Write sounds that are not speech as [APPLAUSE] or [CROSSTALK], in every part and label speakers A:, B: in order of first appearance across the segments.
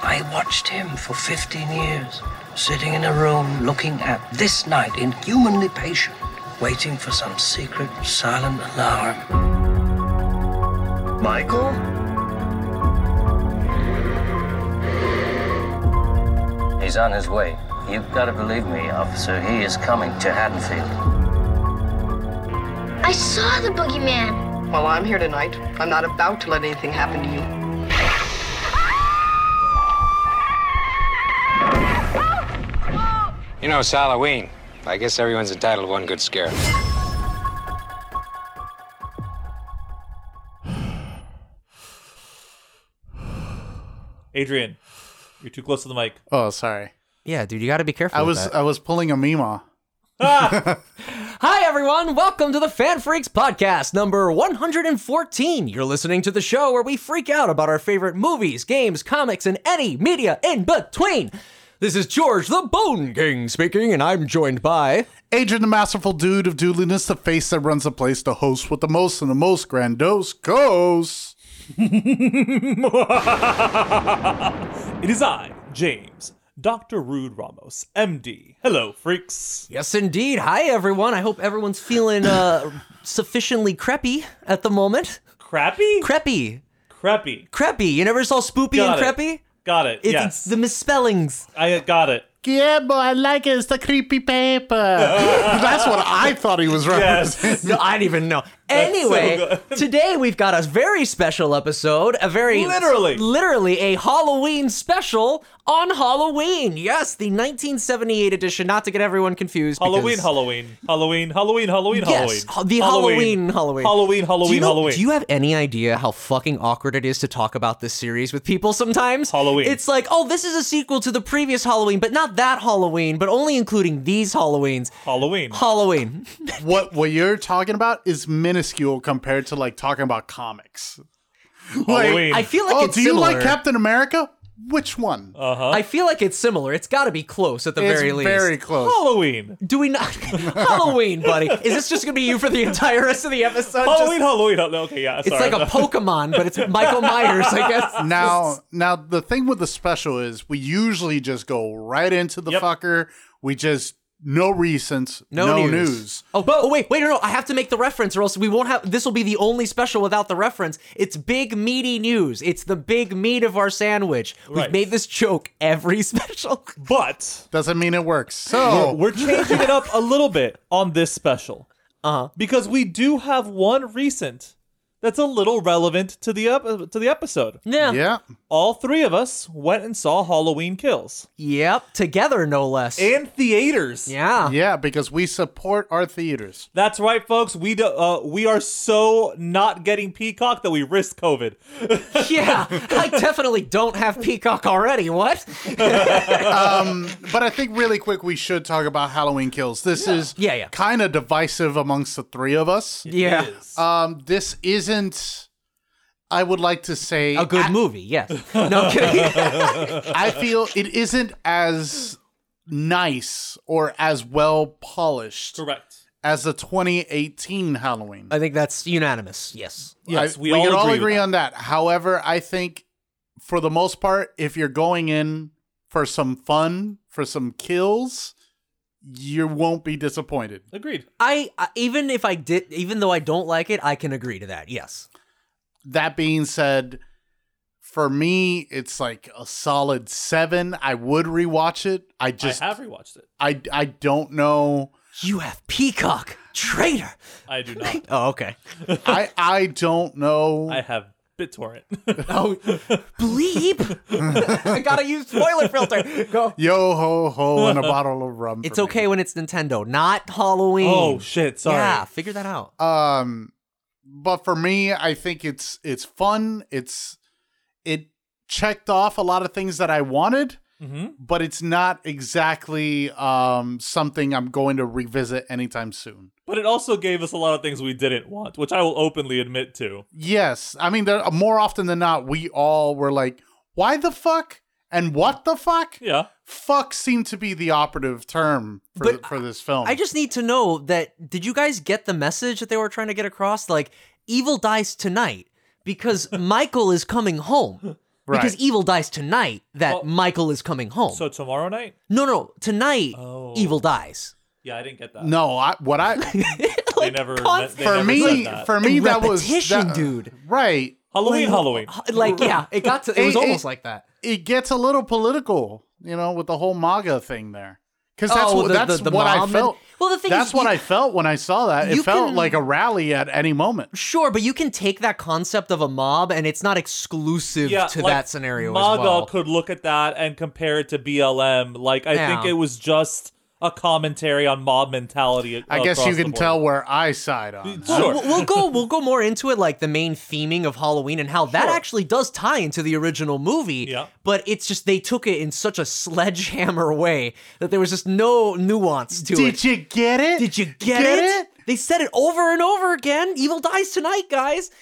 A: I watched him for 15 years, sitting in a room looking at this night, inhumanly patient, waiting for some secret, silent alarm.
B: Michael?
A: He's on his way. You've got to believe me, officer. He is coming to Haddonfield.
C: I saw the boogeyman.
D: While I'm here tonight, I'm not about to let anything happen to you.
E: You know, it's Halloween. I guess everyone's entitled to one good scare.
F: Adrian, you're too close to the mic.
G: Oh, sorry.
H: Yeah, dude, you got to be careful.
G: I
H: with
G: was uh,
H: that.
G: I was pulling a Mima.
H: Hi, everyone. Welcome to the Fan Freaks Podcast, number 114. You're listening to the show where we freak out about our favorite movies, games, comics, and any media in between. This is George the Bone King speaking, and I'm joined by.
G: Adrian, the masterful dude of doodliness, the face that runs the place, the host with the most and the most grandiose goes.
F: It is I, James, Dr. Rude Ramos, MD. Hello, freaks.
H: Yes, indeed. Hi, everyone. I hope everyone's feeling uh, sufficiently creppy at the moment.
F: Crappy?
H: Creppy.
F: Crappy.
H: Creppy. You never saw Spoopy
F: Got it.
H: and Creppy?
F: Got it.
H: It's, it's
F: yes.
H: the misspellings.
F: I uh, got it.
G: Yeah, boy, I like it. It's the creepy paper. [LAUGHS] That's what I thought he was referencing.
F: Yes.
H: [LAUGHS] No, I didn't even know. Anyway, today we've got a very special episode, a very
F: Literally.
H: literally a Halloween special on Halloween. Yes, the 1978 edition. Not to get everyone confused. because-
F: Halloween, Halloween, Halloween, Halloween, Halloween,
H: Yes, uh,
F: Halloween.
H: the Halloween, Halloween.
F: Halloween, Halloween,
H: do you know-
F: Halloween.
H: Do you have any idea how fucking awkward it is to talk about this series with people sometimes?
F: Halloween.
H: It's like, oh, this is a sequel to the previous Halloween, but not that Halloween, but only including these Halloweens.
F: Halloween.
H: Halloween.
G: what what you're talking about is minuscule compared to like talking about comics.
F: Halloween.
H: I feel like
G: oh,
H: it's
G: do you like
H: similar.
G: Captain America? Which one?
H: I feel like it's similar. It's got to be close at the
G: it's
H: very least.
G: very close.
F: Halloween.
H: Do we not [LAUGHS] Halloween, buddy? Is this just gonna be you for the entire rest of the episode?
F: Halloween,
H: Just-
F: Halloween, Halloween. Okay, yeah.
H: it's
F: Sorry.
H: like a Pokemon, but it's Michael Myers,
G: [LAUGHS]
H: I guess.
G: Now, now the thing with the special is we usually just go right into the
F: Yep.
G: fucker. We just no recents, no, news.
H: Oh, but, oh, wait, wait, no, no. I have to make the reference, or else we won't have. This will be the only special without the reference. It's big meaty news. It's the big meat of our sandwich. We've
F: Right.
H: made this joke every [LAUGHS] special.
F: But
G: Doesn't mean it works. So
F: we're changing it up a little bit on this special. Uh huh. Because we do have one recent that's a little relevant to the ep- to the episode.
G: yeah,
F: All three of us went and saw Halloween Kills
H: Yep. Together, no less.
F: in theaters.
H: yeah.
G: yeah, because we support
F: [LAUGHS]
G: our theaters.
F: That's right, folks. We do, uh, we are so not getting Peacock that we risk COVID. [LAUGHS]
H: [LAUGHS] Yeah. I definitely don't have Peacock already. What?
G: Um, But I think really quick we should talk about Halloween Kills. This is
H: Yeah, yeah.
G: kind of divisive amongst the three of us.
H: Yeah.
G: Um, this isn't. I would like to say
H: a good movie. Yes. No I'm [LAUGHS] kidding.
G: I feel it isn't as nice or as well polished
F: Correct.
G: as the 2018 Halloween.
H: I think that's unanimous. Yes.
F: Yes,
G: I-
F: we, all
G: can all
F: agree,
G: agree
F: with
G: on that. However, I think for the most part, if you're going in for some fun, for some kills, you won't be disappointed.
F: that. Agreed.
H: I, I even if I did, even though I don't like it, I can agree to that. Yes.
G: That being said, for me, it's like a solid seven. I would rewatch it. I just,
F: I
G: I,
F: have rewatched it.
G: I, don't know.
H: You have Peacock, traitor.
F: I do
H: [LAUGHS]
F: not.
H: Oh, okay.
G: I, I don't know.
F: I [LAUGHS] have BitTorrent. [LAUGHS]
H: Oh, [LAUGHS] bleep. I gotta use spoiler filter. Go.
G: Yo ho ho and a bottle of rum.
H: It's
G: for me.
H: okay when it's Nintendo, not Halloween.
F: oh shit! Sorry.
H: Yeah, figure that out.
G: Um, but for me, I think it's it's fun. It's it checked off a lot of things that I wanted,
H: Mm-hmm.
G: but it's not exactly um something I'm going to revisit anytime soon.
F: But it also gave us a lot of things we didn't want, which I will openly admit to.
G: Yes, I mean there more often than not, we all were like, "Why the fuck?" and "What the fuck?"
F: Yeah.
G: Fuck seemed to be the operative term for for this film.
H: I just need to know that did you guys get the message that they were [LAUGHS] trying to get across? Like, evil dies tonight because e Michael is coming home. Because
G: Right.
H: Evil dies tonight that
F: Well-
H: Michael is coming home.
F: So Oh. tomorrow night?
H: no, no, tonight Evil dies. [LAUGHS]
F: Yeah, I didn't get that.
G: No, I, what I
F: they never.
H: conf-
F: they
G: for
F: never
G: me
F: said that.
G: for me
H: And
G: that was
H: repetition,
G: that-
H: dude.
G: Right.
F: Halloween, Halloween.
H: Like, yeah, it got to, it was
G: It- it-
H: almost like that.
G: It gets a little political, you know, with the whole MAGA thing there. Cuz that's
H: Oh,
G: what
H: the-
G: that's
H: the- the
G: what
H: mom
G: I
H: and-
G: felt.
H: Well, the thing
G: that's
H: is,
G: what
H: you-
G: I felt when I saw that. It
H: you
G: felt
H: can-
G: like a rally at any moment.
H: Sure, but you can take that concept of a mob and it's not exclusive
F: yeah,
H: to
F: like,
H: that scenario
F: MAGA
H: as well.
F: could look at that and compare it to BLM. Like I think
H: Yeah.
F: it was just a commentary on mob mentality.
G: I guess you
F: across the
G: can
F: board.
G: tell where I side
H: [LAUGHS]
G: on.
F: Sure.
H: Uh, We'll,
F: [LAUGHS]
H: we'll go we'll go more into it like the main theming of Halloween and how that actually does tie into the original movie.
F: Yeah.
H: But it's just they took it in such a sledgehammer way that there was just no nuance to it.
G: Did you get it?
H: Did you get, it? They said it over and over again. Evil dies tonight, guys.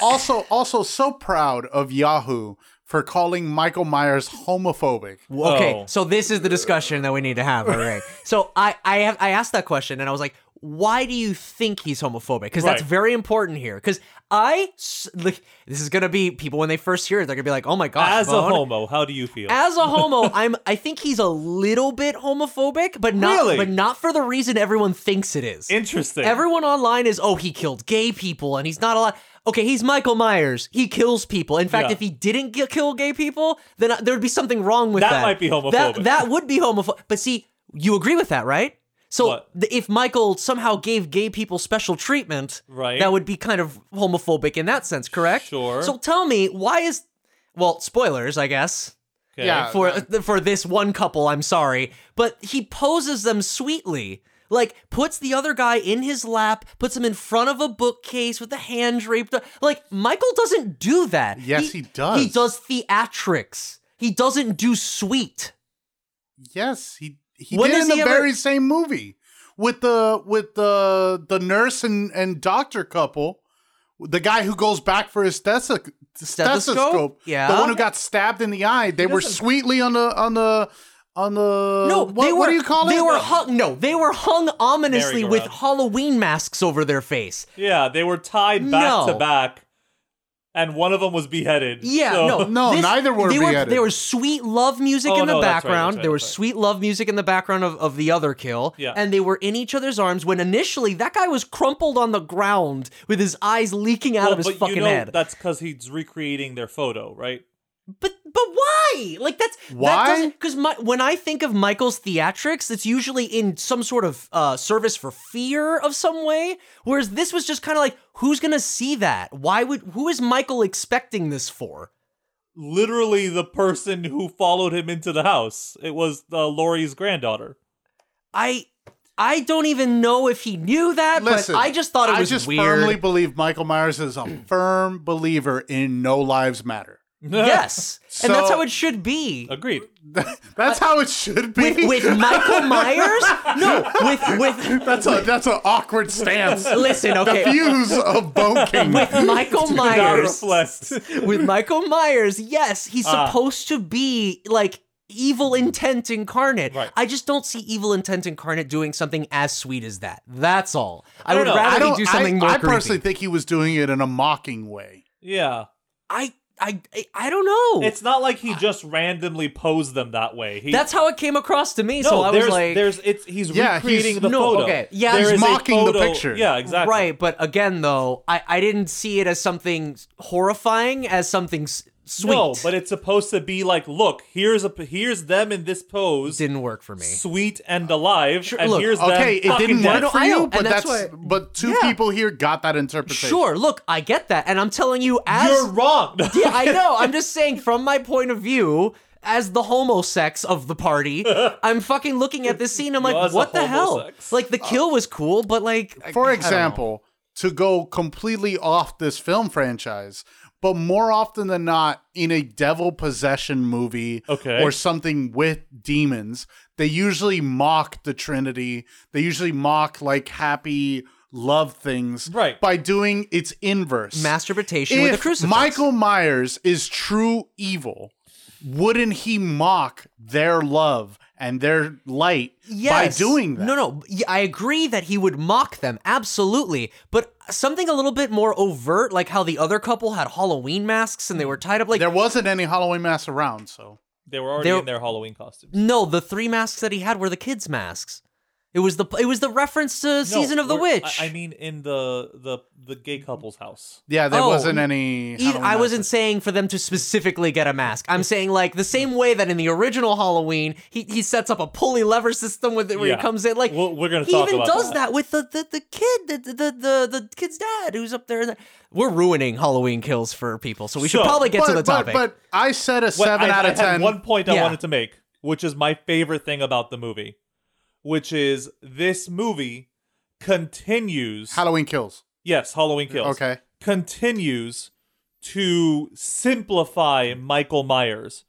G: also also so proud of Yahoo for calling Michael Myers homophobic.
H: Okay, so this is the discussion that we need to have. All
F: [LAUGHS]
H: right. so I I, have, I asked that question and I was like, why do you think he's homophobic? Because that's
F: Right.
H: very important here. Because I s- like this is gonna be people when they first hear it, they're gonna be like, oh my gosh,
F: As a
H: Bone.
F: homo, how do you feel?
H: As
F: [LAUGHS]
H: a homo, I'm I think he's a little bit homophobic, but not
F: Really?
H: but not for the reason everyone thinks it is.
F: Interesting.
H: Everyone online is, oh, he killed gay people and he's not allowed. Okay, he's Michael Myers. He kills people. In fact,
F: Yeah.
H: if he didn't g- kill gay people, then uh, there would be something wrong with that.
F: That might be homophobic.
H: That, that would be homophobic. But see, you agree with that, right? So
F: What?
H: th- if Michael somehow gave gay people special treatment,
F: Right.
H: that would be kind of homophobic in that sense, correct?
F: Sure.
H: So tell me, why is well, spoilers, I guess
F: Okay.
G: Yeah.
H: for
G: Uh-huh.
H: [LAUGHS] for this one couple. I'm sorry, but he poses them sweetly. Like puts the other guy in his lap, puts him in front of a bookcase with the hand draped. Like Michael doesn't do that.
G: Yes, he does.
H: He does theatrics. He doesn't do sweet.
G: Yes, he he
H: When
G: did in
H: does
G: the
H: he ever-
G: very same movie with the with the the nurse and and doctor couple, the guy who goes back for his stethosc-
H: Stethoscope?
G: stethoscope,
H: Yeah.
G: the one who got stabbed in the eye. They were sweetly on the on the on the
H: No,
G: Uh, what,
H: they were.
G: what do you call
H: they
G: it?
H: were hung. No, they were hung ominously with
F: Merry-go-round.
H: Halloween masks over their face.
F: Yeah, they were tied back
H: No.
F: to back, and one of them was beheaded. [LAUGHS]
H: Yeah,
F: so-
H: no,
G: No, neither were
H: they
G: beheaded.
H: There was sweet love music
F: Oh,
H: in the
F: no, that's right,
H: background.
F: that's right,
H: there was
F: that's right.
H: sweet love music in the background of, of the other kill.
F: Yeah.
H: And they were in each other's arms when initially that guy was crumpled on the ground with his eyes leaking out
F: Well,
H: of his
F: but
H: fucking
F: you know
H: head.
F: That's because he's recreating their photo, right?
H: But but why? Like that's
G: Why?
H: Because my when I think of Michael's theatrics, it's usually in some sort of uh, service for fear of some way. Whereas this was just kind of like, who's gonna see that? Why would? Who is Michael expecting this for?
F: Literally, the person who followed him into the house. It was uh, Lori's granddaughter.
H: I I don't even know if he knew that,
G: Listen,
H: but I just thought it was
G: I just
H: weird. [LAUGHS] Mm.
G: firmly believe Michael Myers is a firm believer in no lives matter.
H: yes, and that's
G: So-
H: how it should
G: [LAUGHS]
H: be.
F: Agreed.
G: That's how it should be.
H: With, with Michael Myers? No, with
G: [LAUGHS]
H: with.
G: that's a that's an awkward
H: [LAUGHS]
G: stance.
H: Listen, okay.
G: Views of
H: [LAUGHS]
G: Bone King.
H: With Michael
F: That
H: Myers,
F: reflects.
G: [LAUGHS]
H: with Michael Myers, yes, he's
G: Uh.
H: supposed to be like evil intent incarnate.
F: Right.
H: I just don't see evil intent incarnate doing something as sweet as that. That's all. I, would
F: don't know.
G: I
H: rather
G: don't.
H: he do something
G: I,
H: more
G: I
H: creepy.
G: personally think he was doing it in a mocking way.
F: yeah,
H: I, I, I, I don't know.
F: it's not like he just randomly posed them that way. He,
H: That's how it came across to me.
F: no,
H: so I
F: there's,
H: was like,
F: there's, it's, he's
G: Yeah, he's-
F: recreating the
H: No,
F: photo.
H: okay, yeah,
F: There
G: he's
F: is a
G: mocking the
F: photo-
G: picture.
F: Yeah, exactly.
H: Right, but again, though, I, I didn't see it as something horrifying, as something s- sweet.
F: No, but it's supposed to be like, look, here's a here's them in this pose,
H: didn't work for me.
F: sweet and alive, and
H: look,
F: here's
G: Okay,
F: them
G: it
F: fucking
G: didn't
F: dead.
G: work for
H: I know,
G: you,
H: and
G: but
H: that's
G: that's,
H: why-
G: but two
H: Yeah.
G: people here got that interpretation.
H: Sure, look, I get that, and I'm telling you, as
F: You're wrong.
H: [LAUGHS] yeah, I know. I'm just saying, from my point of view, as the homosex of the
F: [LAUGHS]
H: party, I'm fucking looking at this scene. I'm like,
F: Was a
H: what the hell?
F: homosex.
H: Like the kill was cool, but like,
G: For example, to go completely off this film franchise, but more often than not, in a devil possession movie
F: Okay.
G: or something with demons, they usually mock the Trinity. They usually mock like happy love things
F: Right.
G: by doing its inverse.
H: Masturbation
G: if
H: with a crucifix.
G: Michael Myers is true evil, wouldn't he mock their love and their light
H: Yes.
G: by doing that.
H: No, no, y- I agree that he would mock them absolutely, but something a little bit more overt, like how the other couple had Halloween masks and they were tied up. Like
G: There wasn't any Halloween mask around, so
F: They were already
H: They-
F: in their Halloween costumes.
H: no, the three masks that he had were the kids' masks. It was the it was the reference to season
F: No,
H: of the
F: we're-
H: witch.
F: I, I mean, in the the the gay couple's house.
G: yeah, there
H: Oh,
G: wasn't any.
H: E-
G: Halloween
H: I
G: mask.
H: wasn't saying for them to specifically get a mask. I'm saying like the same way that in the original Halloween, he, he sets up a pulley lever system with it where
F: Yeah.
H: he comes in like
F: We'll- we're gonna
H: he
F: talk
H: even
F: about
H: does
F: that.
H: that. with the the, the kid the, the the the kid's dad who's up there. We're ruining Halloween kills for people, so we should
F: So-
H: probably get
G: but,
H: to the
G: but-
H: topic.
G: But, I said a
F: Well,
G: seven
F: I,
G: out
F: I
G: of ten.
F: Had one point I
H: Yeah.
F: wanted to make, which is my favorite thing about the movie, which is this movie continues.
G: Halloween kills.
F: yes, Halloween Kills.
G: Okay.
F: Continues to simplify Michael Myers,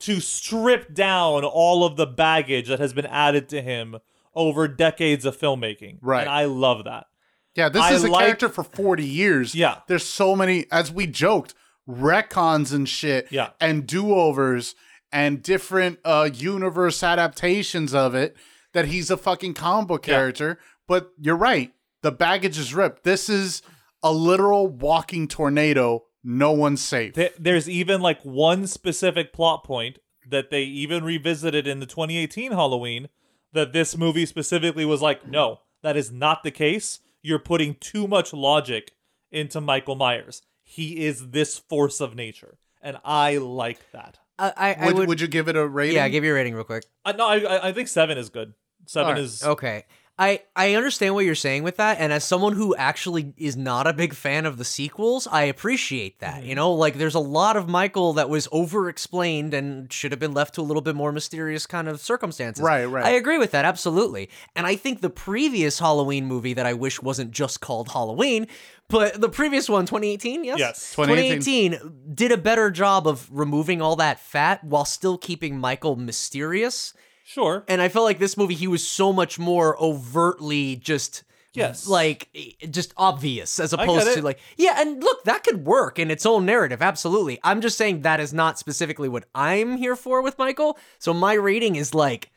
F: to strip down all of the baggage that has been added to him over decades of filmmaking.
G: Right.
F: And I love that.
G: Yeah, this
F: I
G: is a
F: like-
G: character for forty years.
F: Yeah.
G: there's so many, as we joked, retcons and shit.
F: Yeah.
G: and do overs and different uh universe adaptations of it. That he's a fucking comic book
F: Yeah.
G: character. But you're right, the baggage is ripped. This is a literal walking tornado. No one's safe.
F: Th- there's even like one specific plot point that they even revisited in the 2018 Halloween that this movie specifically was like, no, that is not the case. You're putting too much logic into Michael Myers. He is this force of nature, and I like that.
H: I, I, I
G: would,
H: would,
G: would, you give it a rating?
H: yeah, give your rating real quick.
F: I, no, I, I- I think seven is good. Seven
G: Alright,
F: is
H: Okay. I, I understand what you're saying with that, and as someone who actually is not a big fan of the sequels, I appreciate that.
G: Mm-hmm.
H: You know, like there's a lot of Michael that was over explained and should have been left to a little bit more mysterious kind of circumstances.
G: Right, right.
H: I agree with that, absolutely. And I think the previous Halloween movie that I wish wasn't just called Halloween, but the previous one, 2018, yes?
F: Yes,
G: 2018.
H: 2018 did a better job of removing all that fat while still keeping Michael mysterious
F: sure.
H: and I felt like this movie he was so much more overtly just
F: Yes.
H: like eh, just obvious as
F: get
H: opposed to
F: it.
H: like yeah and look that could work in its own narrative absolutely I'm just saying that is not specifically what I'm here for with Michael so my rating is like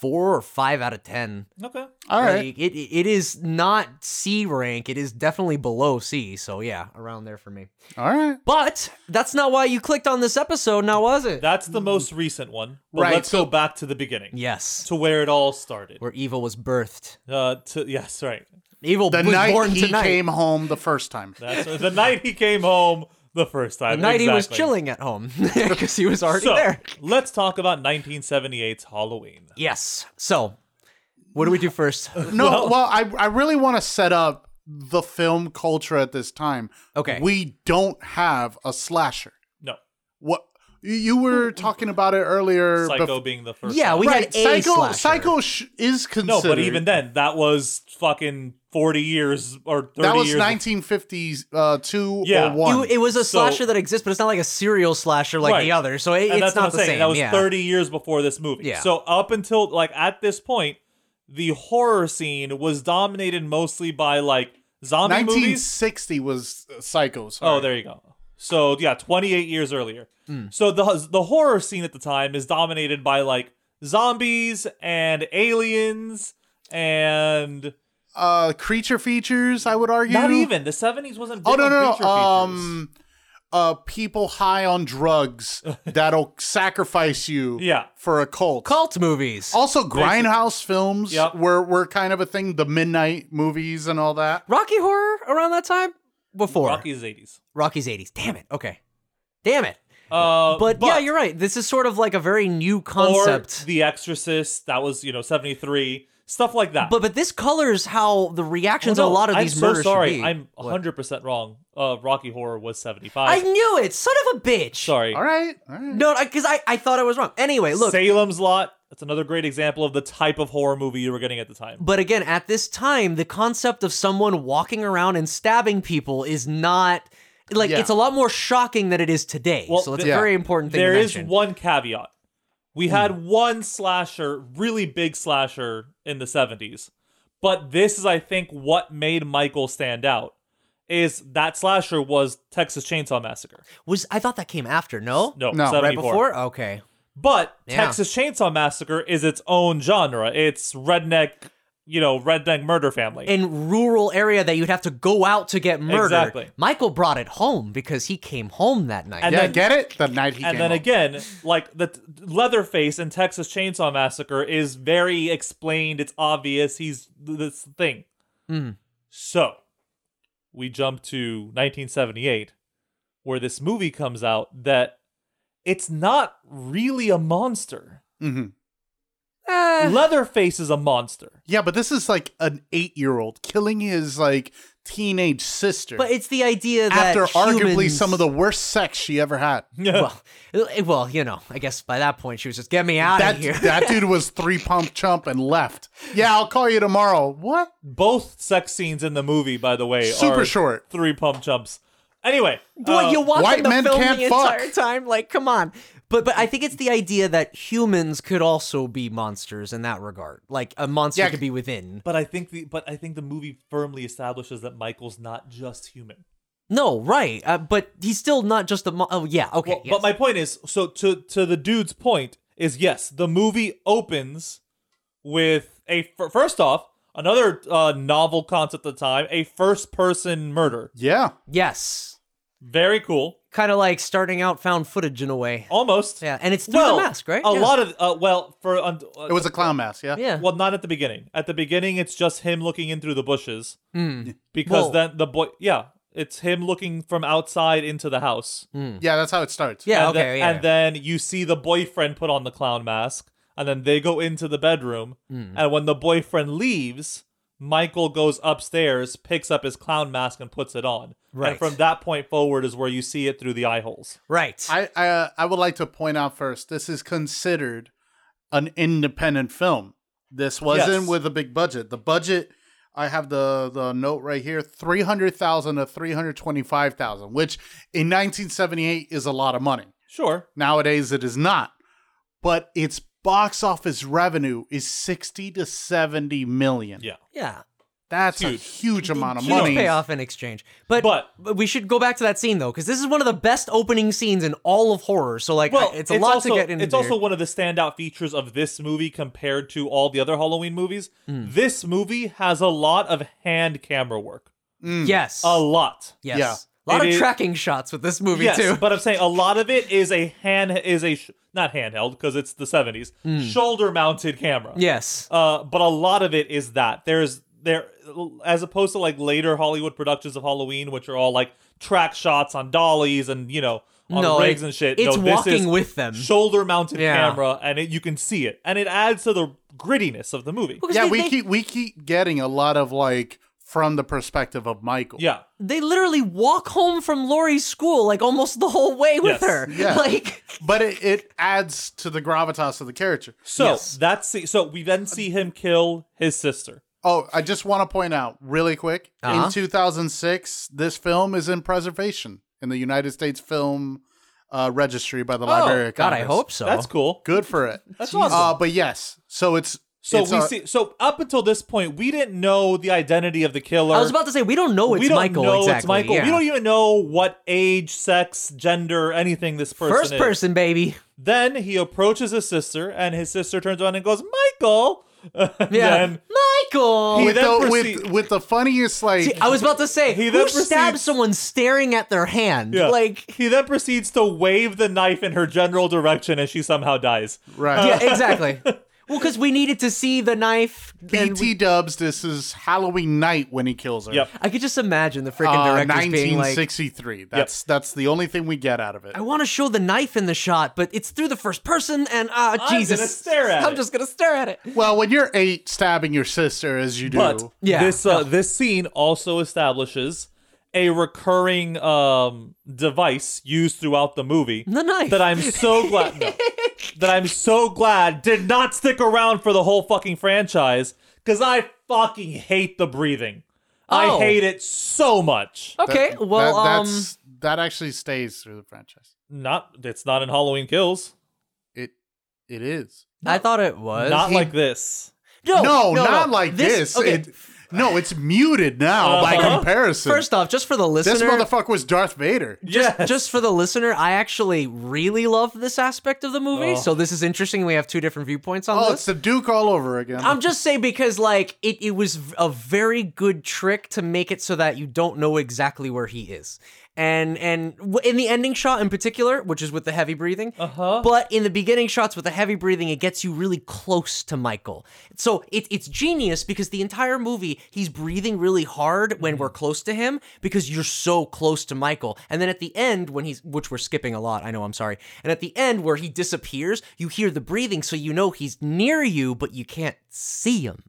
H: 4 or 5 out of 10
F: Okay.
G: All right.
H: like, it it is not C rank it is definitely below C so yeah around there for me
G: All right.
H: but that's not why you clicked on this episode now was it
F: That's the most recent one. But
G: Mm. Right,
F: let's
G: so-
F: go back to the beginning.
H: yes
F: To where it all started.
H: where evil was birthed
F: Uh, to, yes, right.
H: Evil
G: The
H: was
G: night
H: born
G: he
H: tonight.
G: came home the
F: [LAUGHS]
G: first time.
F: That's the night he came home the first
H: the
F: time.
H: night he was
F: exactly.
H: chilling at home [LAUGHS] because he was already
F: So
H: there.
F: let's talk about 1978's Halloween.
H: Yes. So, what do we do first?
G: No, well, I, I really want to set up the film culture at this time.
H: Okay.
G: We don't have a slasher.
F: No,
G: What you- you were talking about it earlier.
F: Psycho
G: bef-
F: being the first.
H: Yeah,
F: one.
H: we
G: right?
H: had a
G: Psycho,
H: slasher.
G: Psycho sh- is
F: no,
G: considered.
F: but even then, that was fucking 40 years or 30
G: that was
F: years.
G: 1952 uh, two
F: Yeah.
G: or
F: You-
G: one.
H: It, it was a
F: So-
H: slasher that exists, but it's not like a serial slasher like
F: Right.
H: the other. So it,
F: and
H: it's
F: that's what
H: not
F: I'm
H: the
F: saying.
H: same.
F: That was
H: yeah.
F: 30 years before this movie.
H: Yeah.
F: So up until like at this point, the horror scene was dominated mostly by like zombie movies.
G: 1960 was uh, Psycho.
F: Oh,
G: sorry. Hmm.
F: there you go. So yeah, 28 years earlier. So the the horror scene at the time is dominated by like zombies and aliens and
G: Uh, creature features. I would argue.
F: not even the 70s wasn't. Big
G: Oh no
F: on
G: no
F: creature features.
G: no. Um, uh, people high on drugs that'll sacrifice you.
F: Yeah.
G: For a cult.
H: Cult movies.
G: Also, grindhouse films
F: Yep.
G: were were kind of a thing. The midnight movies and all that.
H: Rocky Horror around that time? Before.
F: Rocky's 80s.
H: Rocky's 80s. Damn it. Okay. Damn it.
F: Uh,
H: But, yeah, you're right. This is sort of like a very new
F: Or
H: concept.
F: The Exorcist. That was you know 73 stuff like that.
H: but but this colors how the
F: Oh,
H: reactions
F: no,
H: to a lot of
F: I'm
H: these
F: so
H: murders
F: sorry.
H: should be.
F: I'm
H: What?
F: 100 percent wrong. Uh, Rocky Horror was 75.
H: I knew it. Son of a bitch.
F: sorry.
G: All right, all right.
H: No, because I, I thought I was wrong. Anyway, look.
F: Salem's Lot. That's another great example of the type of horror movie you were getting at the time.
H: but again, at this time, the concept of someone walking around and stabbing people is not like
G: Yeah.
H: it's a lot more shocking than it is today.
F: Well,
H: so it's
F: th-
H: a very important thing.
F: There
H: to
F: is
H: mention. Hmm.
F: one caveat. We had one slasher, really big slasher in the 70s. But this is I think what made Michael stand out is that slasher was Texas Chainsaw Massacre.
H: was I thought that came after. No,
F: No,
G: No, right
F: 74.
H: right before. Okay,
F: But
H: Yeah.
F: Texas Chainsaw Massacre is its own genre. It's redneck, you know, redneck murder family.
H: in rural area that you'd have to go out to get murdered.
F: Exactly.
H: Michael brought it home because he came home that night.
F: And
G: yeah,
F: then-
G: get it? The night he
F: and
G: came
F: then
G: home.
F: again, like the t- Leatherface in Texas Chainsaw Massacre is very explained. It's obvious he's th- this thing.
G: Hmm.
F: So we jump to 1978, where this movie comes out that it's not really a monster.
G: Mhm.
H: Eh,
G: Eh.
F: Leatherface is a monster.
G: Yeah, but this is like an eight-year-old killing his like teenage sister
H: but it's the idea that
G: after arguably
H: humans-
G: some of the worst sex she ever had.
H: [LAUGHS] well, eh, well, you know, I guess by that point she was just get me out
G: That
H: of here.
G: that dude was three pump chump and left. Yeah, I'll call you tomorrow. What?
F: Both sex scenes in the movie, by the way,
G: Super
F: are
G: short.
F: Three pump jumps. Anyway,
H: Well,
F: uh,
H: you want
G: white
H: them to
G: men
H: film
G: can't
H: the
G: fuck.
H: entire time? Like, come on. But but I think it's the idea that humans could also be monsters in that regard. Like a monster
G: Yeah,
H: could be within.
F: But I think the but I think the movie firmly establishes that Michael's not just human.
H: No, right. Uh, but he's still not just a. Mo- oh yeah, okay.
F: Well, But my point is, so to to the dude's point is yes, the movie opens with a fir- first off another uh, novel concept at the time, a first person murder.
G: Yeah.
H: yes,
F: Very cool,
H: kind of like starting out found footage in a way.
F: almost.
H: Yeah, and it's through
F: Well,
H: the mask, right?
F: A
H: Yeah.
F: lot of uh, well for uh,
G: It was a clown mask, yeah.
H: Yeah.
F: Well, not at the beginning. At the beginning, it's just him looking in through the bushes
H: Hmm.
F: because
H: Well-
F: then the boy, yeah, it's him looking from outside into the house.
G: Yeah, that's how it starts.
H: yeah.
F: and
H: okay.
F: then,
H: yeah.
F: And then you see the boyfriend put on the clown mask, and then they go into the bedroom.
H: Hmm.
F: And when the boyfriend leaves, Michael goes upstairs, picks up his clown mask, and puts it on.
H: Right.
F: And from that point forward is where you see it through the eye holes.
H: right.
G: I I, uh, I would like to point out first this is considered an independent film. This wasn't
F: Yes.
G: with a big budget. The budget I have the the note right here 300,000 to 325,000, which in 1978 is a lot of money.
F: Sure.
G: Nowadays it is not. But its box office revenue is 60 to 70 million.
F: Yeah.
H: yeah.
G: That's a
F: Huge.
G: huge amount of
H: Huge
G: money.
H: payoff in exchange. But,
F: But-
H: we should go back to that scene though, because this is one of the best opening scenes in all of horror. So like,
F: Well,
H: I- it's a lot
F: also,
H: to get into.
F: It's also one of the standout features of this movie compared to all the other Halloween movies.
H: Hmm.
F: This movie has a lot of hand camera work.
H: yes,
F: Mm. A lot.
H: yes,
G: yeah.
H: a lot
F: It
H: of
F: is-
H: tracking shots with this movie
F: yes,
H: too.
F: but I'm saying a lot of it is a hand is a sh- not handheld because it's the 70s
H: Hmm.
F: shoulder mounted camera.
H: yes,
F: Uh, but a lot of it is that there's there as opposed to like later Hollywood productions of Halloween, which are all like track shots on dollies and you know on
H: No,
F: rigs
H: it-
F: and shit.
H: it's
F: no, this
H: walking
F: is
H: with them.
F: shoulder mounted
H: Yeah.
F: camera, and it, you can see it, and it adds to the grittiness of the movie.
H: Because
G: Yeah,
H: they-
G: we
H: they-
G: keep we keep getting a lot of like from the perspective of Michael.
F: Yeah,
H: They literally walk home from Lori's school like almost the whole way with
F: Yes.
H: her.
G: Yeah.
H: Like,
G: But it, it adds to the gravitas of the character.
F: so
H: Yes.
F: that's the- so we then see him kill his sister.
G: Oh, I just want to point out really quick.
H: Uh-huh.
G: In 2006, this film is in preservation in the United States Film uh, Registry by the Library
H: oh
G: of
H: God, I
G: Congress.
H: hope so.
F: That's cool.
G: Good for it. That's
F: awesome.
G: Uh, but yes, so it's
F: So
G: it's
F: we
G: a-
F: see. So up until this point, we didn't know the identity of the killer.
H: I was about to say we don't know it's
F: we don't
H: Michael
F: know
H: exactly.
F: it's Michael.
H: Yeah.
F: We don't even know what age, sex, gender, anything this person.
H: First
F: is.
H: person, baby.
F: Then he approaches his sister, and his sister turns around and goes, "Michael." [LAUGHS] And
H: Yeah,
F: Then
H: Michael.
F: He
G: with
F: then
G: the,
F: proceed-
G: with, with the funniest like
H: I was about to say,
F: He
H: who
F: then
H: stabbed
F: proceeds-
H: someone staring at their hand?
F: yeah.
H: Like,
F: he then proceeds to wave the knife in her general direction, and she somehow dies.
G: right.
F: [LAUGHS]
H: yeah, exactly. Well, because we needed to see the knife. and
G: BT Dubs. This is Halloween night when he kills her.
F: Yep.
H: I could just imagine the freaking
G: Uh,
H: directors being like,
G: 1963. that's that's the only thing we get out of it.
H: "I want to show the knife in the shot, but it's through the first person, and ah,
F: I'm
H: Jesus,
F: gonna stare at
H: I'm
F: it."
H: just gonna stare at it."
G: Well, when you're eight stabbing your sister as you do,
F: But
H: Yeah.
F: this uh, this scene also establishes a recurring um, device used throughout the
H: [LAUGHS]
F: movie.
H: The knife.
F: that I'm so glad
H: [LAUGHS]
F: no. that I'm so glad did not stick around for the whole fucking franchise because I fucking hate the breathing.
H: Oh.
F: I hate it so much.
H: Okay,
G: That-
H: well,
G: that,
H: um,
G: that's that actually stays through the franchise.
F: Not it's not in Halloween Kills.
G: It it is.
H: I thought it was
F: not
H: He-
F: like this.
H: no,
G: no, not like this.
H: Okay,
G: It- No, it's muted now by
F: Uh-huh.
G: comparison.
H: First off, just for the listener,
G: this motherfucker was Darth Vader.
H: just, just for the listener, I actually really love this aspect of the
F: Oh.
H: movie. So this is interesting. We have two different viewpoints on
G: Oh,
H: this.
G: it's the Duke all over again.
H: I'm just saying because like it, it was v- a very good trick to make it so that you don't know exactly where he is. And and w- in the ending shot in particular, which is with the heavy breathing, uh-huh. but in the beginning shots with the heavy breathing, it gets you really close to Michael. So it, it's genius because the entire movie he's breathing really hard
G: Mm-hmm.
H: when we're close to him because you're so close to Michael. And then at the end when he's which we're skipping a lot, I know, I'm sorry. And at the end where he disappears, you hear the breathing, so you know he's near you, but you can't see him.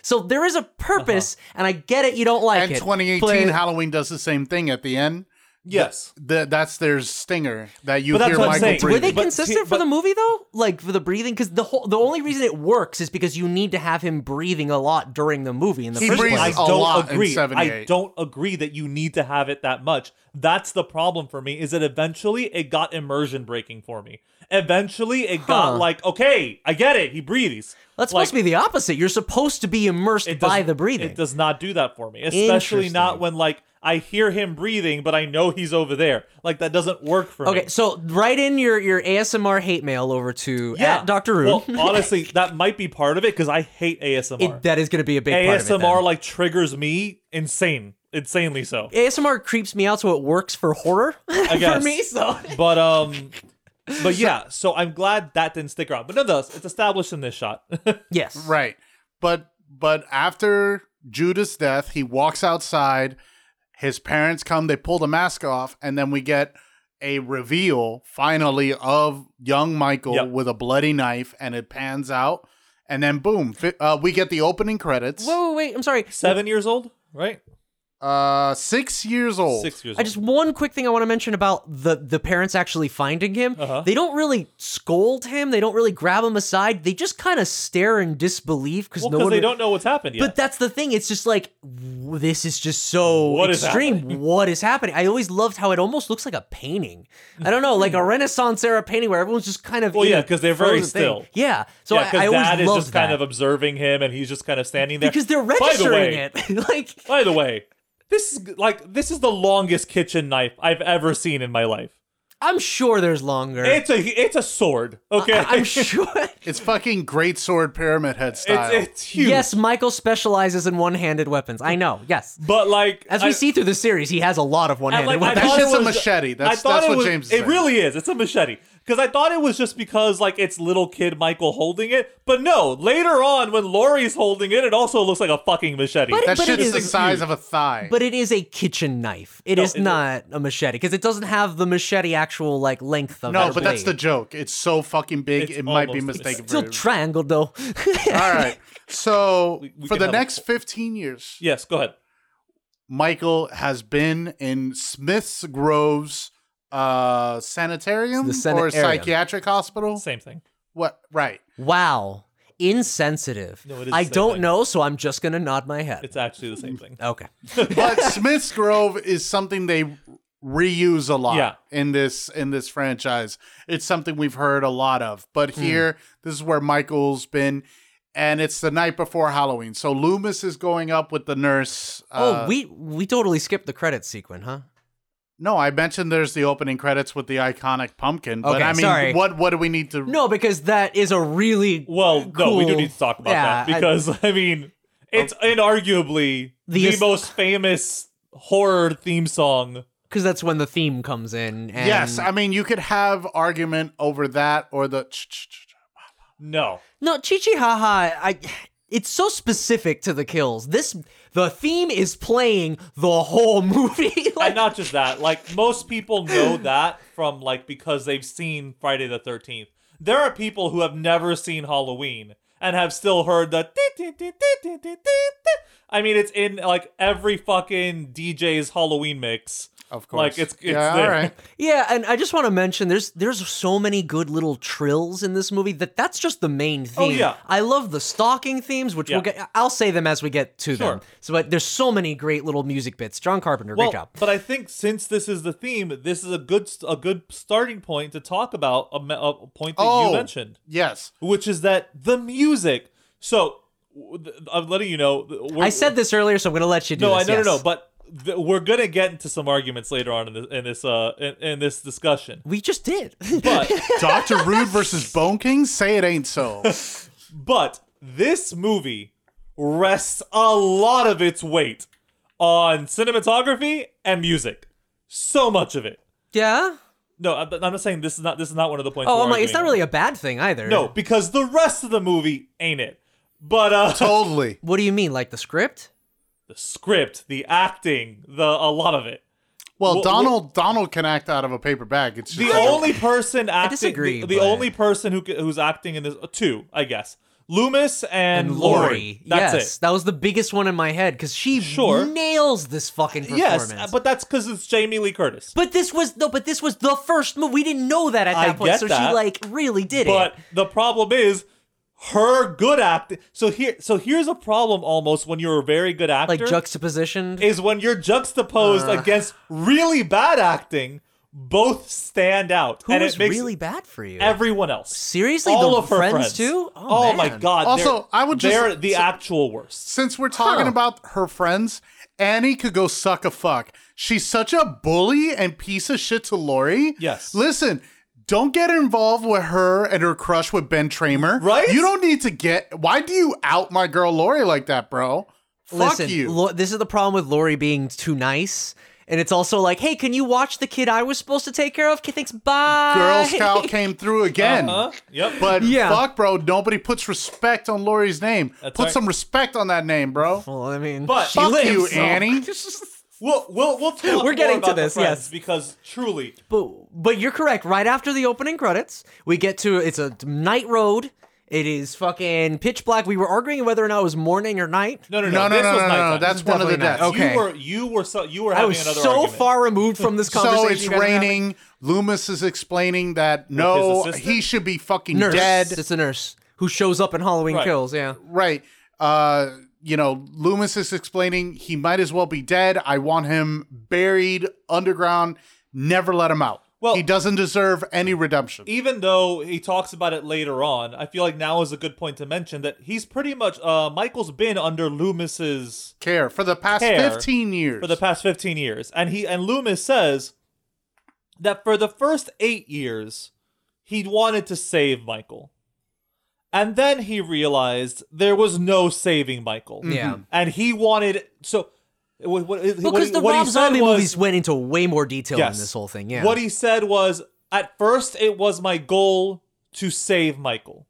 H: So there is a purpose, and I get it. You don't like
G: Uh-huh. and
H: it.
G: 2018
H: but-
G: Halloween does the same thing at the end.
F: yes.
G: The, that's their stinger that you
F: But that's
G: hear
F: what I'm
G: Michael
F: saying.
H: Were
G: breathing.
H: they
F: But-
H: consistent for
F: but-
H: the movie though? Like for the breathing, because the whole the only reason it works is because you need to have him breathing a lot during the movie in the
G: He
H: first
G: breathes
F: I
H: place.
G: a lot
F: don't
G: in
F: agree. I
G: 78.
F: don't agree that you need to have it that much. That's the problem for me. Is that eventually it got immersion breaking for me. Eventually it
H: Huh.
F: got like, okay, I get it. He breathes.
H: That's
F: Like,
H: supposed to be the opposite. You're supposed to be immersed
F: it
H: by
F: does-
H: the breathing.
F: It does not do that for me, especially not
H: Interesting.
F: when like I hear him breathing, but I know he's over there. Like that doesn't work for me.
H: okay, so write in your your ASMR hate mail over to at Dr. [LAUGHS] Roo.
F: Well, honestly, that might be part of it because I hate ASMR.
H: It- that is going to be a big part of it, then.
F: ASMR like triggers me insane, insanely so.
H: ASMR creeps me out, so it works for horror [LAUGHS] for
F: guess. [LAUGHS]
H: me. So
F: But um,
H: [LAUGHS]
F: but yeah. So I'm glad that didn't stick around. But nonetheless, it's established in this shot.
H: yes,
G: Right. But but after Judas' death, he walks outside. His parents come, they pull the mask off, and then we get a reveal finally of young Michael
F: Yep.
G: with a bloody knife, and it pans out, and then boom, fi- uh, we get the opening credits.
H: Whoa, Oh, wait, wait, I'm sorry.
F: Seven years old, right?
G: Uh, six years old.
F: Six years.
H: I
F: old.
H: just one quick thing I want to mention about the the parents actually finding him.
F: Uh-huh.
H: They don't really scold him. They don't really grab him aside. They just kind of stare in disbelief because
F: well
H: no
F: because
H: one.
F: they don't know what's happened yet.
H: But that's the thing. It's just like w- this is just so
F: What is
H: extreme. what is happening? I always loved how it almost looks like a painting. I don't know, like a Renaissance era painting where everyone's just kind of
F: Hmm. Well,
H: in
F: yeah,
H: a
F: 'cause they're very
H: frozen thing.
F: still.
H: Yeah, so
F: yeah,
H: I, I
F: because
H: always
F: dad is
H: loved
F: just
H: that
F: kind of observing him, and he's just kind of standing there
H: because they're
F: By the
H: registering
F: way,
H: it. [LAUGHS] like
F: By the way, this is like this is the longest kitchen knife I've ever seen in my life.
H: I'm sure there's longer.
F: It's a it's a sword. Okay, [LAUGHS]
H: I'm sure.
G: It's fucking great sword pyramid head
F: it's
G: style.
F: it's huge.
H: Yes, Michael specializes in one-handed weapons. I know. Yes.
F: but like
H: As we
F: I-
H: see through the series, he has a lot of
F: and,
H: one-handed
F: like, I
H: weapons.
F: thought
G: That shit's
F: it
G: a
F: was-
G: machete. That's-
F: I thought
G: that's
F: it
G: what
F: was-
G: James is
F: It
G: saying.
F: really is. It's a machete. Because I thought it was just because like it's little kid Michael holding it, but no. Later on, when Laurie's holding it, it also looks like a fucking machete.
H: But it-
G: that
H: but
G: shit
H: it
G: is the
H: is-
G: size of a thigh.
H: But it is a kitchen knife. It is
F: it-
H: not a machete because it doesn't have the machete actual like length of
G: no,
H: that
G: but that's the
H: blade.
G: joke. It's so fucking big,
F: It's
G: it might be
F: almost-
G: mistaken
H: still
G: for
F: [LAUGHS]
H: triangle
G: All
H: though.
G: right. So
F: we
G: for
F: can
G: the
F: have a-
G: next 15 years,
F: yes, go ahead.
G: Michael has been in Smith's Grove's uh sanitarium
H: The
G: or
H: sanitarium.
G: psychiatric hospital.
F: Same thing.
G: What
F: [LAUGHS]
G: right.
H: [LAUGHS] wow, insensitive.
F: No, it is
H: I
F: the same
H: don't
F: thing.
H: know, so I'm just gonna nod my head.
F: It's actually the same thing.
H: okay.
G: But Smith's Grove is something they reuse a lot
F: Yeah.
G: in this in this franchise. It's something we've heard a lot of. But
F: Hmm.
G: here, this is where Michael's been and it's the night before Halloween. So Loomis is going up with the nurse.
H: oh,
G: uh,
H: we we totally skipped the credit sequence, huh?
G: No, I mentioned there's the opening credits with the iconic pumpkin, but
H: Okay,
G: I mean,
H: sorry.
G: what what do we need to?
H: No, because that is a really
F: Well, no, we do
H: cool-
F: need to talk about
H: Yeah,
F: that
H: I-
F: because [LAUGHS] I, mean, it's
G: Oh.
F: inarguably the,
H: The est-
F: most famous horror theme song.
H: because that's when the theme comes in. And
G: yes, I mean you could have argument over that or the.
F: No,
H: No, Chichi Haha, I it's so specific to the kills. This the theme is playing the whole [LAUGHS] movie.
F: and
H: like,
F: not just
H: [LAUGHS]
F: that. Like most people know that from like because they've seen Friday the Thirteenth. There are people who have never seen Halloween and have still heard the. "Dee, dee, dee, dee, dee, dee, dee, dee." I mean, it's in like every fucking DJ's Halloween mix.
G: Of
F: Like it's it's
G: yeah,
F: there.
G: all right.
H: yeah, and I just want to mention there's there's so many good little trills in this movie that that's just the main
F: Oh,
H: theme.
F: yeah.
H: I love the stalking themes, which we'll
F: Yeah.
H: get. I'll say them as we get to
F: Sure.
H: them. So, but there's so many great little music bits. John Carpenter, great job.
F: But I think since this is the theme, this is a good a good starting point to talk about a, me- a point that
G: Oh,
F: you mentioned,
G: yes,
F: which is that the music. So w- th- I'm letting you know. th- we're-
H: I said this earlier, so I'm going to let you do
F: no,
H: this.
F: I no,
H: yes.
F: no, no. But th- we're gonna get into some arguments later on in this in this uh in, in this discussion.
H: we just did.
F: But
G: Doctor Rude versus Bone King. Say it ain't so.
F: but this movie rests a lot of its weight on cinematography and music. So much of it.
H: [LAUGHS] yeah.
F: No, I'm I'm not saying this is not this is not one of the points.
H: Oh,
F: we're
H: I'm like, it's not
F: arguing
H: really a bad thing either.
F: on. No, because the rest of the movie ain't it. But uh,
G: totally.
H: What do you mean, like the script?
F: the script, the acting, the a lot of it.
G: Well,
F: Well,
G: Donald Donald can act out of a paper bag. It's just
F: The only person acting,
H: disagree,
F: the, the
H: but-
F: only person who c- who's acting in this uh, two, I guess, Loomis and, Lori. That's
H: yes,
F: it.
H: that was the biggest one in my head because she
F: Sure.
H: nails this fucking performance.
F: Yes, uh, but that's because it's Jamie Lee Curtis.
H: But this was no, but this was the first movie. We didn't know that at
F: I
H: that point,
F: get
H: so
F: that.
H: she like really did
F: But
H: it.
F: the problem is her good acting. So here, so here's a problem almost when you're a very good actor,
H: Like juxtapositioned.
F: is when you're juxtaposed against really bad acting. Both stand out,
H: Who
F: and
H: was
F: it makes
H: really bad for you?
F: everyone else.
H: Seriously,
F: all
H: the
F: of her
H: friends,
F: friends
H: too. Oh,
F: Oh, my
H: man.
F: god!
G: Also,
F: they're-
G: I would just-
F: they're the actual worst.
G: since we're talking
H: Huh.
G: about her friends, Annie could go suck a fuck. She's such a bully and piece of shit to Lori.
F: Yes.
G: Listen, don't get involved with her and her crush with Ben Tramer.
F: Right?
G: You don't need to get. Why do you out my girl Lori like that, bro? fuck
H: Listen,
G: you.
H: Lo- this is the problem with Lori being too nice, and it's also like, hey, can you watch the kid I was supposed to take care of? Okay, thanks, bye.
G: Girl
H: [LAUGHS]
G: Scout came
F: [LAUGHS]
G: through again.
H: Uh-huh.
F: Huh? Yep. [LAUGHS]
G: But
H: Yeah.
G: fuck, bro, nobody puts respect on Lori's name. Put
F: right.
G: some respect on that name, bro.
H: Well, I mean,
F: But-
H: she
G: Fuck
H: lives,
G: you,
F: Oh,
H: so-
G: Annie.
F: We'll we'll we'll talk
H: We're
F: more
H: getting to
F: about the
H: this,
F: friends
H: yes.
F: because truly,
H: But but you're correct. Right after the opening credits, we get to it's a night road. It is fucking pitch black. We were arguing whether or not it was morning or night.
F: no, no, no,
G: No, no,
F: this
G: no,
F: was
G: no, no, no.
F: nighttime.
G: That's one of the
H: definitely not.
G: deaths.
H: Okay.
F: You were you were so you were
H: I
F: having
H: was
F: another
H: so
F: argument.
H: far removed from this
G: [LAUGHS]
H: conversation.
G: So it's
H: you guys are having.
G: raining. Loomis is explaining that no,
F: assistant?
G: he should be fucking
H: Nurse.
G: dead.
H: It's a nurse who shows up in Halloween
F: Right.
H: Kills. Yeah.
G: Right. Uh, you know, Loomis is explaining he might as well be dead. I want him buried underground. Never let him out.
F: Well-
G: he doesn't deserve any redemption.
H: e-
F: Even though he talks about it later on, I feel like now is a good point to mention that he's pretty much uh, Michael's been under Loomis's
G: Care for the past
F: Care.
G: 15 years.
F: for the past 15 years. And he and Loomis says that for the first 8 years he wanted to save Michael. And then he realized there was no saving Michael.
H: Yeah.
F: And he wanted so what, what,
H: Mm-hmm. Well,
F: what
H: because
F: he-
H: the
F: what he
H: Rob
F: said
H: Zombie
F: was-
H: movies went into way more detail in
F: Yes.
H: this whole thing. Yeah.
F: What he said was at first it was my goal to save Michael.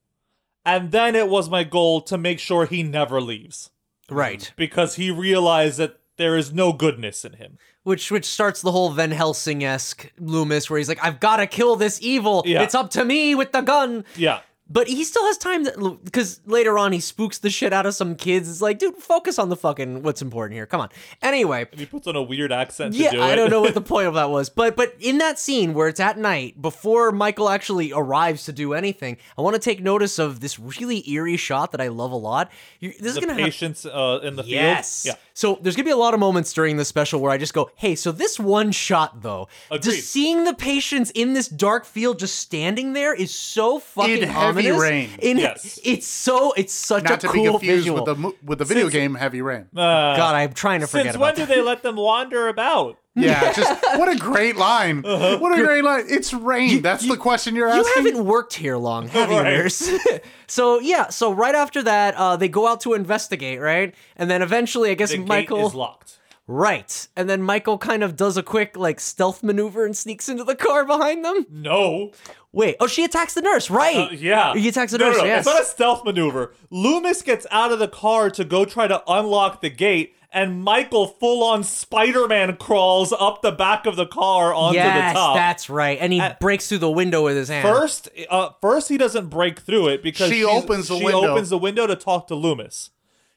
F: And then it was my goal to make sure he never leaves
H: right.
F: because he realized that there is no goodness in him.
H: Which which starts the whole Van Helsing esque Loomis, where he's like, I've got to kill this evil.
F: Yeah.
H: It's up to me with the gun.
F: Yeah.
H: But he still has time because later on he spooks the shit out of some kids. It's like, dude, focus on the fucking what's important here. Come on. Anyway,
F: He puts on a weird accent
H: yeah,
F: to do it.
H: I
F: [LAUGHS]
H: don't know what the point of that was, but but in that scene where it's at night before Michael actually arrives to do anything, I want to take notice of this really eerie shot that I love a lot. you this is
F: the
H: gonna happen.
F: patients uh, in the
H: Yes.
F: field.
H: So there's gonna be a lot of moments during this special where I just go, "Hey, so this one shot though,
F: Agreed.
H: just seeing the patients in this dark field just standing there is so fucking
G: In heavy
H: ominous.
G: rain.
H: In-
F: Yes.
H: It's so it's such
G: Not to
H: a cool
G: be confused
H: visual.
G: with the mo- with the video
F: Since-
G: game Heavy Rain.
F: Yeah. Uh,
H: God, I'm trying to forget
F: since when
H: about
F: do
H: that.
F: they let them wander
H: [LAUGHS]
F: about?
G: Yeah, just what a great line. What a great line. It's rain. That's the question you're
H: Uh-huh. You
G: asking.
H: haven't worked here long, have you,
F: Right.
H: nurse? [LAUGHS] so yeah, so right after that, uh, they go out to investigate, right? And then eventually, I guess
F: The gate is
H: Michael,
F: locked.
H: right? And then Michael kind of does a quick like stealth maneuver and sneaks into the car behind them.
F: No.
H: Wait, oh, she attacks the nurse, right?
F: Uh, yeah.
H: he attacks the
F: no,
H: nurse.
F: No, no.
H: yes.
F: It's not a stealth maneuver. Loomis gets out of the car to go try to unlock the gate, and Michael full on Spider Man crawls up the back of the car onto
H: yes,
F: the top.
H: that's right. And he breaks through the window with his hand.
F: First, uh, first he doesn't break through it because
G: She
F: she's-
G: opens the
F: she
G: window.
F: opens the window to talk to Loomis.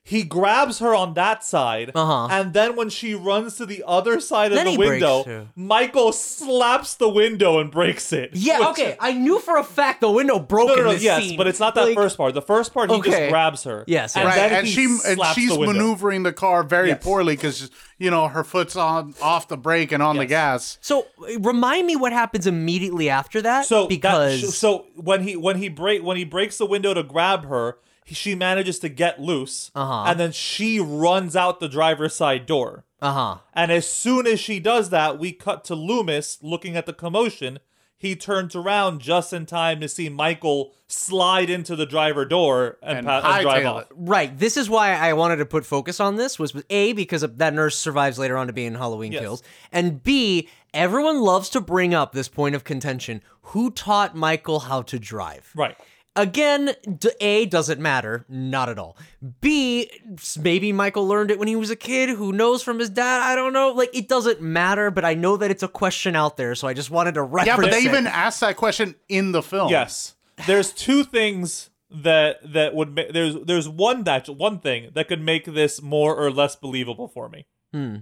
F: He grabs her on that side,
H: Uh-huh.
F: and then when she runs to the other side of
H: Then
F: the
H: he breaks
F: window,
H: through.
F: Michael slaps the window and breaks it.
H: yeah,
F: Which-
H: okay. I knew for a fact the window broke
F: No, no,
H: in
F: no.
H: this
F: Yes,
H: scene.
F: but it's not that
H: Like,
F: first part. The first part, he
H: Okay.
F: just grabs her.
H: Yes,
F: and
H: yes.
G: right
F: then
G: and
F: he
G: she and
F: slaps
G: she's
F: the window.
G: maneuvering the car very
F: Yes.
G: poorly because you know her foot's on off the brake and on the
F: Yes.
G: gas
H: So remind me what happens immediately after that.
F: So that-
H: because
F: so when he when he break when he breaks the window to grab her, she manages to get loose,
H: Uh-huh.
F: and then she runs out the driver's side door.
H: Uh huh.
F: And as soon as she does that, we cut to Loomis looking at the commotion. He turns around just in time to see Michael slide into the driver door Uh, and,
G: And
F: pa- and drive
G: hightail
F: off.
G: it.
H: Right. This is why I wanted to put focus on this was A, because of- that nurse survives later on to being Halloween
F: Yes.
H: Kills. And B, everyone loves to bring up this point of contention. Who taught Michael how to drive?
F: Right.
H: Again, d- A, doesn't matter. Not at all. B, s- maybe Michael learned it when he was a kid. Who knows from his dad? I don't know. Like, it doesn't matter, but I know that it's a question out there, so I just wanted to
G: Yeah,
H: reference
G: but they
H: it.
G: even asked that question in the
H: Oh.
G: film.
F: Yes. There's two things that that would make there's there's one that one thing that could make this more or less believable for me.
H: Hmm.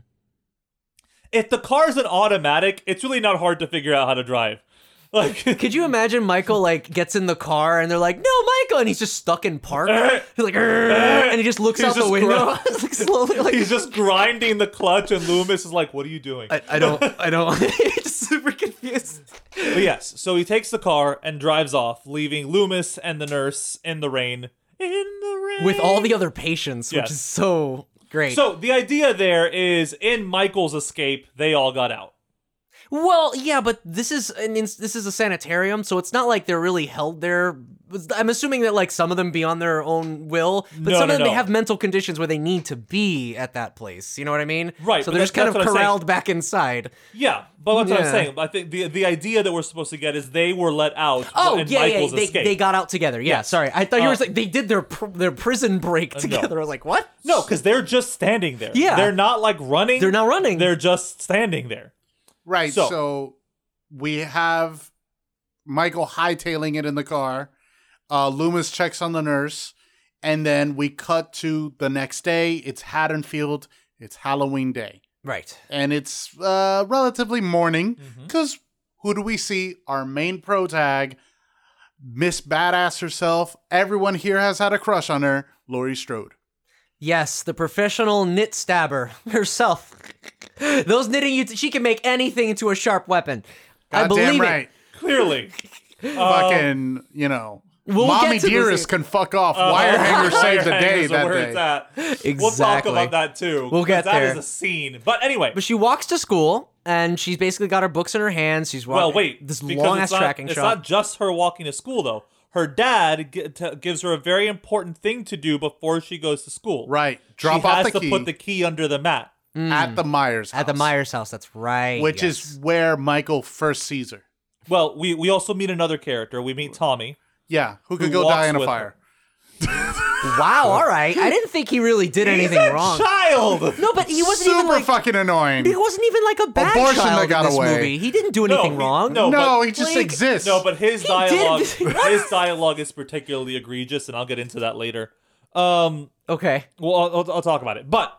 F: If the car's an automatic, it's really not hard to figure out how to drive. [LAUGHS] Like
H: Could you imagine Michael like gets in the car and they're like, "No, Michael," and he's just stuck in park. He's like, "Arr," and he just looks
F: Uh, He's
H: out
F: just
H: the window, [LAUGHS]
F: grunt.
H: It's like slowly,
F: [LAUGHS]
H: like
F: he's just grinding the clutch and Loomis is like, "What are you doing?"
H: I, I don't,
F: [LAUGHS]
H: I don't. [LAUGHS] just super confused.
F: But yes, so he takes the car and drives off, leaving Loomis and the nurse in the rain. In the rain.
H: With all the other patients, which
F: Yes.
H: is so great.
F: So the idea there is in Michael's escape, they all got out.
H: well, yeah, but this is an ins- this is a sanitarium, so it's not like they're really held there. I'm assuming that like some of them be on their own will, but
F: No,
H: some
F: no,
H: of them
F: no.
H: they have mental conditions where they need to be at that place. You know what I mean?
F: Right,
H: So
F: but
H: they're
F: that's-
H: just kind of
F: that's what I'm saying.
H: corralled back inside.
F: Yeah, but that's what I'm
H: Yeah.
F: saying. I think the the idea that we're supposed to get is they were let out.
H: Oh
F: in
H: yeah, yeah,
F: Michael's
H: they,
F: escape.
H: they got out together. Yeah, sorry, I thought you
F: Uh,
H: were saying they did their pr- their prison break together. I was like, what?
F: no, because they're just standing there.
H: Yeah.
F: they're not like running.
H: They're not running.
F: They're just standing there.
G: Right.
F: So-
G: So, we have Michael hightailing it in the car. Uh, Loomis checks on the nurse. And then we cut to the next day. It's Haddonfield. It's Halloween day.
H: right.
G: And it's uh, relatively morning
H: Mm-hmm.
G: because who do we see? Our main pro tag, Miss Badass herself. Everyone here has had a crush on her, Laurie Strode.
H: Yes, the professional knit stabber [LAUGHS] herself. Those knitting, ut- she can make anything into a sharp weapon. I
G: Goddamn
H: believe
G: right.
H: it.
G: [LAUGHS]
H: Uh,
F: Clearly,
G: Fucking, you know.
H: we'll
G: Mommy
H: get to this- Uh,
G: Dearest can fuck off.
H: [LAUGHS]
G: Wire hanger saved the day
F: Hangers are
G: that
F: where
G: day.
F: it's at.
H: Exactly.
F: We'll talk about that too.
H: We'll get
F: 'cause That
H: there.
F: is a scene. But anyway,
H: But she walks to school and she's basically got her books in her hands. She's walking.
F: well, wait.
H: This
F: because
H: long ass
F: it's not-
H: tracking
F: It's
H: shot.
F: not just her walking to school though. Her dad g- t- gives her a very important thing to do before she goes to school.
G: Right. Drop
F: she
G: off
F: has
G: the
F: to
G: key
F: put the key under the mat.
G: at the Myers
H: Mm. At the
G: house,
H: Myers house. That's right.
G: which is where Michael first sees her.
F: Well, we we also meet another character. We meet Tommy.
G: Yeah, who could
F: Who
G: go
F: walks
G: die in a
F: with
G: fire?
H: is wow. All right. I didn't think he really did anything wrong.
F: Child.
G: [LAUGHS]
H: No, but he wasn't
G: Super
H: even like
G: fucking
H: [LAUGHS]
G: annoying.
H: He wasn't even like a bad
G: Abortion
H: child
G: that got
H: in this
G: away.
H: movie. He didn't do anything
F: he-
H: wrong.
F: no.
G: no,
F: but-
G: he just
H: Like-
G: exists.
F: No, but his
H: He
F: dialogue
G: [LAUGHS]
H: did.
F: his dialogue is particularly egregious, and I'll get into that later. Um,
H: Okay.
F: well, I'll, I'll, I'll talk about it. But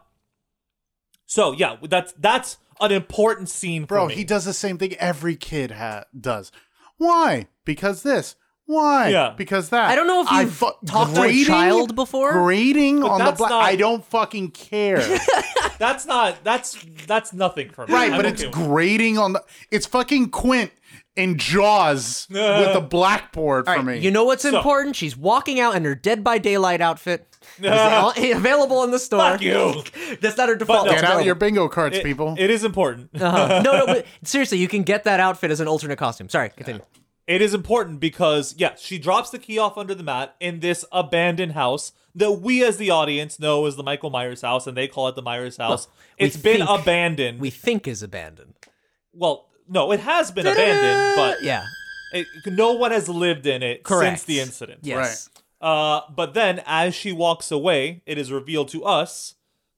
F: so yeah, that's that's an important scene,
G: bro,
F: For me.
G: he does the same thing every kid ha- does. Why? Because this. Why?
F: Yeah.
G: Because that.
H: I don't know if
G: I
H: you've talked to a child before.
G: Grading on the
F: that's
G: black.
F: not-
G: I don't
F: [LAUGHS]
G: fucking care.
F: That's not that's that's nothing for me.
G: Right,
F: I'm
G: but
F: okay
G: it's
F: with-
G: grading on the. It's fucking Quint in Jaws
F: [LAUGHS]
G: with the blackboard for me.
H: You know what's
F: So-
H: important? She's walking out in her Dead by Daylight outfit.
F: [LAUGHS]
H: Is al- available in the store.
F: Fuck you.
H: That's not her default.
F: no.
H: that's
G: get out
H: available.
G: your bingo cards,
F: It-
G: people.
F: it is important.
H: Uh-huh. no, no, but seriously, you can get that outfit as an alternate costume. Sorry, continue.
F: It is important because, yeah, she drops the key off under the mat in this abandoned house that we as the audience know is the Michael Myers house, and they call it the Myers house.
H: we
F: It's been
H: think-
F: abandoned.
H: We think is abandoned.
F: well, no, it has been abandoned, but
H: Yeah.
F: it, no one has lived in it
H: Correct.
F: since the incident.
H: Yes.
F: Uh, but then, as she walks away, it is revealed to us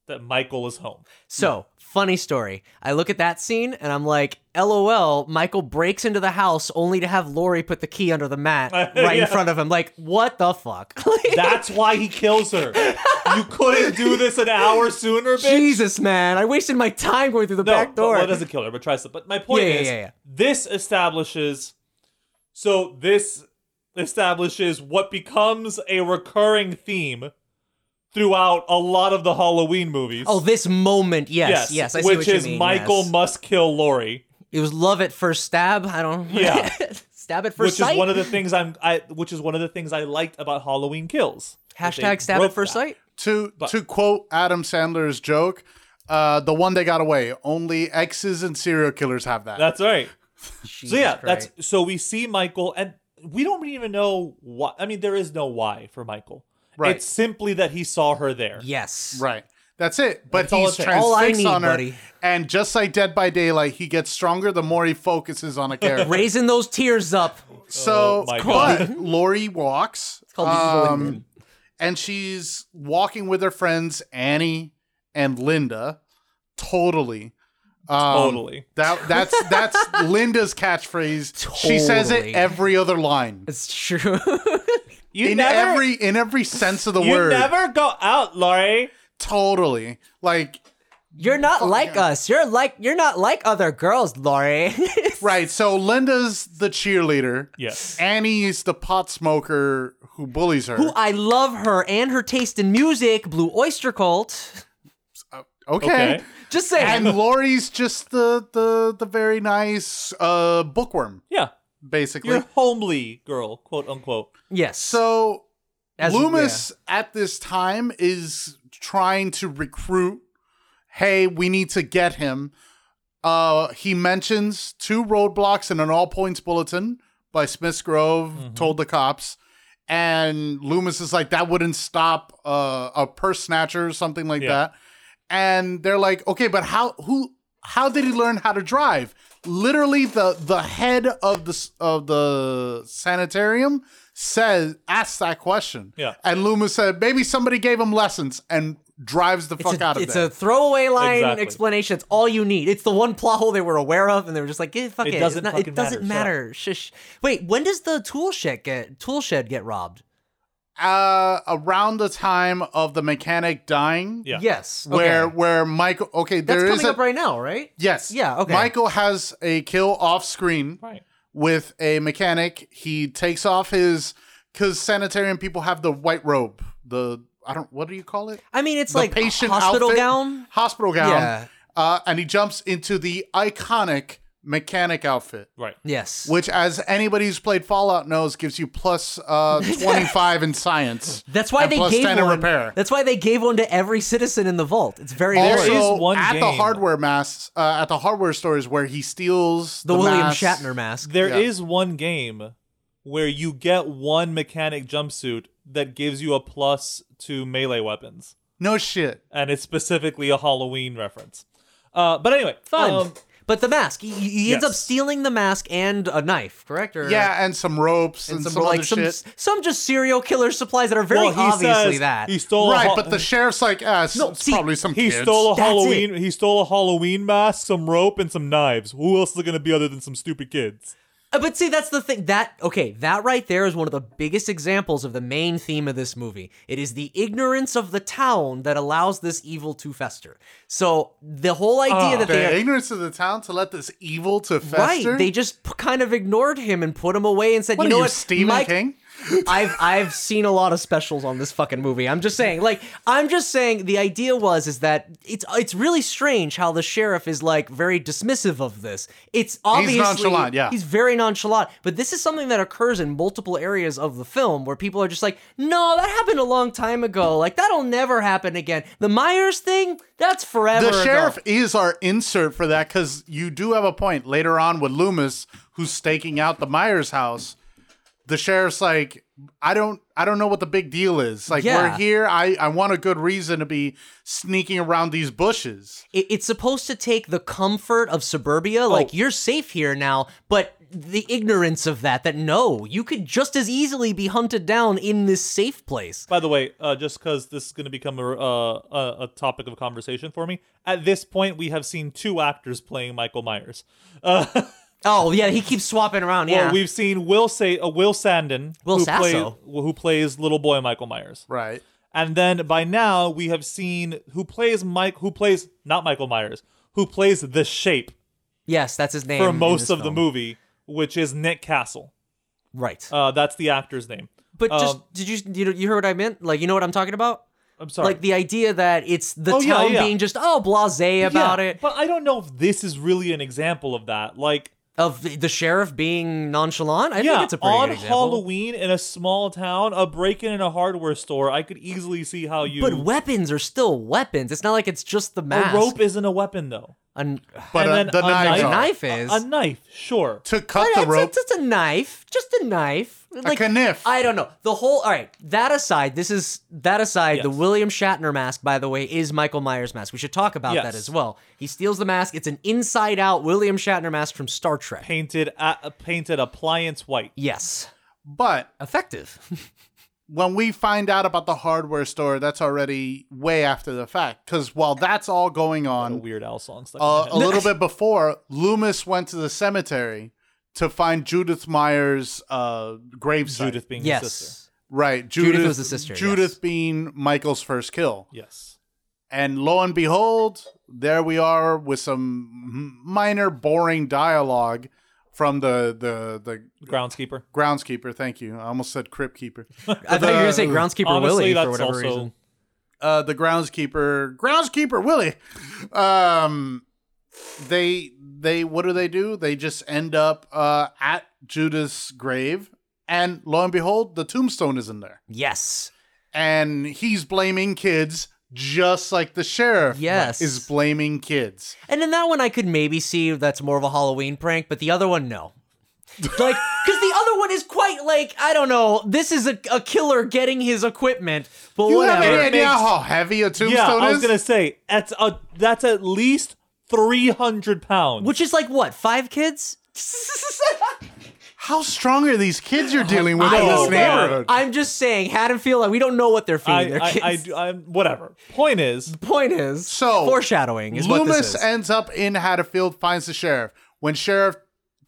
F: that Michael is
H: [LAUGHS]
F: home.
H: So, funny story. I look at that scene and I'm like, LOL, Michael breaks into the house only to have Lori put the key under the mat right
F: [LAUGHS] Yeah.
H: in front of him. Like, what
F: [LAUGHS]
H: the fuck? Like,
F: That's why he kills her. you couldn't do this an hour sooner, bitch.
H: [LAUGHS] Jesus, man. I wasted my time going through the
F: no,
H: back door.
F: But, well, it doesn't kill her, but tries to. But my point
H: Yeah, yeah,
F: is,
H: yeah, yeah.
F: this establishes. So this establishes what becomes a recurring theme throughout a lot of the Halloween movies.
H: oh, this moment. Yes. Yes. I see
F: which
H: what you
F: is
H: mean,
F: Michael
H: yes.
F: must kill Laurie,
H: It was love at first stab. I don't. [LAUGHS]
F: Yeah.
H: stab at first
F: which
H: sight.
F: is one of the things I'm. I which is one of the things I liked about Halloween Kills. that they
H: Hashtag stab
F: broke
H: at first
F: that.
H: sight.
G: To to quote Adam Sandler's joke, uh, the one they got away. Only exes and serial killers have that.
F: That's right. so
H: Jesus
F: yeah,
H: Christ.
F: that's so we see Michael, and we don't even know why. I mean, there is no why for Michael.
G: Right.
F: It's simply that he saw her there.
H: yes.
G: right. That's it. But
F: That's all
G: he's
F: it takes.
G: transfixed
H: All I need,
G: on her,
H: buddy.
G: and just like Dead by Daylight, he gets stronger the more he focuses on a character.
H: Raising those tears up.
F: Oh
G: So,
F: my
G: but
F: God.
G: Lori walks.
H: It's called
G: um,
H: um,
G: and she's walking with her friends Annie and Linda. Totally. Um,
F: Totally.
G: That that's that's Linda's catchphrase. She says
H: Totally.
G: it every other line.
H: It's true. [LAUGHS]
F: You
G: in
F: never,
G: every in every sense of the
F: you
G: word.
F: never go out, Laurie.
G: Totally. Like
H: you're not like us. You're like you're not like other girls, Lori.
G: right. So Linda's the cheerleader.
F: Yes.
G: Annie is the pot smoker who bullies her.
H: [LAUGHS] Who I love her and her taste in music, Blue Oyster Cult.
G: okay.
F: Okay.
H: Just saying.
G: And Lori's just the the the very nice uh bookworm
F: Yeah.
G: basically.
F: You're homely girl, quote unquote.
H: yes.
G: So
H: As-
G: Loomis at this time is trying to recruit. Hey, we need to get him. Uh, he mentions two roadblocks in an all points bulletin by Smiths Grove, told the cops. And Loomis is like, that wouldn't stop uh, a purse snatcher or something like
F: Yeah.
G: that. And they're like, okay, but how who how did he learn how to drive? Literally, the the head of the s- of the sanitarium says asks that question.
F: Yeah.
G: And Loomis said, maybe somebody gave him lessons and drives the fuck
H: it's a,
G: out of
H: it's
G: there.
H: a throwaway line
F: Exactly.
H: explanation. It's all you need. It's the one plot hole they were aware of, and they were just like, eh, "Fuck
F: It
H: it, It's
F: doesn't
H: not-
F: fucking
H: it doesn't
F: matter,
H: matter." Shush. Wait, when does the tool shed get tool shed get robbed?
G: uh, around the time of the mechanic dying.
F: Yeah.
H: Yes, okay.
G: Where where Michael? Okay,
H: that's
G: there is
H: coming
G: a
H: up right now, right?
G: yes.
H: Yeah, okay.
G: Michael has a kill off screen.
F: Right.
G: with a mechanic. He takes off his because sanitarium people have the white robe. The I don't what do you call it?
H: I mean, it's
G: the
H: like hospital
G: outfit?
H: gown.
G: Hospital gown.
H: Yeah.
G: Uh, and he jumps into the iconic mechanic outfit,
F: Right.
H: Yes,
G: which, as anybody who's played Fallout knows, gives you plus
H: [LAUGHS]
G: uh, twenty five in science.
H: that's why
G: and
H: they
G: plus
H: gave
G: 10
H: one.
G: in repair.
H: That's why they gave one to every citizen in the vault. It's very
G: also,
H: important.
F: is one
G: at the
F: game-
G: hardware mass, uh, at the hardware stores where he steals
H: the, William
G: mask.
H: Shatner mask.
F: There is
G: Yeah.
F: one game where you get one mechanic jumpsuit that gives you a plus to melee weapons,
G: No shit.
F: and it's specifically a Halloween reference. Uh, but anyway,
H: Fun.
F: um,
H: but the mask, he, he ends
F: yes.
H: up stealing the mask and a knife, correct? Or uh,
G: Yeah, and some ropes and,
H: and some,
G: some,
H: like
G: other
H: some
G: shit.
H: some just serial killer supplies that are very
F: well, he
H: obviously
F: says
H: that.
F: he stole a
G: right,
F: ho-
G: but
H: [LAUGHS]
G: the sheriff's like, ah, it's,
H: No,
G: it's
H: see,
G: probably some
F: He
G: kids.
F: stole a
H: That's
F: Halloween. He stole a Halloween mask, some rope, and some knives. Who else is it going to be other than some stupid kids?
H: Uh, But see, that's the thing. That okay, that right there is one of the biggest examples of the main theme of this movie. It is the ignorance of the town that allows this evil to fester. So the whole idea that
G: the
H: they are,
G: ignorance of the town to let this evil to fester.
H: right, they just p- kind of ignored him and put him away and said,
G: what
H: you know
G: are you,
H: what,
G: Stephen
H: Mike-
G: King?
H: [LAUGHS] I've I've seen a lot of specials on this fucking movie. I'm just saying, like, I'm just saying the idea was is that it's it's really strange how the sheriff is like very dismissive of this. It's obviously
G: nonchalant, yeah.
H: he's very nonchalant. But this is something that occurs in multiple areas of the film where people are just like, no, that happened a long time ago. Like that'll never happen again. The Myers thing, that's forever.
G: The
H: ago.
G: sheriff is our insert for that because you do have a point later on with Loomis, who's staking out the Myers house. The sheriff's like, I don't, I don't know what the big deal is. Like,
H: Yeah.
G: we're here. I, I want a good reason to be sneaking around these bushes.
H: it, it's supposed to take the comfort of
F: Oh.
H: suburbia like you're safe here now but the ignorance of that that no you could just as easily be hunted down in this safe place
F: By the way, uh, just because this is going to become a, uh, a a topic of conversation for me, at this point we have seen two actors playing Michael Myers. [LAUGHS] Uh,
H: oh yeah he keeps swapping around [LAUGHS] yeah
F: well, we've seen Will say uh, Will Sandon,
H: Will
F: who,
H: Sasso.
F: who plays little boy Michael Myers,
G: Right.
F: and then by now we have seen who plays Mike, who plays not Michael Myers, who plays the Shape
H: yes that's his name
F: for
H: in
F: most
H: this
F: of the
H: film.
F: movie, which is Nick Castle.
H: right
F: Uh, that's the actor's name.
H: but just
F: um,
H: did you, you you heard what i meant like you know what i'm talking about
F: I'm sorry.
H: like the idea that it's the
F: Oh,
H: town
F: yeah, yeah.
H: being just oh blasé about
F: Yeah,
H: it
F: But I don't know if this is really an example of that. Like
H: of the- the sheriff being nonchalant. I
F: yeah,
H: think it's a pretty
F: on
H: good example.
F: Halloween in a small town, a break-in in a hardware store. I could easily see how you.
H: But weapons are still weapons. It's not like it's just the mask.
F: a rope isn't a weapon though.
H: An-
G: But
F: And
G: uh,
F: then
G: the
F: a
G: knives
H: a
G: are.
H: knife
F: A,
H: is.
F: a knife, sure.
G: to cut the
H: it's,
G: rope.
H: It's, it's a knife, just a knife, like
G: kniff.
H: I don't know. The whole. All right. That aside, this is that aside. The
F: Yes.
H: William Shatner mask, by the way, is Michael Myers' mask. We should talk about that
F: Yes.
H: as well. He steals the mask. It's an inside-out William Shatner mask from Star Trek.
F: Painted, a, painted appliance white.
H: Yes,
G: but
H: effective.
G: when we find out about the hardware store, that's already way after the fact. Because while that's all going
F: A
G: on,
F: weird owl song stuck. in my
G: uh,
F: head.
H: [LAUGHS]
G: a little bit before, Loomis went to the cemetery to find Judith Myers' uh, gravesite.
F: Judith being
H: yes.
F: his sister.
G: right?
H: Judith was the sister,
G: Judith
H: yes.
G: being Michael's first kill,
F: Yes.
G: and lo and behold, there we are with some m- minor boring dialogue from the the the
F: Groundskeeper.
G: groundskeeper. Thank you. I almost said crypt keeper. [LAUGHS]
H: I thought you were gonna say groundskeeper
F: Honestly,
H: Willie
F: that's
H: for whatever
F: also
H: reason.
G: uh, the groundskeeper, groundskeeper Willie. Um, they they what do they do? They just end up uh, at Judah's grave, and lo and behold, the tombstone is in there,
H: Yes.
G: and he's blaming kids. Just like the sheriff
H: Yes.
G: is blaming kids.
H: And in that one, I could maybe see that's more of a Halloween prank, but the other one, no.
G: [LAUGHS]
H: like, because the other one is quite like I don't know. This is a, a killer getting his equipment, but
G: You have
H: whatever.
G: any idea
H: Makes-
G: how heavy a tombstone
F: yeah, I was
G: is?
F: gonna say that's a that's at least three hundred pounds.
H: Which is like what
G: [LAUGHS]
H: five kids?
G: How strong are these kids you're dealing with
H: Oh, I
G: in this
H: don't know.
G: neighborhood?
H: I'm just saying, Haddonfield. Like, we don't know what they're feeding
F: I
H: their
F: I,
H: kids.
F: I, do- I'm, whatever. Point is,
H: Point is,
G: So
H: foreshadowing is
G: Loomis
H: what this is.
G: ends up in Haddonfield, finds the sheriff. When sheriff,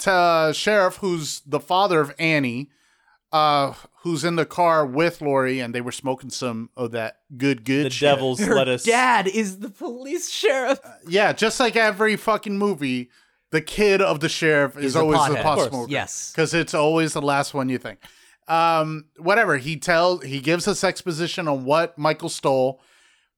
G: uh, sheriff, who's the father of Annie, uh, who's in the car with Lori, and they were smoking some of that good, good.
F: the
G: shit.
F: devil's
H: Her
F: lettuce.
H: dad is the police sheriff.
G: Yeah, just like every fucking movie, the kid of the sheriff is
H: a
G: always the
H: pothead.
G: pot
H: Of course.
G: smoker.
H: Yes.
G: because it's always the last one you think. Um, whatever he tells, he gives us exposition on what Michael stole.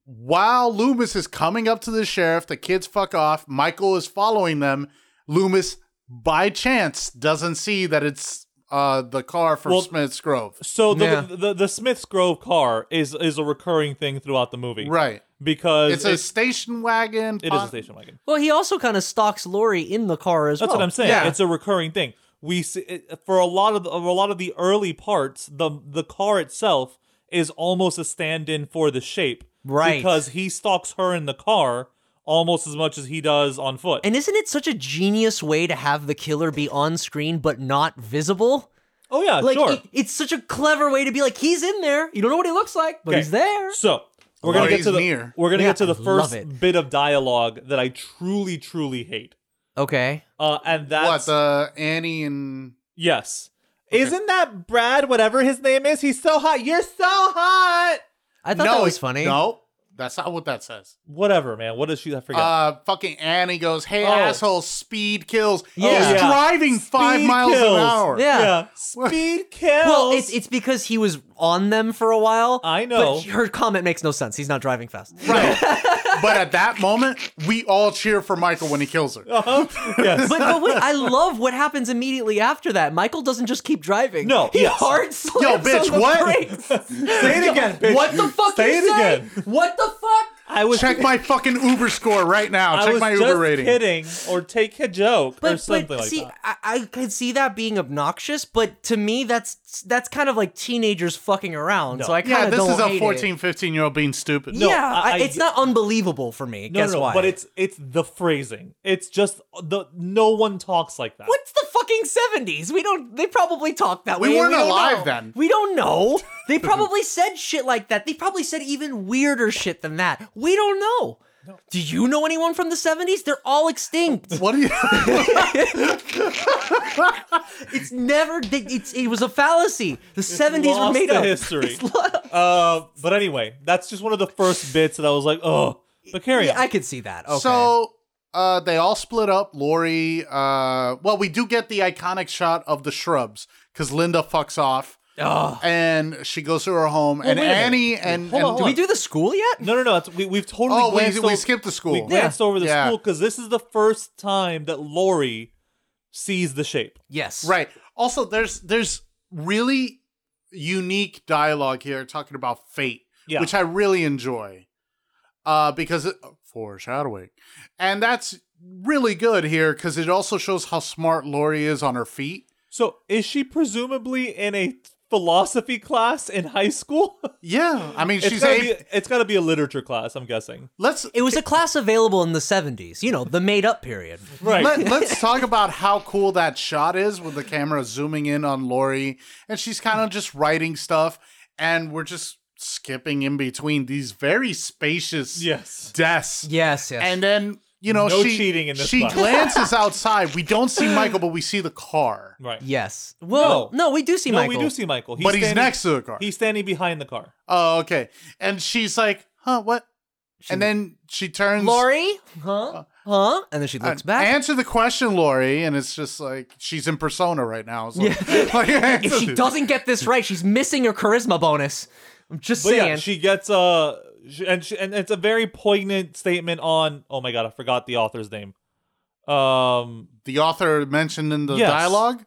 G: While Loomis is coming up to the sheriff, the kids fuck off. Michael is following them. Loomis, by chance, doesn't see that it's uh the car from
F: Well-
G: Smith's Grove.
F: So the,
H: Yeah.
F: the the Smiths Grove car is is a recurring thing throughout the movie,
G: Right.
F: Because
G: It's a station wagon.
F: it is
G: pon-
F: a station wagon.
H: Well, he also kind of stalks Lori in the car as
F: That's
H: well.
F: what I'm saying.
G: yeah.
F: It's a recurring thing. We see, it- for a lot of the, for a lot of the early parts, the the car itself is almost a stand-in for the shape,
H: Right.
F: Because he stalks her in the car almost as much as he does on foot.
H: And isn't it such a genius way to have the killer be on screen but not visible?
F: oh yeah,
H: Like
F: sure.
H: it- it's such a clever way to be like he's in there. You don't know what he looks like, but
F: Okay,
H: he's there.
F: So we're
G: Or
F: gonna get
G: he's
F: to the
G: near.
F: we're gonna
H: Yeah,
F: get to the
H: I love
F: first
H: it.
F: bit of dialogue that I truly truly hate,
H: Okay.
F: uh, and
G: What
F: that's
G: the Annie and
F: yes. Isn't that Brad? Whatever his name is, he's so hot. You're so hot.
H: I thought
G: no,
H: that was
G: it-
H: funny.
G: No, that's not what that says.
F: Whatever, man. What does she? I forget.
G: Uh, fucking Annie goes, "Hey,
F: Oh.
G: asshole! Speed kills."
H: Yeah.
G: He's
F: Yeah.
G: driving five
F: Speed
G: miles
F: kills.
G: an hour.
H: Yeah.
F: Speed kills.
H: Well, it's it's because he was on them for a while.
F: I know.
H: But her comment makes no sense. He's not
F: [LAUGHS]
H: driving fast. [LAUGHS]
G: Right. but at that moment, we all cheer for Michael when he kills her.
F: yes.
H: But, but wait, I love what happens immediately after that. Michael doesn't just keep driving.
F: No,
H: he
F: yes.
H: hard slams
G: Yo,
H: on
G: bitch,
H: the
G: what?
F: [LAUGHS]
H: brakes.
F: say it again, bitch.
H: What the fuck?
F: Say
H: you
F: it again.
H: What the fuck?
F: I was
G: Check my fucking Uber score right now.
F: I
G: Check
F: was
G: my
F: just
G: Uber rating.
F: kidding, or take a joke, or something like
H: see,
F: that.
H: I, I could see that being obnoxious, but to me, that's that's kind of like teenagers fucking around. So I kind
G: Yeah,
H: of
G: this
H: don't
G: is a
H: hate it.
G: 14, 15 year old being stupid.
F: No,
H: yeah,
F: I-
H: I-
F: I-
H: it's not unbelievable for me.
F: No,
H: Guess
F: no, no,
H: why?
F: but it's it's the phrasing. It's just the no one talks like that.
H: what's the fucking seventies? We don't. They probably talked that
G: We
H: way. and
G: weren't
H: don't
G: alive
H: know.
G: then.
H: We
F: [LAUGHS]
H: don't know. They probably said shit like that. They probably said even weirder shit than that. We don't know. Do you know anyone from the seventies? They're all extinct.
G: [LAUGHS] What do you? [LAUGHS]
H: It's never. They, it's it was a fallacy. The seventies were
F: Lost
H: made
F: to
H: up.
F: history.
H: It's lo-
F: Uh, but anyway, that's just one of the first bits that I was like, oh. But carry
H: Yeah,
F: on.
H: I could see that. Okay.
G: So uh, they all split up. Lori. Uh, well, we do get the iconic shot of the shrubs because Linda fucks off. And she goes to her home, and
F: wait a minute.
G: Annie and,
F: Hold on,
G: and-
H: Do we do the school yet?
F: no, no, no. It's, we we've totally
G: Oh, we,
F: glanced
G: we
F: over-
G: skipped the
F: we
G: school.
F: glanced over the
G: Yeah.
F: school because this is the first time that Lori sees the shape.
H: Yes.
G: Right. Also, there's there's really unique dialogue here talking about fate,
F: Yeah.
G: which I really enjoy. Uh, because it, foreshadowing, and that's really good here because it also shows how smart Lori is on her feet.
F: So is she presumably in a philosophy class in high school? [LAUGHS]
G: Yeah, I mean
F: It's
G: she's
F: gotta,
G: a.
F: be, it's gotta be a literature class, I'm guessing.
G: let's
H: It was a class available in the 70s, you know, the made up period.
F: Right.
G: Let, let's talk about how cool that shot is with the camera zooming in on Lori, and she's kind of just writing stuff, and we're just skipping in between these very spacious
F: Yes.
G: desks.
H: Yes, yes.
G: And then you know
F: No
G: she
F: cheating in this
G: she
F: box.
H: [LAUGHS]
G: glances outside. We don't see Michael, but we see the car.
F: right.
H: yes. Well, no, we do see
F: no,
H: Michael.
F: we do see Michael.
G: But he's next to the car.
F: He's standing behind the car.
G: Oh, okay. And she's like, "Huh, what?" and then she turns.
H: Lori?
F: Uh,
H: Huh? Huh? And then she
G: uh,
H: looks back.
G: Answer the question, Lori, and it's just like she's in persona right now. So [LAUGHS] like,
H: if she doesn't get this right, she's missing her charisma bonus. I'm just
F: But
H: saying.
F: yeah, she gets uh she, and she, and it's a very poignant statement on oh my god, I forgot the author's name. Um
G: the author mentioned in the
F: Yes.
G: dialogue.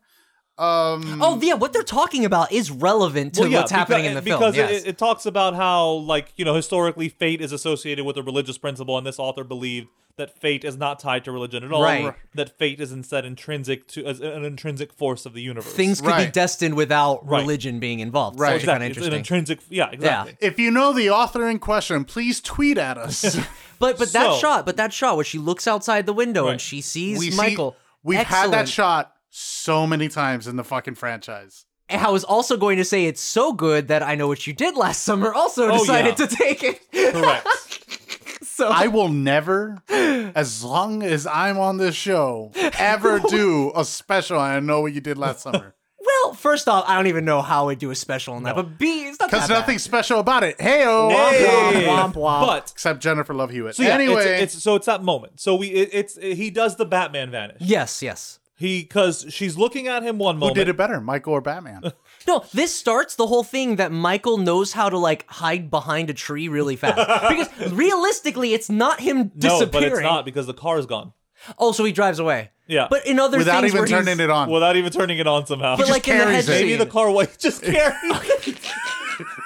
G: Um,
H: oh, yeah, what they're talking about is relevant to
F: well, yeah,
H: what's happening
F: because,
H: in the film.
F: because
H: yes.
F: it, it talks about how like you know historically fate is associated with a religious principle, and this author believed that fate is not tied to religion at all.
H: Right.
F: That fate is instead intrinsic to as an intrinsic force of the universe.
H: Things could be
G: Right.
H: destined without
F: Right.
H: religion being involved.
G: Right.
H: So it's kind
F: exactly.
H: of
F: It's an
H: interesting.
F: intrinsic. Yeah,
H: Yeah.
F: exactly.
G: if you know the author in question, please tweet at
H: [LAUGHS]
G: us.
H: But but that
F: So-
H: shot, but that shot where she looks outside the window
F: Right.
H: and she sees
G: we see-
H: Michael.
G: we've had that
H: Excellent.
G: shot so many times in the fucking franchise.
H: And I was also going to say it's so good that I know what you did last summer. Also
F: Oh,
H: decided
F: yeah.
H: to take it.
F: Correct.
H: [LAUGHS] So
G: I will never, as long as I'm on this show,
H: [LAUGHS]
G: ever do a special. I know what you did last summer
H: well, first off, I don't even know how I do a special on that. But B, it's not
G: because
H: that bad.
G: nothing special about it. Heyo,
H: Hey.
F: Hey.
H: Womp womp.
F: But
G: except Jennifer Love Hewitt.
F: so yeah,
G: anyway,
F: it's, it's so it's that moment. So we it, it's he does the Batman vanish.
H: Yes, yes.
F: He because she's looking at him one
G: who
F: moment.
G: did it better, Michael or Batman?
H: No, this starts the whole thing that Michael knows how to like hide behind a tree
G: [LAUGHS]
H: really fast. because realistically, it's not him
F: No,
H: disappearing.
F: but it's not because the car's gone
H: Oh, so he drives away.
F: Yeah.
H: But in other
G: Without
H: things
G: even
H: where he's-
G: turning it on.
F: without even turning it on somehow.
H: But like in the
G: carries
H: hedge
G: it.
F: Maybe
H: scene.
F: the car was [LAUGHS]
G: [LAUGHS]
F: just carrying.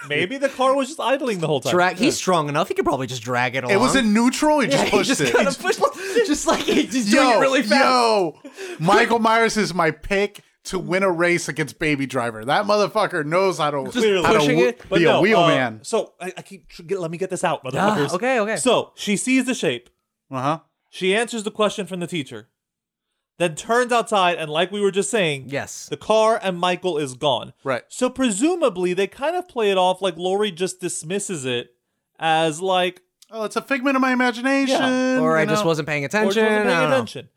F: Maybe the car was just idling the whole time.
H: drag. He's strong enough. He could probably just drag it along.
G: it was in neutral. He
H: Yeah,
G: [LAUGHS] just
H: he
G: pushed
H: just
G: it.
H: Kind of pushed,
F: [LAUGHS]
H: just like he's just doing
G: yo,
H: it really fast. [LAUGHS]
G: yo, Michael Myers is my pick to win a race against Baby Driver. That motherfucker knows how to,
F: Clearly.
G: how to
H: pushing
G: w-
H: it, Ah,
G: be a
F: no, uh,
G: wheelman.
F: So I, I keep tr- get, let me get this out, motherfuckers.
H: okay, okay.
F: So she sees the shape.
G: Uh huh.
F: She answers the question from the teacher. Then turns outside, and like we were just saying,
H: Yes.
F: the car and Michael is gone.
G: Right.
F: So presumably they kind of play it off like Lori just dismisses it as like
G: Oh, it's a figment of my imagination.
F: Yeah,
H: Or
G: you
H: I just
G: know.
H: wasn't paying
F: or
H: attention.
F: she wasn't
H: I
F: paying
H: don't know.
F: attention.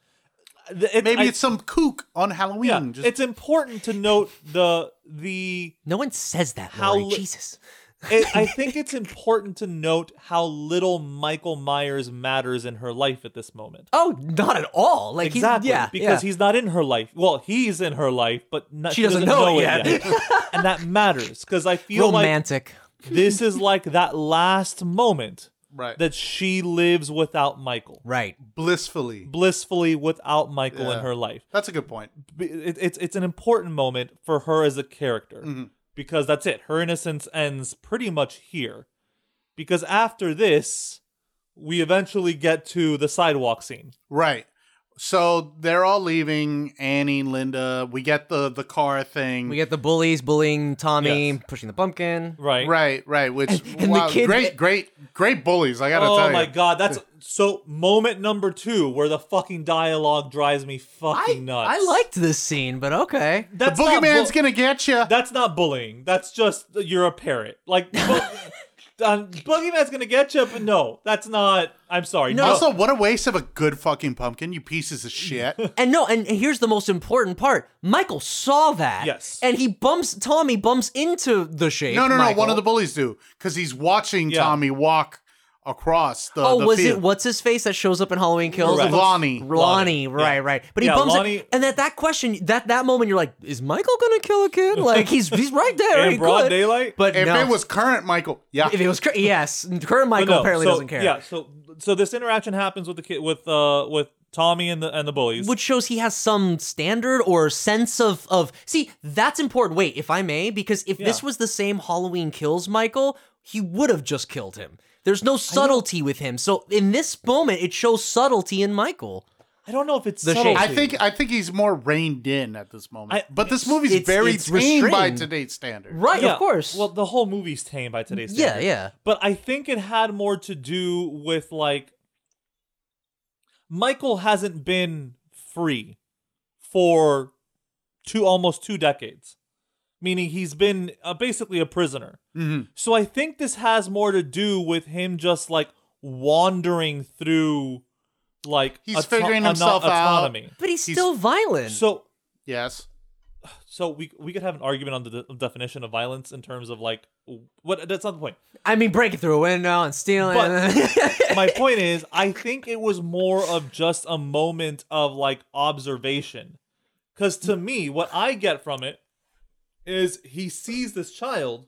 F: Th- it-
G: Maybe
F: I-
G: it's some kook on Halloween.
F: yeah,
G: just,
F: it's important to note the the
H: No one says that.
F: How
H: Lori.
F: li-
H: Jesus.
F: it, I think it's important to note how little Michael Myers matters in her life at this moment.
H: Oh, not at all. Like
F: Exactly,
H: he's, yeah,
F: because
H: yeah.
F: he's not in her life. Well, he's in her life, but not,
H: She doesn't know it yet. [LAUGHS]
F: and that matters because I feel
H: romantic.
F: like this is like that last moment
G: right.
F: that she lives without Michael,
H: right.
G: blissfully.
F: blissfully without Michael in
G: Yeah.
F: her life.
G: That's a good point.
F: b- it, it's it's an important moment for her as a character
G: Mm-hmm.
F: because that's it. Her innocence ends pretty much here, because after this, we eventually get to the sidewalk scene.
G: Right. So they're all leaving. Annie, Linda. We get the the car thing.
H: We get the bullies bullying Tommy,
F: Yes.
H: pushing the pumpkin.
F: Right.
G: right, right. Which
H: and the
G: wow,
H: kid-
G: great, great, great bullies. I gotta tell
F: Oh
G: you.
F: my god,
G: [LAUGHS]
F: that's so moment number two where the fucking dialogue drives me
H: I,
F: fucking nuts.
H: I liked this scene, but okay.
G: The
F: that's not
G: boogeyman's
F: bu-
G: gonna get you.
F: That's not bullying. That's just you're a parrot. Like. Bu- [LAUGHS] Um, Boogeyman's gonna get you, but no, that's not. I'm sorry. No,
G: Also, what a waste of a good fucking pumpkin, you pieces of
H: [LAUGHS]
G: shit.
H: And no, and here's the most important part. Michael saw that.
F: Yes.
H: And he bumps Tommy bumps into the shape.
G: No, no, no. One
H: Michael.
G: of the bullies do because he's watching
F: Yeah.
G: Tommy walk across the.
H: Oh,
G: the
H: was it
G: field.
H: what's his face that shows up in Halloween Kills?
F: Correct.
G: Lonnie.
H: Lonnie,
F: Lonnie,
H: right,
F: yeah.
H: right. But he
F: Yeah,
H: bumps
F: Lonnie-
H: it, and at that question, that that moment, you're like, is Michael gonna kill
F: [LAUGHS]
H: a kid? Like he's he's right there
F: in
H: he
F: broad
H: could.
F: daylight.
H: But
G: If
H: no.
G: it was current Michael, yeah,
H: if it was, cra- yes, current Michael
F: But no,
H: apparently
F: so-
H: doesn't care.
F: Yeah, so so this interaction happens with the kid with uh with Tommy and the and the bullies.
H: which shows he has some standard or sense of of see that's important wait if i may because if this
F: Yeah.
H: was the same halloween kills michael he would have just killed him there's no subtlety with him so in this moment it shows subtlety in michael
F: I don't know if it's
H: The
F: subtlety.
H: shape.
G: I think I think he's more reined in at this moment.
F: I-
G: but this movie's
H: it's-
G: very
H: it's
G: tame by
H: restrained.
G: today's standards.
H: right
F: Yeah,
H: of course
F: Well, the whole movie's tame by today's
H: Yeah,
F: standards.
H: yeah.
F: But I think it had more to do with like Michael hasn't been free for two almost two decades, meaning he's been uh, basically a prisoner.
G: Mm-hmm.
F: So I think this has more to do with him just like wandering through, like
G: He's
F: auto-
G: figuring
F: ano-
G: himself out.
F: autonomy.
H: but he's,
G: he's-
H: still violent
F: So
G: Yes.
F: so we we could have an argument on the de- definition of violence in terms of like what that's not the point.
H: i mean breaking through a window and stealing [LAUGHS]
F: But my point is, I think it was more of just a moment of like observation. Because to me, what I get from it is he sees this child,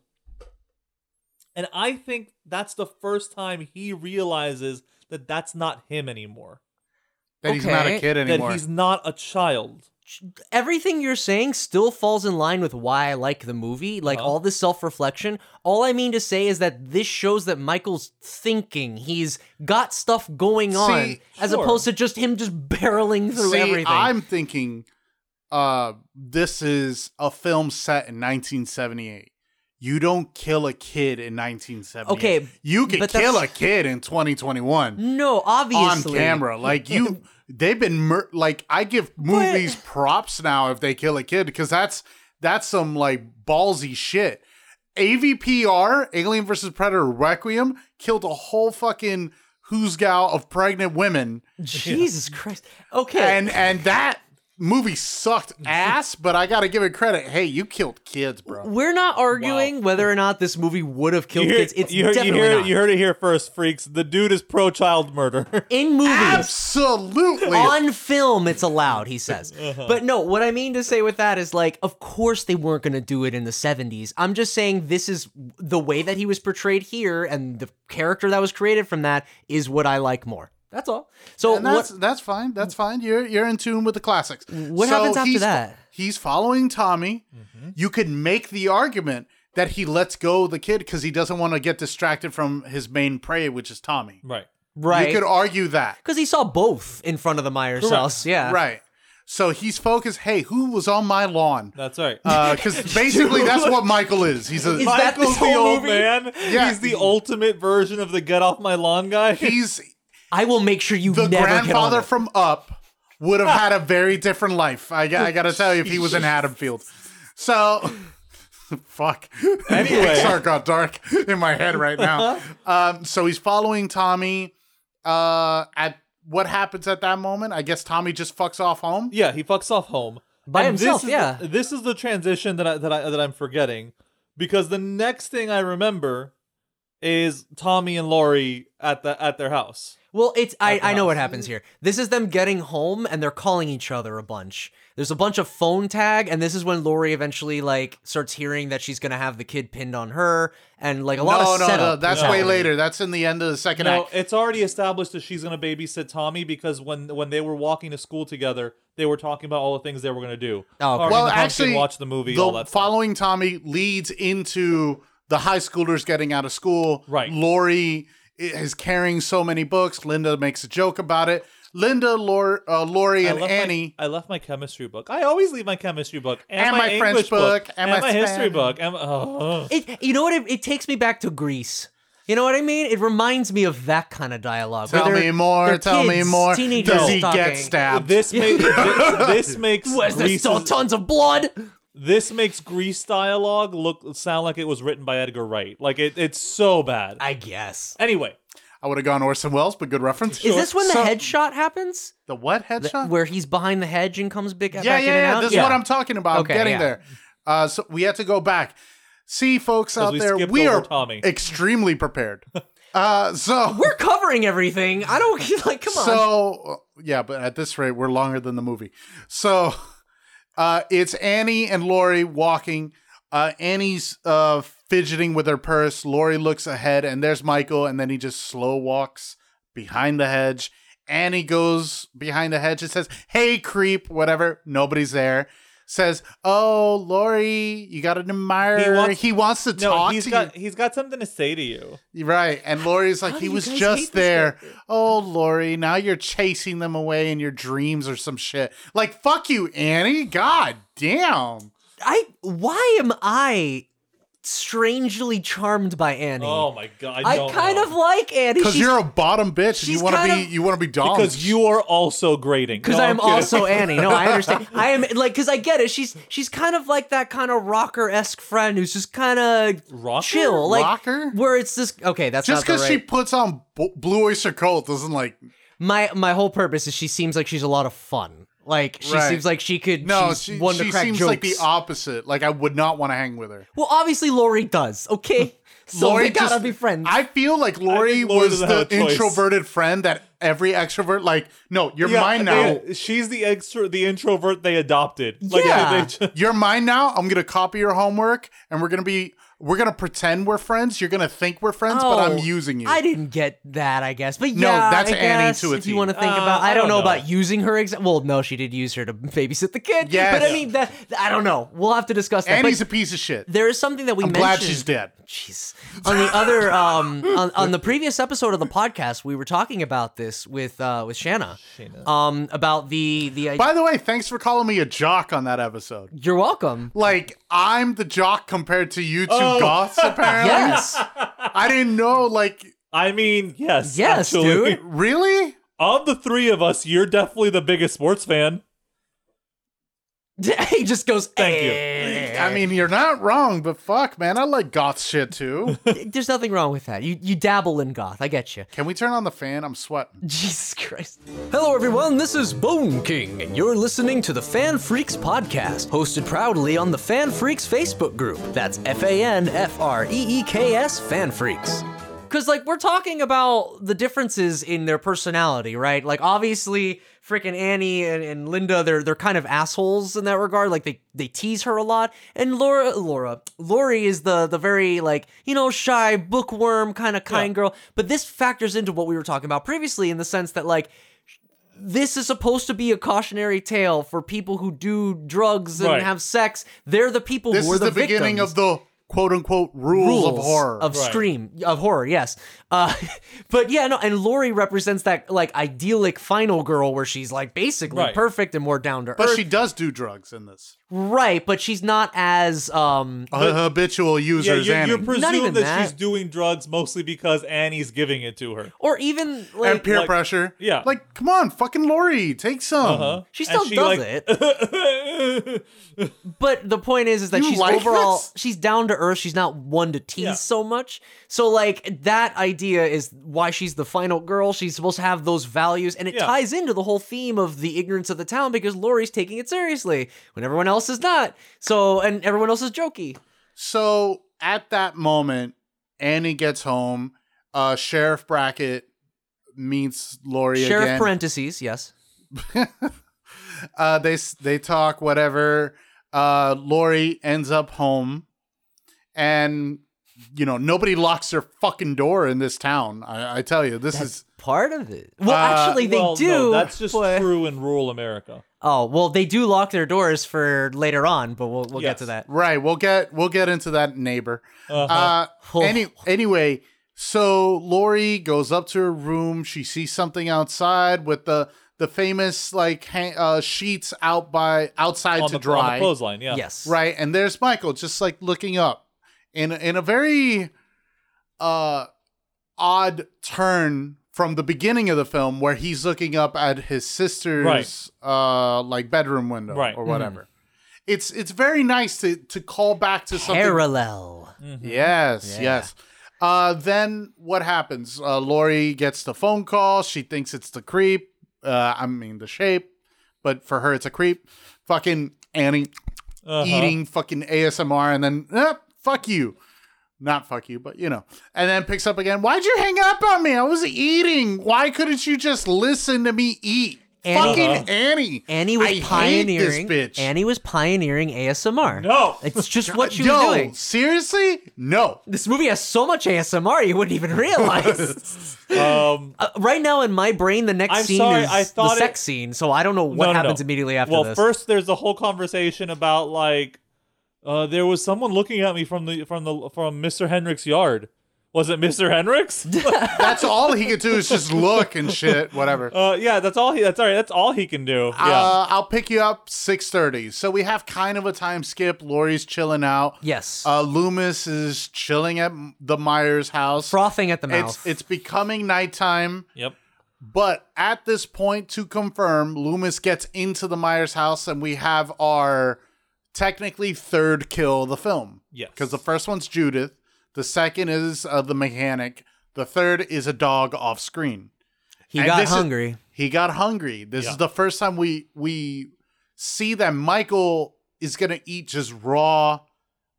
F: and I think that's the first time he realizes that that's not him anymore.
G: That he's not
H: Okay.
G: a kid anymore.
F: That he's not a child.
H: everything you're saying still falls in line with why I like the movie.
G: Uh-huh.
H: Like all this self reflection. All I mean to say is that this shows that Michael's thinking. He's got stuff going on
G: See,
H: as
F: sure.
H: opposed to just him just barreling through
G: See,
H: everything.
G: I'm thinking uh this is a film set in 1978. You don't kill a kid in 1978.
H: Okay,
G: You could
H: but that's-
G: kill a kid in 2021
H: no,
G: on
H: obviously
G: camera. Like
H: [LAUGHS]
G: you they've been mur- like I give movies props now if they kill a kid because that's that's some like ballsy shit. AVPR, Alien vs. Predator Requiem, killed a whole fucking who's gal of pregnant women
H: Jesus Christ. Okay.
G: and and that movie sucked ass, but I gotta give it credit. Hey, you killed kids, bro.
H: we're not arguing whether or not this movie would have killed kids. It's definitely not.
F: heard it here first, freaks. The dude is pro child [LAUGHS] murder.
H: in movies.
G: Absolutely.
H: on film it's allowed he says
G: Uh-huh.
H: but no what i mean to say with that is like of course they weren't going to do it in the 70s i'm just saying this is the way that he was portrayed here and the character that was created from that is what i like more that's all so
G: and that's
H: what,
G: that's fine. That's fine. You're you're in tune with the classics.
H: What happens after
G: he's-
H: that?
G: He's following Tommy. You could make the argument that he lets go the kid because he doesn't want to get distracted from his main prey, which is Tommy.
F: right.
H: right
G: You could argue that.
H: because he saw both in front of the myers house yeah
G: Right. So he's focused. Hey, who was on my lawn?
F: That's right.
G: Because basically, that's what Michael is. He's a
H: Is that
F: Michael's
H: this whole
F: the old
H: movie?
F: Oh, man.
G: Yeah.
F: He's the ultimate version of the get off my lawn guy.
G: he's
H: i will make sure you
G: the
H: never get on
G: grandfather
H: it.
G: from Up would have
F: [LAUGHS]
G: had a very different life. I, got- I got to tell you, if he was in Haddonfield. So, [LAUGHS] fuck.
F: Anyway. Uh-huh.
G: Pixar got dark in my head right now. Um, so he's following Tommy. Uh, at what happens at that moment? I guess Tommy just fucks off home.
F: [LAUGHS] yeah, he fucks off home
H: By
F: And this
H: himself,
F: is the-
H: yeah.
F: this is the transition that I that I that I'm forgetting because the next thing I remember is Tommy and Laurie at the at their house.
H: Well, it's I,
F: the
H: I know what
F: house.
H: happens here. This is them getting home and they're calling each other a bunch. There's a bunch of phone tag, and this is when Lori eventually like starts hearing that she's gonna have the kid pinned on her, and like a lot
G: no,
H: of
G: no,
H: setup.
G: no. That's
H: is
G: way
H: happening.
G: later. That's in the end of the second
F: No,
G: act.
F: it's already established that she's gonna babysit Tommy because when when they were walking to school together, they were talking about all the things they were gonna do.
H: Oh, okay.
F: Party
G: Well,
F: in the pumpkin,
G: actually,
F: watch the movie,
G: the
F: all that stuff.
G: following Tommy leads into the high schoolers getting out of school.
F: Right.
G: Lori i- is carrying so many books. Linda makes a joke about it. Linda, Lor- uh, Lori, and
F: left
G: Annie.
F: My, I left my chemistry book. I always leave my chemistry book and,
G: And
F: my,
G: my French
F: English book,
G: book,
F: and,
G: and
F: my,
G: my
F: history
G: Spanish.
F: book. And, oh,
H: It, you know what? It, it takes me back to Greece. You know what I mean? It reminds me of that kind of dialogue. where
G: tell
H: they're-
G: me more.
H: they're
G: Tell me
H: kids,
G: more.
H: Teenagers
G: Does he
H: talking.
G: get stabbed?
F: This makes
G: [LAUGHS]
F: this, this makes
H: Was there
F: Grease's-
H: still tons of blood?
F: this makes Grease dialogue look sound like it was written by Edgar Wright. Like it, it's so bad.
H: I guess.
F: anyway,
G: I would have gone Orson Welles, but good reference.
H: Is this when the
G: So-
H: headshot happens?
G: The what headshot?
H: Where he's behind the hedge and comes big,
G: yeah,
H: back in and
G: yeah, yeah.
H: out?
G: This is what I'm talking about.
H: Okay,
G: I'm getting
H: yeah.
G: there. Uh, so we had to go back. See, folks out
F: we
G: there,
F: skipped
G: we
F: over
G: are
F: Tommy.
G: extremely
F: [LAUGHS]
G: prepared. uh, so
H: We're covering everything. I don't [LAUGHS] like. Come on.
G: So uh, yeah, but at this rate, we're longer than the movie. So uh, it's Annie and Lori walking. Uh, Annie's uh, fidgeting with her purse. Lori looks ahead, and there's Michael, and then he just slow walks behind the hedge. Annie goes behind the hedge and says, Hey, creep, whatever. Nobody's there. Says, Oh, Lori, you got an admirer. He wants, to
F: No,
G: talk
F: he's
G: to
F: got he's got something to say to you.
G: you. Right. And Lori's like,
H: How
G: He
H: do you
G: was
H: guys hate
G: just
H: this
G: there.
H: guy?"
G: Oh, Lori, now you're chasing them away in your dreams or some shit. Like, fuck you, Annie. God damn.
H: I why am I strangely charmed by Annie?
F: Oh my god!
H: I
F: don't
H: kind
F: know.
H: of like Annie.
G: Because
H: She's-
G: you're a bottom bitch and
H: she's
G: you want to
H: kind
G: be,
H: of-
G: you want to be dominant.
F: because you are also grading.
H: because
F: No,
H: I'm
F: kidding. [LAUGHS]
H: also Annie. No, I
G: [LAUGHS]
H: understand. I am like because I get it. She's she's kind of like that kind of rocker esque friend who's just kind of
F: Rocker?
H: chill, like
G: Rocker?
H: where it's this. Okay, that's
G: just
H: not the
G: because she
H: right.
G: puts on b- Blue Oyster Cult doesn't like
H: My my whole purpose is she seems like she's a lot of fun. Like she
G: Right.
H: seems like she could.
G: No,
H: she's
G: she,
H: one to
G: she
H: crack
G: seems
H: jokes.
G: like the opposite. Like I would not want to hang with her.
H: well, obviously Lori does. Okay, [LAUGHS] so
G: Lori
H: they gotta
G: just-
H: be friends.
G: I feel like Lori
F: think Lori
G: was
F: doesn't have
G: the
F: a choice.
G: introverted friend that every extrovert like. No, you're
F: Yeah,
G: mine now.
F: they- she's the extra, the introvert they adopted. Like,
H: Yeah.
F: they- they ju-
G: you're mine now. I'm gonna copy your homework, and we're gonna be. We're gonna pretend we're friends. You're gonna think we're friends, but I'm
H: Oh,
G: using you.
H: I didn't get that, I guess. But
G: No,
H: yeah,
G: that's
H: I
G: Annie
H: guess,
G: to a
H: If you
G: T.
H: want to think
F: Uh,
H: about, I
F: I
H: don't
F: don't
H: know, about
F: know.
H: using her. Exa- well, no, she did use her to babysit the kid.
G: Yes.
H: but I mean that. I don't know. We'll have to discuss that.
G: Annie's
H: But
G: a piece of shit.
H: there is something that we
G: I'm
H: mentioned.
G: glad she's dead.
H: Jeez. On the other, um, on, on the previous episode of the podcast, we were talking about this with uh with Shanna, um, about the the. idea
G: By the way, thanks for calling me a jock on that episode.
H: You're welcome.
G: Like I'm the jock compared to you two goths.
H: [LAUGHS]
G: Apparently, [LAUGHS]
H: Yes,
G: I didn't know. Like
F: I mean, yes,
H: yes,
F: actually.
H: dude.
G: really?
F: Of the three of us, you're definitely the biggest sports fan.
H: he just goes.
F: Thank you.
H: "Eh."
G: I mean, you're not wrong, but fuck, man, I like goth shit
H: [LAUGHS]
G: too.
H: There's nothing wrong with that. You you dabble in goth. I get you.
G: Can we turn on the fan? I'm sweating.
H: Jesus Christ. Hello, everyone. This is Bone King, and you're listening to the Fan Freaks Podcast, hosted proudly on the Fan Freaks Facebook group. That's F A N F R E E K S Fan Freaks. Because, like, we're talking about the differences in their personality, right? Like, obviously, freaking Annie and, and Linda, they're they're kind of assholes in that regard. Like, they, they tease her a lot. And Laura, Laura, Lori is the, the very, like, you know, shy, bookworm kind of kind girl. But this factors into what we were talking about previously in the sense that, like, this is supposed to be a cautionary tale for people who do drugs and
F: Right.
H: have sex. They're the people
G: This
H: who are
G: is the, beginning of the quote unquote rules,
H: rules
G: of horror.
H: of scream of horror yes uh [LAUGHS] but yeah no and lori represents that like idyllic final girl where she's like basically
F: Right.
H: perfect and more down to
G: but
H: earth
G: she does do drugs in this.
H: right but she's not as um
G: A habitual
F: Yeah,
G: user is
F: you, you
G: Annie.
F: presume
H: even
F: that,
H: that.
F: she's doing drugs mostly because Annie's giving it to her.
H: or even like
G: and peer
F: like-
G: pressure.
F: yeah. Uh-huh.
G: Like, come on, fucking Lori, take some.
H: she
F: and
H: still
F: she,
H: does
F: like-
H: it
F: [LAUGHS] right,
H: But the point is, is that
G: You
H: she's
G: like
H: overall
G: this?
H: she's down to earth. She's not one to tease
F: Yeah.
H: so much. So like that idea is why she's the final girl. She's supposed to have those values, and it
F: Yeah.
H: ties into the whole theme of the ignorance of the town because Lori's taking it seriously when everyone else is not. So and everyone else is jokey.
G: So at that moment, Annie gets home. Uh, Sheriff Brackett meets Lori
H: Sheriff
G: again.
H: parentheses, yes.
G: uh, they s- they talk whatever. Uh, Lori ends up home, and you know nobody locks their fucking door in this town. I, I tell you, this is
H: Part of it. Well,
G: Uh,
H: actually, they
F: well,
H: do.
F: No, that's just
H: but-
F: true in rural America.
H: Oh well, they do lock their doors for later on, but we'll we'll get
F: Yes.
H: to that.
G: right. We'll get we'll get into that neighbor.
F: Uh-huh.
G: Uh, any anyway. So Lori goes up to her room. She sees something outside with the the famous like hang, uh, sheets out by outside
F: On
G: to
F: the,
G: dry.
F: on the clothesline, yeah.
H: Yes.
G: right and there's michael just like looking up in in a very uh odd turn from the beginning of the film where he's looking up at his sister's
F: Right.
G: uh like bedroom window
F: Right. Mm-hmm.
G: or whatever it's it's very nice to to call back to something
H: Parallel.
G: yes yes uh then what happens uh lori gets the phone call she thinks it's the creep uh i mean the shape but for her it's a creep fucking annie
F: Uh-huh.
G: eating fucking ASMR and then "Ah, fuck you. Not fuck you, but you know. And then picks up again. Why'd you hang up on me? I was eating. Why couldn't you just listen to me eat?
H: Annie, Uh-huh.
G: Fucking Annie.
H: Annie was
G: I hate
H: pioneering.
G: this bitch.
H: Annie was pioneering ASMR.
F: No.
G: [LAUGHS]
H: it's just what she
G: Yo,
H: was doing.
G: seriously? No.
H: This movie has so much ASMR you wouldn't
G: [LAUGHS]
H: even realize.
F: Um,
H: Uh, right now in my brain, the next
F: I'm
H: scene
F: sorry,
H: is
F: I
H: the
F: thought
H: sex
F: it-
H: scene, so I don't know what
F: no, no,
H: happens
F: no.
H: immediately after
F: well,
H: this.
F: first there's a whole conversation about like uh, there was someone looking at me from the from the from Mr. Hendrick's yard. Was it Mr. Hendricks?
G: That's all he could do is just look and shit, whatever.
H: [LAUGHS]
F: uh, yeah, that's all he that's all right, that's all he can do. Yeah.
G: Uh, I'll pick you up 6:30. So we have kind of a time skip. Lori's chilling out.
H: yes,
G: Uh, Loomis is chilling at M- the Myers house.
H: frothing at the mouth.
G: It's it's becoming nighttime,
F: yep.
G: but at this point, to confirm, Loomis gets into the Myers house, and we have our technically third kill of the film.
F: Yes.
G: because the first one's Judith, the second is uh, the mechanic, the third is a dog off screen.
H: he
G: And
H: got
G: this is-
H: hungry.
G: he got hungry. This
F: Yeah.
G: is the first time we we see that Michael is gonna eat just raw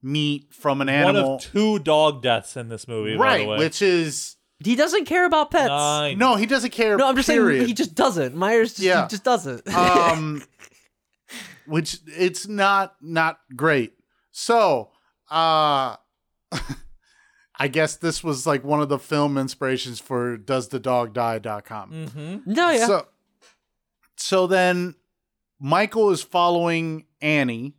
G: meat from an
F: One
G: animal,
F: of two dog deaths in this movie, by the
G: right?
F: way.
G: Which is
H: he doesn't care about pets.
F: Nine.
G: no, he doesn't care.
H: no, I'm just
G: period.
H: saying he just doesn't. Myers just, he
G: Yeah.
H: just doesn't.
G: [LAUGHS] um, which it's not not great. So, uh, [LAUGHS] I guess this was like one of the film inspirations for does the dog die.com.
H: [LAUGHS]
F: Mm-hmm.
H: no, Oh, yeah.
G: So, so then Michael is following Annie,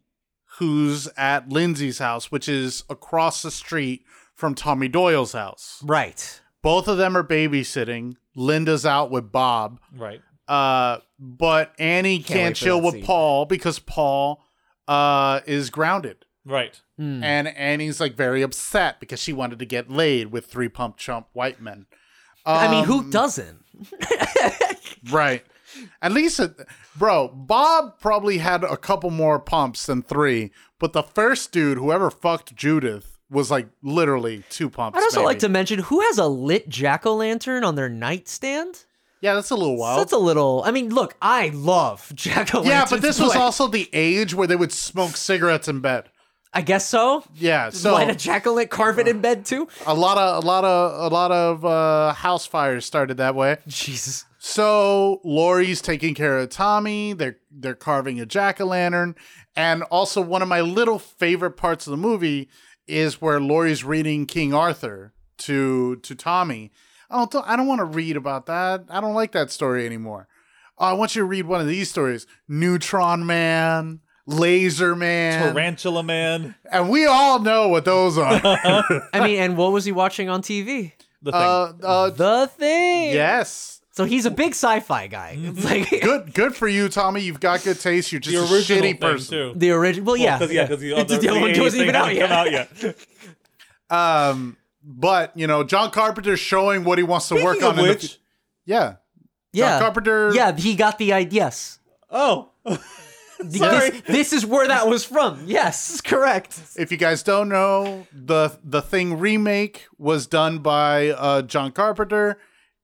G: who's at Lindsay's house, which is across the street from Tommy Doyle's house.
H: right.
G: Both of them are babysitting. Linda's out with Bob.
F: Right.
G: Uh, but Annie
H: Can't
G: can't,
H: wait for
G: chill
H: that
G: with
H: scene.
G: Paul because Paul uh is grounded.
F: Right.
G: And Annie's like very upset because she wanted to get laid with three pump chump white men.
H: I mean,
G: Um,
H: who doesn't?
G: Right. At least, it, bro, Bob probably had a couple more pumps than three, but the first dude, whoever fucked Judith, was like literally two pumps.
H: I'd also
G: maybe.
H: like to mention who has a lit jack o' lantern on their nightstand.
G: Yeah, that's a little
H: So
G: wild.
H: that's a little. I mean, look, I love [LAUGHS] jack o' lanterns.
G: yeah, but this was
H: like-
G: also the age where they would smoke cigarettes in bed.
H: I guess so.
G: Yeah, so
H: Light a jack o' lantern, carve it in bed too.
G: a lot of a lot of a lot of uh, house fires started that way.
H: Jesus.
G: So Lori's taking care of Tommy. They're they're carving a jack o' lantern, and also one of my little favorite parts of the movie is where Lori's reading King Arthur to to Tommy. I don't th- I don't want to read about that. I don't like that story anymore. Oh, I want you to read one of these stories: Neutron Man, Laser Man,
F: Tarantula man.
G: and we all know what
F: [LAUGHS]
G: those are.
H: I mean, and what was he watching on TV?
F: The thing.
G: uh, uh,
H: The thing.
G: yes.
H: So he's a big sci-fi guy. It's like
G: Mm-hmm. Good, good for you, Tommy. You've got good taste. You're just
F: the
G: a
F: original
G: shitty
F: thing
G: person.
F: too.
H: [LAUGHS] the original. Well, yeah,
F: Because yeah, because
H: It's just [LAUGHS] the other one wasn't even out yet.
G: Um, but you know, John Carpenter's showing what he wants to [LAUGHS] work
F: Speaking
G: on.
F: of
G: in the
F: which,
G: fu- yeah,
H: yeah.
G: John Carpenter.
H: Yeah, he got the idea. Yes.
F: oh, [LAUGHS]
H: This-
F: Sorry.
H: this is where that was from. Yes, [LAUGHS] correct.
G: If you guys don't know, the the thing remake was done by uh, John Carpenter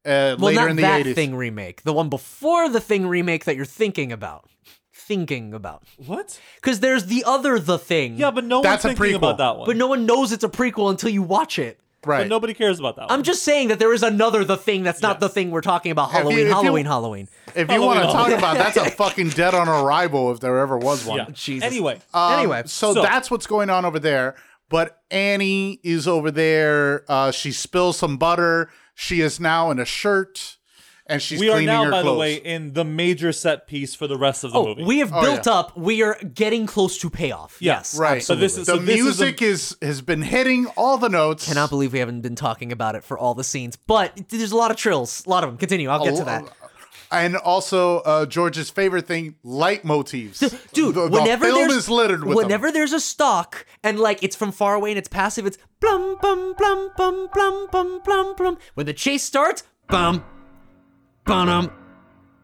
G: uh,
H: Well,
G: later
H: not
G: in the
H: that
G: 80s.
H: thing remake. The one before the thing remake that you're thinking about. Thinking about.
F: what?
H: Because there's the other the thing.
F: Yeah, but no
G: That's a
F: one's thinking
G: prequel.
F: about that one.
H: but no one knows it's a prequel until you watch it.
G: right?
F: But nobody cares about that.
H: I'm
F: one.
H: just saying that there is another the thing that's not the thing we're talking about.
G: If you-
H: Halloween,
G: if you-
H: Halloween, Halloween.
G: if you
F: Follow
G: want to
F: me on.
G: talk about, that's
H: [LAUGHS]
G: a fucking dead on arrival if there ever was one.
F: Yeah.
H: Jesus.
F: Anyway,
G: Um,
H: anyway,
G: so,
F: so-
G: that's what's going on over there. But Annie is over there. Uh, she spills some butter. She is now in a shirt, and she's
F: we are
G: cleaning
F: now,
G: her
F: by
G: clothes.
F: the way, in the major set piece for the rest of the
H: Oh,
F: movie.
H: we have
G: Oh,
H: built
G: yeah.
H: up. We are getting close to payoff.
F: Yeah,
H: Yes,
G: Right.
F: So this
H: absolutely.
F: is
G: the
F: so this is a-
G: music is, has been hitting all the notes.
H: Cannot believe we haven't been talking about it for all the scenes, but there's a lot of trills, a lot of them. Continue, I'll get to that.
G: And also uh, George's favorite thing, light motifs.
H: Dude,
G: the, the
H: whenever
G: film
H: there's,
G: is littered with
H: whenever
G: them.
H: there's a stalk and like it's from far away and it's passive, it's blum blum blum blum blum blum blum blum. When the chase starts, bum bum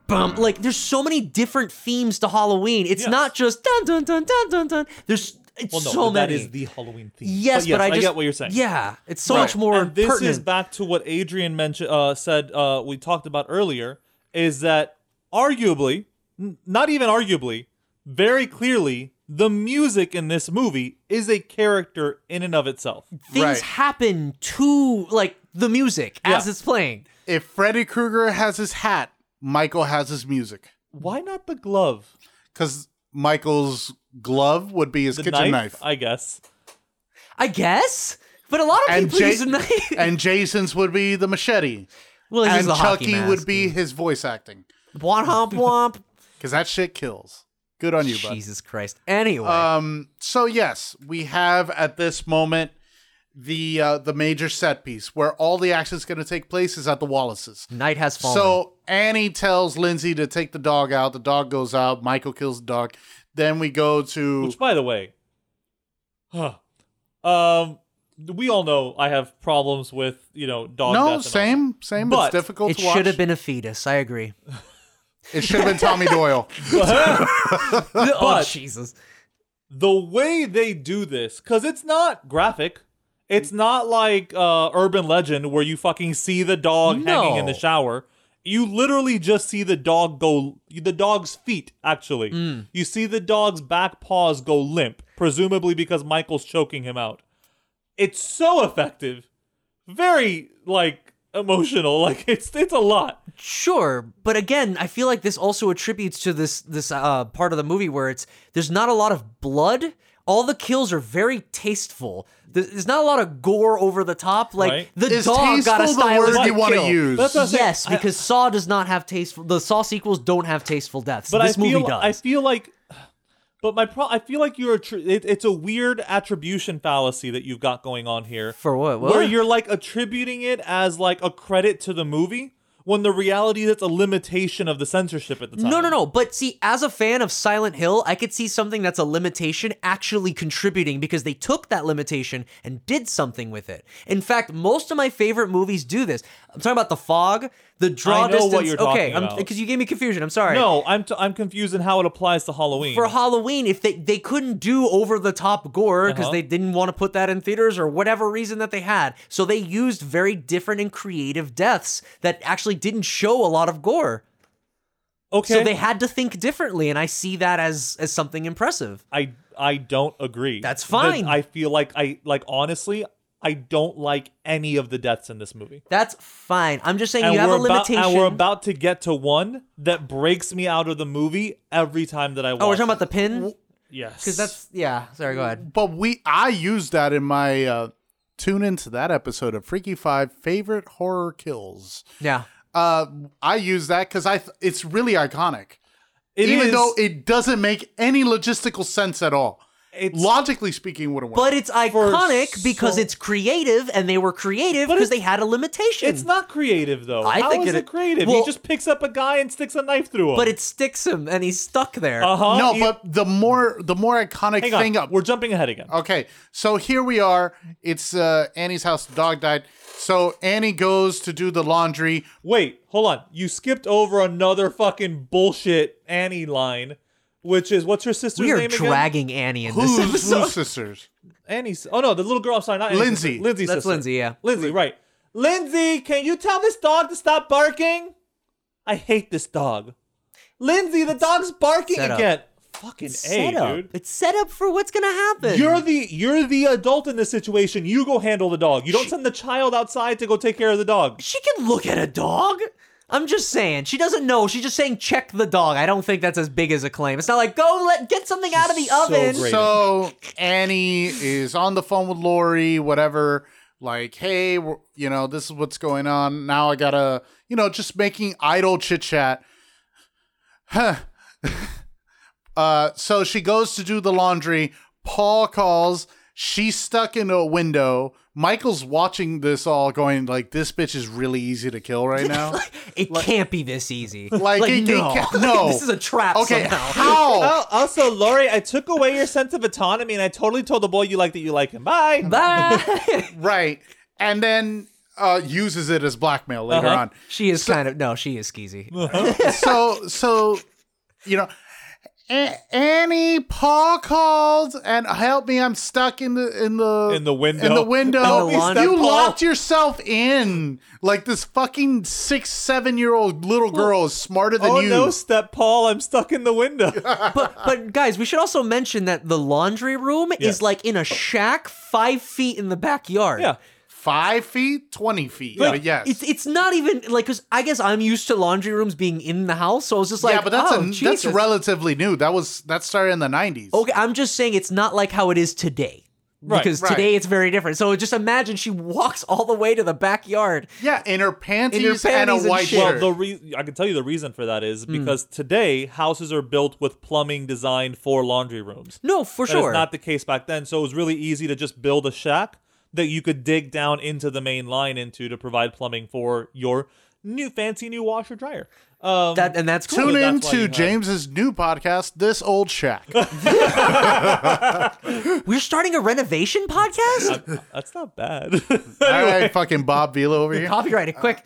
H: bum. Like there's so many different themes to Halloween. It's
F: Yes.
H: not just dun dun dun dun dun dun. There's it's
F: well, no,
H: so
F: but
H: many.
F: That is the Halloween theme.
H: yes, but, I, just,
F: get what you're saying.
H: Yeah, it's so
G: Right.
H: much more
F: and this
H: pertinent.
F: is back to what Adrian mentioned uh, said uh, we talked about earlier is that arguably n- not even arguably very clearly the music in this movie is a character in and of itself
H: Things
G: Right.
H: happen to like the music as
F: Yeah.
H: it's playing.
G: if Freddy Krueger has his hat, Michael has his music.
F: Why not the glove?
G: because Michael's glove would be his
F: The
G: kitchen knife,
F: I guess.
H: I guess. But a lot of
G: and
H: people
G: Ja-
H: use [LAUGHS] a knife.
G: and Jason's would be the machete,
H: well, he's
G: and
H: the hockey
G: Chucky
H: mask.
G: would be his voice acting
H: womp womp
G: [LAUGHS]
H: womp.
G: because that shit kills. Good on you, bud.
H: Jesus Christ. Anyway,
G: Um, so yes, we have at this moment the uh, the major set piece where all the action's going to take place is at the Wallaces.
H: night has fallen.
G: So Annie tells Lindsay to take the dog out. The dog goes out. Michael kills the dog. Then we go to
F: Which, by the way, huh, um, we all know I have problems with you know dog. death and
G: no
F: all
G: same same.
F: But
G: it's difficult
H: it
G: to watch.
H: should have been a fetus. I agree.
G: It should have been Tommy Doyle.
H: oh Jesus!
F: the way they do this because it's not graphic it's not like uh, urban legend where you fucking see the dog hanging in the
H: No.
F: shower you literally just see the dog go the dog's feet actually you see the dog's back paws go limp presumably because michael's choking him out it's so effective very like emotional [LAUGHS] like it's it's a lot
H: Sure, but again, I feel like this also attributes to this this uh, part of the movie where it's there's not a lot of blood. All the kills are very tasteful. Th- There's not a lot of gore over the top. Like
F: Right.
H: the
G: Is
H: dog got a
G: tasteful the word
H: stylistic
G: you want to
H: kill.
G: use?
F: That's what I'm saying.
H: Yes,
F: I-
H: because Saw does not have tasteful. The Saw sequels don't have tasteful deaths.
F: but
H: this
F: I feel
H: movie does.
F: I feel like, but my pro, I feel like you're attri- it, it's a weird attribution fallacy that you've got going on here.
H: For what? What?
F: Where you're like attributing it as like a credit to the movie when the reality is it's a limitation of the censorship at the time.
H: No, no, no. But see, as a fan of Silent Hill, I could see something that's a limitation actually contributing because they took that limitation and did something with it. In fact, most of my favorite movies do this. I'm talking about The Fog, the
F: I
H: draw
F: know what
H: distance.
F: you're
H: okay,
F: talking about.
H: because you gave me confusion. I'm sorry.
F: No, I'm t- I'm confused in how it applies to Halloween.
H: For Halloween, if they, they couldn't do over the top gore because
F: Uh-huh.
H: they didn't want to put that in theaters or whatever reason that they had. So they used very different and creative deaths that actually didn't show a lot of gore.
F: okay,
H: So they had to think differently, and I see that as as something impressive.
F: I I don't agree.
H: That's
F: That
H: fine.
F: I feel like I like honestly I don't like any of the deaths in this movie.
H: That's fine. I'm just saying
F: and
H: you have a
F: we're about,
H: limitation.
F: and we're about to get to one that breaks me out of the movie every time that I watch.
H: oh, we're talking
F: it.
H: about the pin
F: yes,
H: because that's yeah. Sorry, go ahead.
G: But we, I used that in my uh, tune into that episode of Freaky Five favorite horror kills.
H: Yeah,
G: Uh, I use that because I th- it's really iconic,
F: It
G: even
F: is-
G: though it doesn't make any logistical sense at all.
F: it's
G: Logically speaking, wouldn't work.
H: but it's iconic
F: so-
H: because it's creative, and they were creative
F: But
H: because
F: it-
H: they had a limitation.
F: it's not creative though.
H: I
F: How
H: think
F: is
H: it-
F: it, creative?
H: well-
F: he just picks up a guy and sticks a knife through him.
H: but it sticks him, and he's stuck there.
F: uh huh.
G: no, but the more the more iconic
F: hang on,
G: thing up. Uh,
F: we're jumping ahead again.
G: Okay, so here we are. It's uh, Annie's house. The dog died. So Annie goes to do the laundry.
F: Wait, hold on. You skipped over another fucking bullshit Annie line, which is what's her sister's
H: we are
F: name
H: dragging Annie in this
G: Who's,
H: episode.
G: who's sisters?
F: again? Annie's. Oh no, the little girl. I'm sorry, not Annie's
G: Lindsay.
F: sister. Lindsay's
H: That's
F: sister.
H: Lindsay, yeah.
F: Lindsay, right. Lindsay, can you tell this dog to stop barking? I hate this dog. Lindsay, the dog's barking
H: Set up.
F: again. Fucking
H: It's
F: A,
H: set up.
F: dude.
H: It's set up for what's gonna happen.
F: You're the you're the adult in this situation. You go handle the dog. You don't send the child outside to go take care of the dog.
H: she can look at a dog. I'm just saying, she doesn't know. She's just saying, check the dog. I don't think that's as big as a claim. It's not like go let get something out of the
F: so
H: oven. [LAUGHS]
F: great.
G: So Annie is on the phone with Lori, whatever. Like, hey, we're- you know, this is what's going on. Now I gotta, you know, just making idle chit chat. [LAUGHS] Huh. uh, so she goes to do the laundry. Paul calls. She's stuck in a window. Michael's watching this all, going like, "This bitch is really easy to kill
F: [LAUGHS]
G: right now."
H: It can't be this easy.
G: Like, it- it
H: no, [LAUGHS]
G: can't- no.
H: this is a trap.
G: okay,
H: somehow.
G: how?
F: [LAUGHS] Oh, also, Lori, I took away your sense of autonomy, and I totally told the boy you like that you like him. Bye.
H: [LAUGHS] Bye.
G: [LAUGHS] right? And then uh, uses it as blackmail later
F: Uh-huh.
G: on.
H: she is kind of no. She is skeezy.
G: so so you know A- Annie Paul called and help me I'm stuck in the in the
F: In the window.
G: in the window
H: Help me stuck,
G: you
H: Paul.
G: locked yourself in like this fucking 6 7 year old little girl is smarter than
F: Oh
G: you
F: no, step Paul, I'm stuck in the
H: [LAUGHS]
F: window.
H: but but guys, we should also mention that the laundry room
F: Yeah.
H: is like in a shack, five feet in the backyard.
F: yeah.
G: five feet, twenty feet.
H: But
G: But yes,
H: it's it's not even like because I guess I'm used to laundry rooms being in the house, so I was just like,
G: yeah, but that's
H: oh,
G: a, that's
H: Jesus.
G: relatively new. That was that started in the nineties.
H: Okay, I'm just saying it's not like how it is today.
F: Right,
H: because
G: right.
H: today it's very different. So just imagine she walks all the way to the backyard.
G: Yeah, in her panties,
H: panties
G: and
H: and
G: a white
H: shit.
G: shirt.
F: Well, the re- I can tell you the reason for that is
G: Mm.
F: because today houses are built with plumbing designed for laundry rooms.
H: No, for
F: That is
H: sure.
F: not the case back then. So it was really easy to just build a shack that you could dig down into the main line into to provide plumbing for your new fancy new washer dryer.
G: [LAUGHS]
F: Um,
H: that and that's cool.
G: Tune in
F: that's why you
G: to
F: have-
G: James's new podcast, This Old Shack.
H: We're starting a renovation podcast.
F: that's not bad. [LAUGHS]
G: All right, fucking Bob Vila over
H: [LAUGHS]
G: here.
H: Copyright it quick.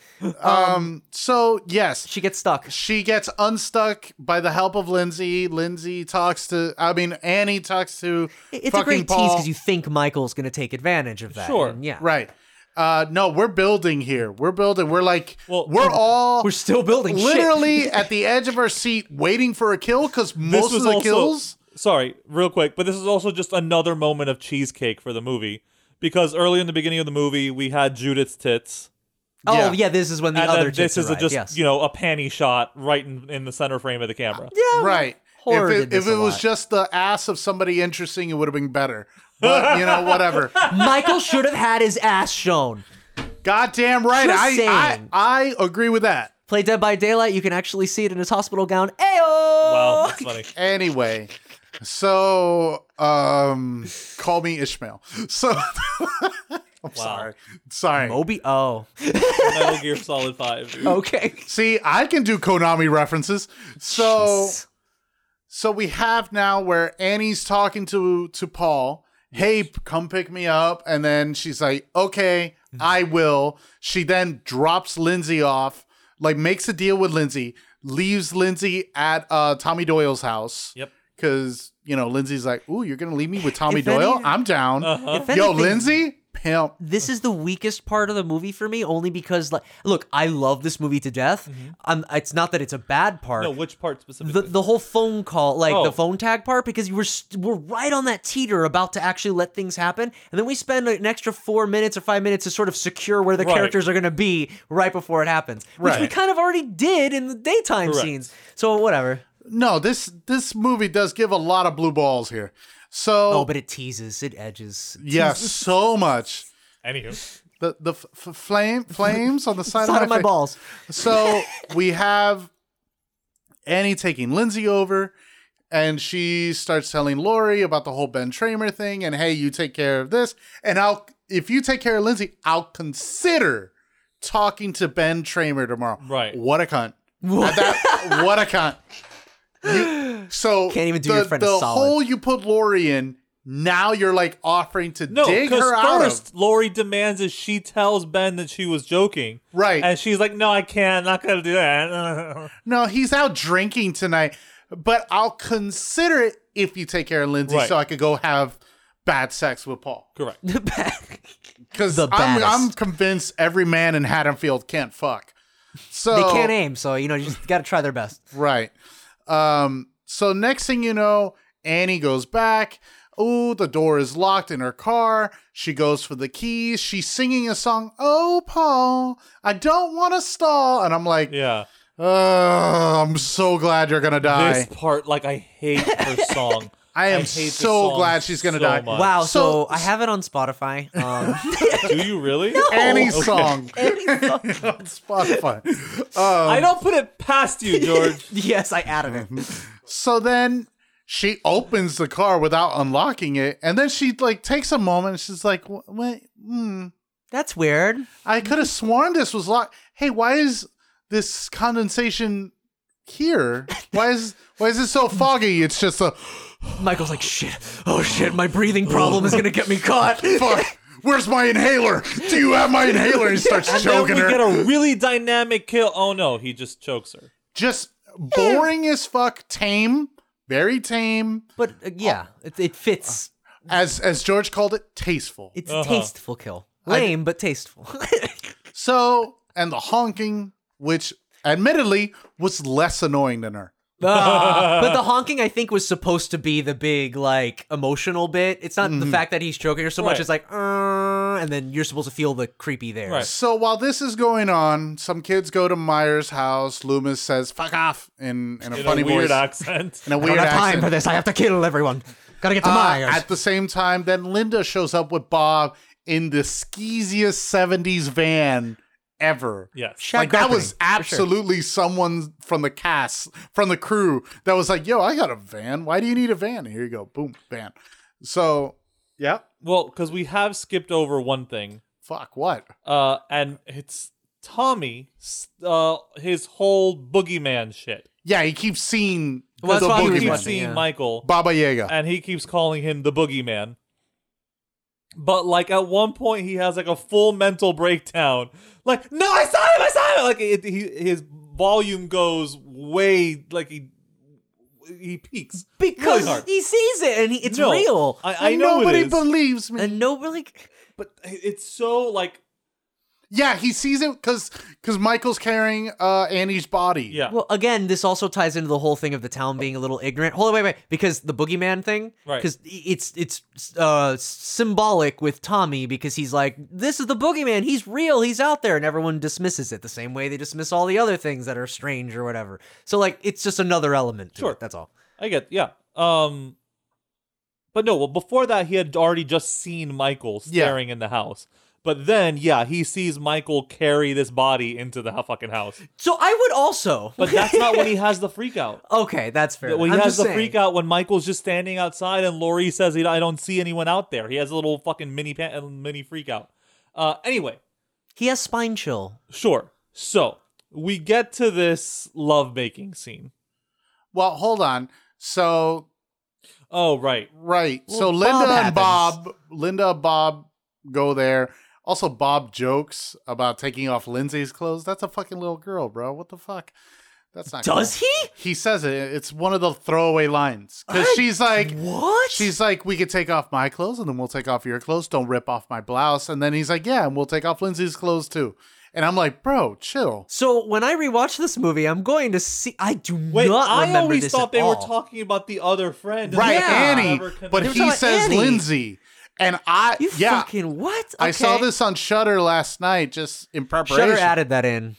G: So yes,
H: She gets stuck.
G: she gets unstuck by the help of Lindsay. Lindsay talks to, I mean, Annie talks to.
H: It's a
G: fucking
H: great tease
G: Paul.
H: because you think Michael's going to take advantage of that.
F: Sure.
H: And yeah.
G: Right. Uh, no, we're building here. We're building. We're like,
F: Well,
G: we're all
H: We're still building. shit.
G: literally at the edge of our seat waiting for a kill because
F: This
G: most
F: was
G: of the
F: also-
G: kills.
F: Sorry, real quick, but this is also just another moment of cheesecake for the movie because early in the beginning of the movie we had Judith's tits.
H: [LAUGHS] Oh yeah.
G: Yeah.
H: this is when the
F: and
H: other
F: then this
H: tits
F: is a
H: arrive,
F: just
H: yes.
F: you know a panty shot right in, in the center frame of the camera.
H: yeah,
G: Right. If
H: Horror did
G: it,
H: this
G: if it
H: Oh, a
G: was
H: lot.
G: just the ass of somebody interesting, it would have been better. But, you know,
H: [LAUGHS]
G: whatever.
H: Michael should have had his ass shown.
G: Goddamn right.
H: Just
G: I,
H: saying.
G: I, I agree with that.
H: Play Dead by Daylight, you can actually see it in his hospital gown. Ayo!
F: Wow,
G: Oh,
F: that's funny.
G: Anyway, so um call me Ishmael. [LAUGHS] So I'm sorry. Sorry.
H: Moby. Oh,
F: [LAUGHS] Metal Gear Solid
G: [LAUGHS]
F: Five.
H: [LAUGHS] okay.
G: See, I can do Konami references. So
H: Jeez.
G: so we have now where Annie's talking to to Paul, "Hey, p- come pick me up." And then she's like, "Okay,
H: Mm-hmm.
G: I will." She then drops Lindsay off, like makes a deal with Lindsay, leaves Lindsay at uh Tommy Doyle's house.
F: Yep.
G: Cuz, you know, Lindsay's like, "Ooh, you're going to leave me with Tommy
H: If any- Uh-huh.
G: Doyle? I'm down."
F: Uh,
H: If
G: Yo,
H: anything,
G: Lindsay, pimp.
H: This is the weakest part of the movie for me, only because like, look, I love this movie to death. Um, it's not that it's a bad part.
F: Mm-hmm. No, which part
H: the,
F: specifically?
H: the whole phone call, like the
F: Oh.
H: phone tag part, because you were st- we're right on that teeter about to actually let things happen, and then we spend an extra four minutes or five minutes to sort of secure where the
F: Right.
H: characters are going to be right before it happens, which we
G: Right.
H: kind of already did in the daytime
F: Correct.
H: scenes. So whatever.
G: No, this this movie does give a lot of blue balls here. So
H: Oh, but it teases, it edges.
G: yeah, so much.
F: Anywho,
G: The the f- f- flame flames on the side,
H: It's out of my
G: fa-
H: balls. [LAUGHS]
G: So we have Annie taking Lindsay over, and she starts telling Lori about the whole Ben Tramer thing, and hey, you take care of this, and I'll if you take care of Lindsay, I'll consider talking to Ben Tramer tomorrow.
F: Right.
G: What a cunt. That- what a cunt. You- so
H: Can't even do
G: the,
H: your friend a
G: the
H: solid.
G: hole you put Lori in. Now you're like offering to
F: no,
G: dig
F: because
G: her out of.
F: first Lori demands that she tells Ben that she was joking,
G: Right.
F: And she's like, "No, I can't. Not gonna do that." [LAUGHS]
G: No, he's out drinking tonight, but I'll consider it if you take care of Lindsay
F: Right.
G: so I could go have bad sex with Paul.
F: Correct.
G: Because
H: The
G: I'm, I'm
H: baddest.
G: convinced every man in Haddonfield can't fuck. So
H: They can't aim, so you know you just got to try their best.
G: Right. Um, so next thing you know, Annie goes back. Ooh, the door is locked in her car. She goes for the keys. She's singing a song. Oh, Paul, I don't want to stall. And I'm like,
F: Yeah.
G: "Ugh, I'm so glad you're gonna die.
F: This part, like, I hate
G: [LAUGHS]
F: her song.
G: I am
F: hate this
G: so
F: song
G: glad she's gonna
F: so
G: die.
F: much.
H: Wow, so,
G: So-
H: I have it on Spotify. [LAUGHS] Um,
F: [LAUGHS] Do you
G: [LAUGHS]
F: really? Oh,
G: Annie's
F: [LAUGHS]
G: song. on Spotify.
F: I don't put it past you,
G: [LAUGHS]
F: George.
H: yes, I added it.
G: So then she opens the car without unlocking it, and then she like takes a moment. And she's like, "Wh- "Wait, hmm,
H: That's weird.
G: I could have sworn this was locked. Hey, why is this condensation here? Why is why is it so foggy? It's just a
H: Michael's like, shit. Oh shit, my breathing problem is gonna get me caught.
G: fuck. Where's my inhaler? Do you have my inhaler?" And he starts
F: [LAUGHS] And then we
G: choking her.
F: get a really dynamic kill. Oh no, he just chokes her.
G: just boring as fuck. Tame, very tame.
H: [LAUGHS] But uh, yeah, it, it fits.
G: as as George called it, tasteful.
H: It's a tasteful kill. Lame, but tasteful. [LAUGHS]
G: so, and the honking, which admittedly was less annoying than her.
H: Ah, but the honking, I think, was supposed to be the big like emotional bit. It's not the fact that he's choking her so much.
F: Right.
H: It's like, "Uh," and then you're supposed to feel the creepy there.
F: Right.
G: So while this is going on, some kids go to Meyer's house. Loomis says, fuck off, in, in a
F: in
G: funny
F: a weird
G: voice.
F: accent.
G: In a
H: I don't
G: weird
H: have time
G: accent.
H: for this. I have to kill everyone. Gotta get to
G: Uh,
H: Myers.
G: at the same time, then Linda shows up with Bob in the skeeziest 70s van ever.
F: Yes.
H: Shag
G: like that
H: opening,
G: was
H: for sure.
G: absolutely someone from the cast, from the crew that was like, "Yo, I got a van. Why do you need a van? Here you go, boom, van." So, yeah,
F: Well, because we have skipped over one thing,
G: fuck what?
F: uh, and it's Tommy, s- uh, his whole boogeyman shit.
G: Yeah, he keeps seeing
H: Well,
G: the
H: that's why he was
F: He
G: boogeyman,
F: keeps
H: watching,
F: seeing
H: yeah.
F: Michael,
G: Baba Yaga.
F: and he keeps calling him the boogeyman. But like at one point, he has like a full mental breakdown. Like, no, I saw him. I saw him. Like, it, he, his volume goes way like he he peaks really
H: because
F: hard.
H: he sees it and he, it's
F: No,
H: real.
F: I, I
G: And
F: know it
G: nobody
F: is,
G: believes me.
H: and nobody.
F: but it's so like
G: yeah, he sees it because because Michael's carrying uh Annie's body.
F: yeah.
H: Well, again, this also ties into the whole thing of the town being a little ignorant. Hold on, wait, wait, because the boogeyman thing,
F: Right.
H: Because it's it's uh, symbolic with Tommy because he's like, this is the boogeyman. He's real. He's out there, and everyone dismisses it the same way they dismiss all the other things that are strange or whatever. So like, it's just another element. To
F: Sure.
H: it, that's all.
F: I get yeah. Um but no, well before that he had already just seen Michael
G: Yeah.
F: staring in the house. But then yeah, he sees Michael carry this body into the hu- fucking house.
H: So I would also,
F: But that's not when he has the freak out.
H: [LAUGHS] okay, that's fair.
F: Well, he
H: I'm
F: has
H: just
F: the
H: saying.
F: freak out when Michael's just standing outside and Lori says, "I don't see anyone out there." He has a little fucking mini pa- mini freak out. Uh anyway,
H: He has spine chill.
F: sure. So, we get to this love making scene.
G: Well, hold on. So
F: Oh, right.
G: Right.
H: Well,
G: so
H: Bob
G: Linda
H: happens.
G: and Bob, Linda and Bob go there. Also, Bob jokes about taking off Lindsay's clothes. That's a fucking little girl, bro. What the fuck? That's not.
H: Does he?
G: He says it. It's one of the throwaway lines because she's like,
H: What?
G: she's like, we could take off my clothes and then we'll take off your clothes. Don't rip off my blouse. And then he's like, yeah, and we'll take off Lindsay's clothes too. And I'm like, bro, chill.
H: So when I rewatch this movie, I'm going to see. I do
F: Wait,
H: not
F: I
H: remember
F: always
H: this
F: thought
H: at
F: they
H: all.
F: were talking about the other friend,
G: Right,
H: Yeah.
G: Annie. But
H: They were
G: he
H: talking
G: says
H: Annie.
G: Lindsay, and I,
H: You
G: yeah,
H: fucking what?
G: I saw
H: Okay.
G: this on Shutter last night, just in preparation.
H: Shutter added that in.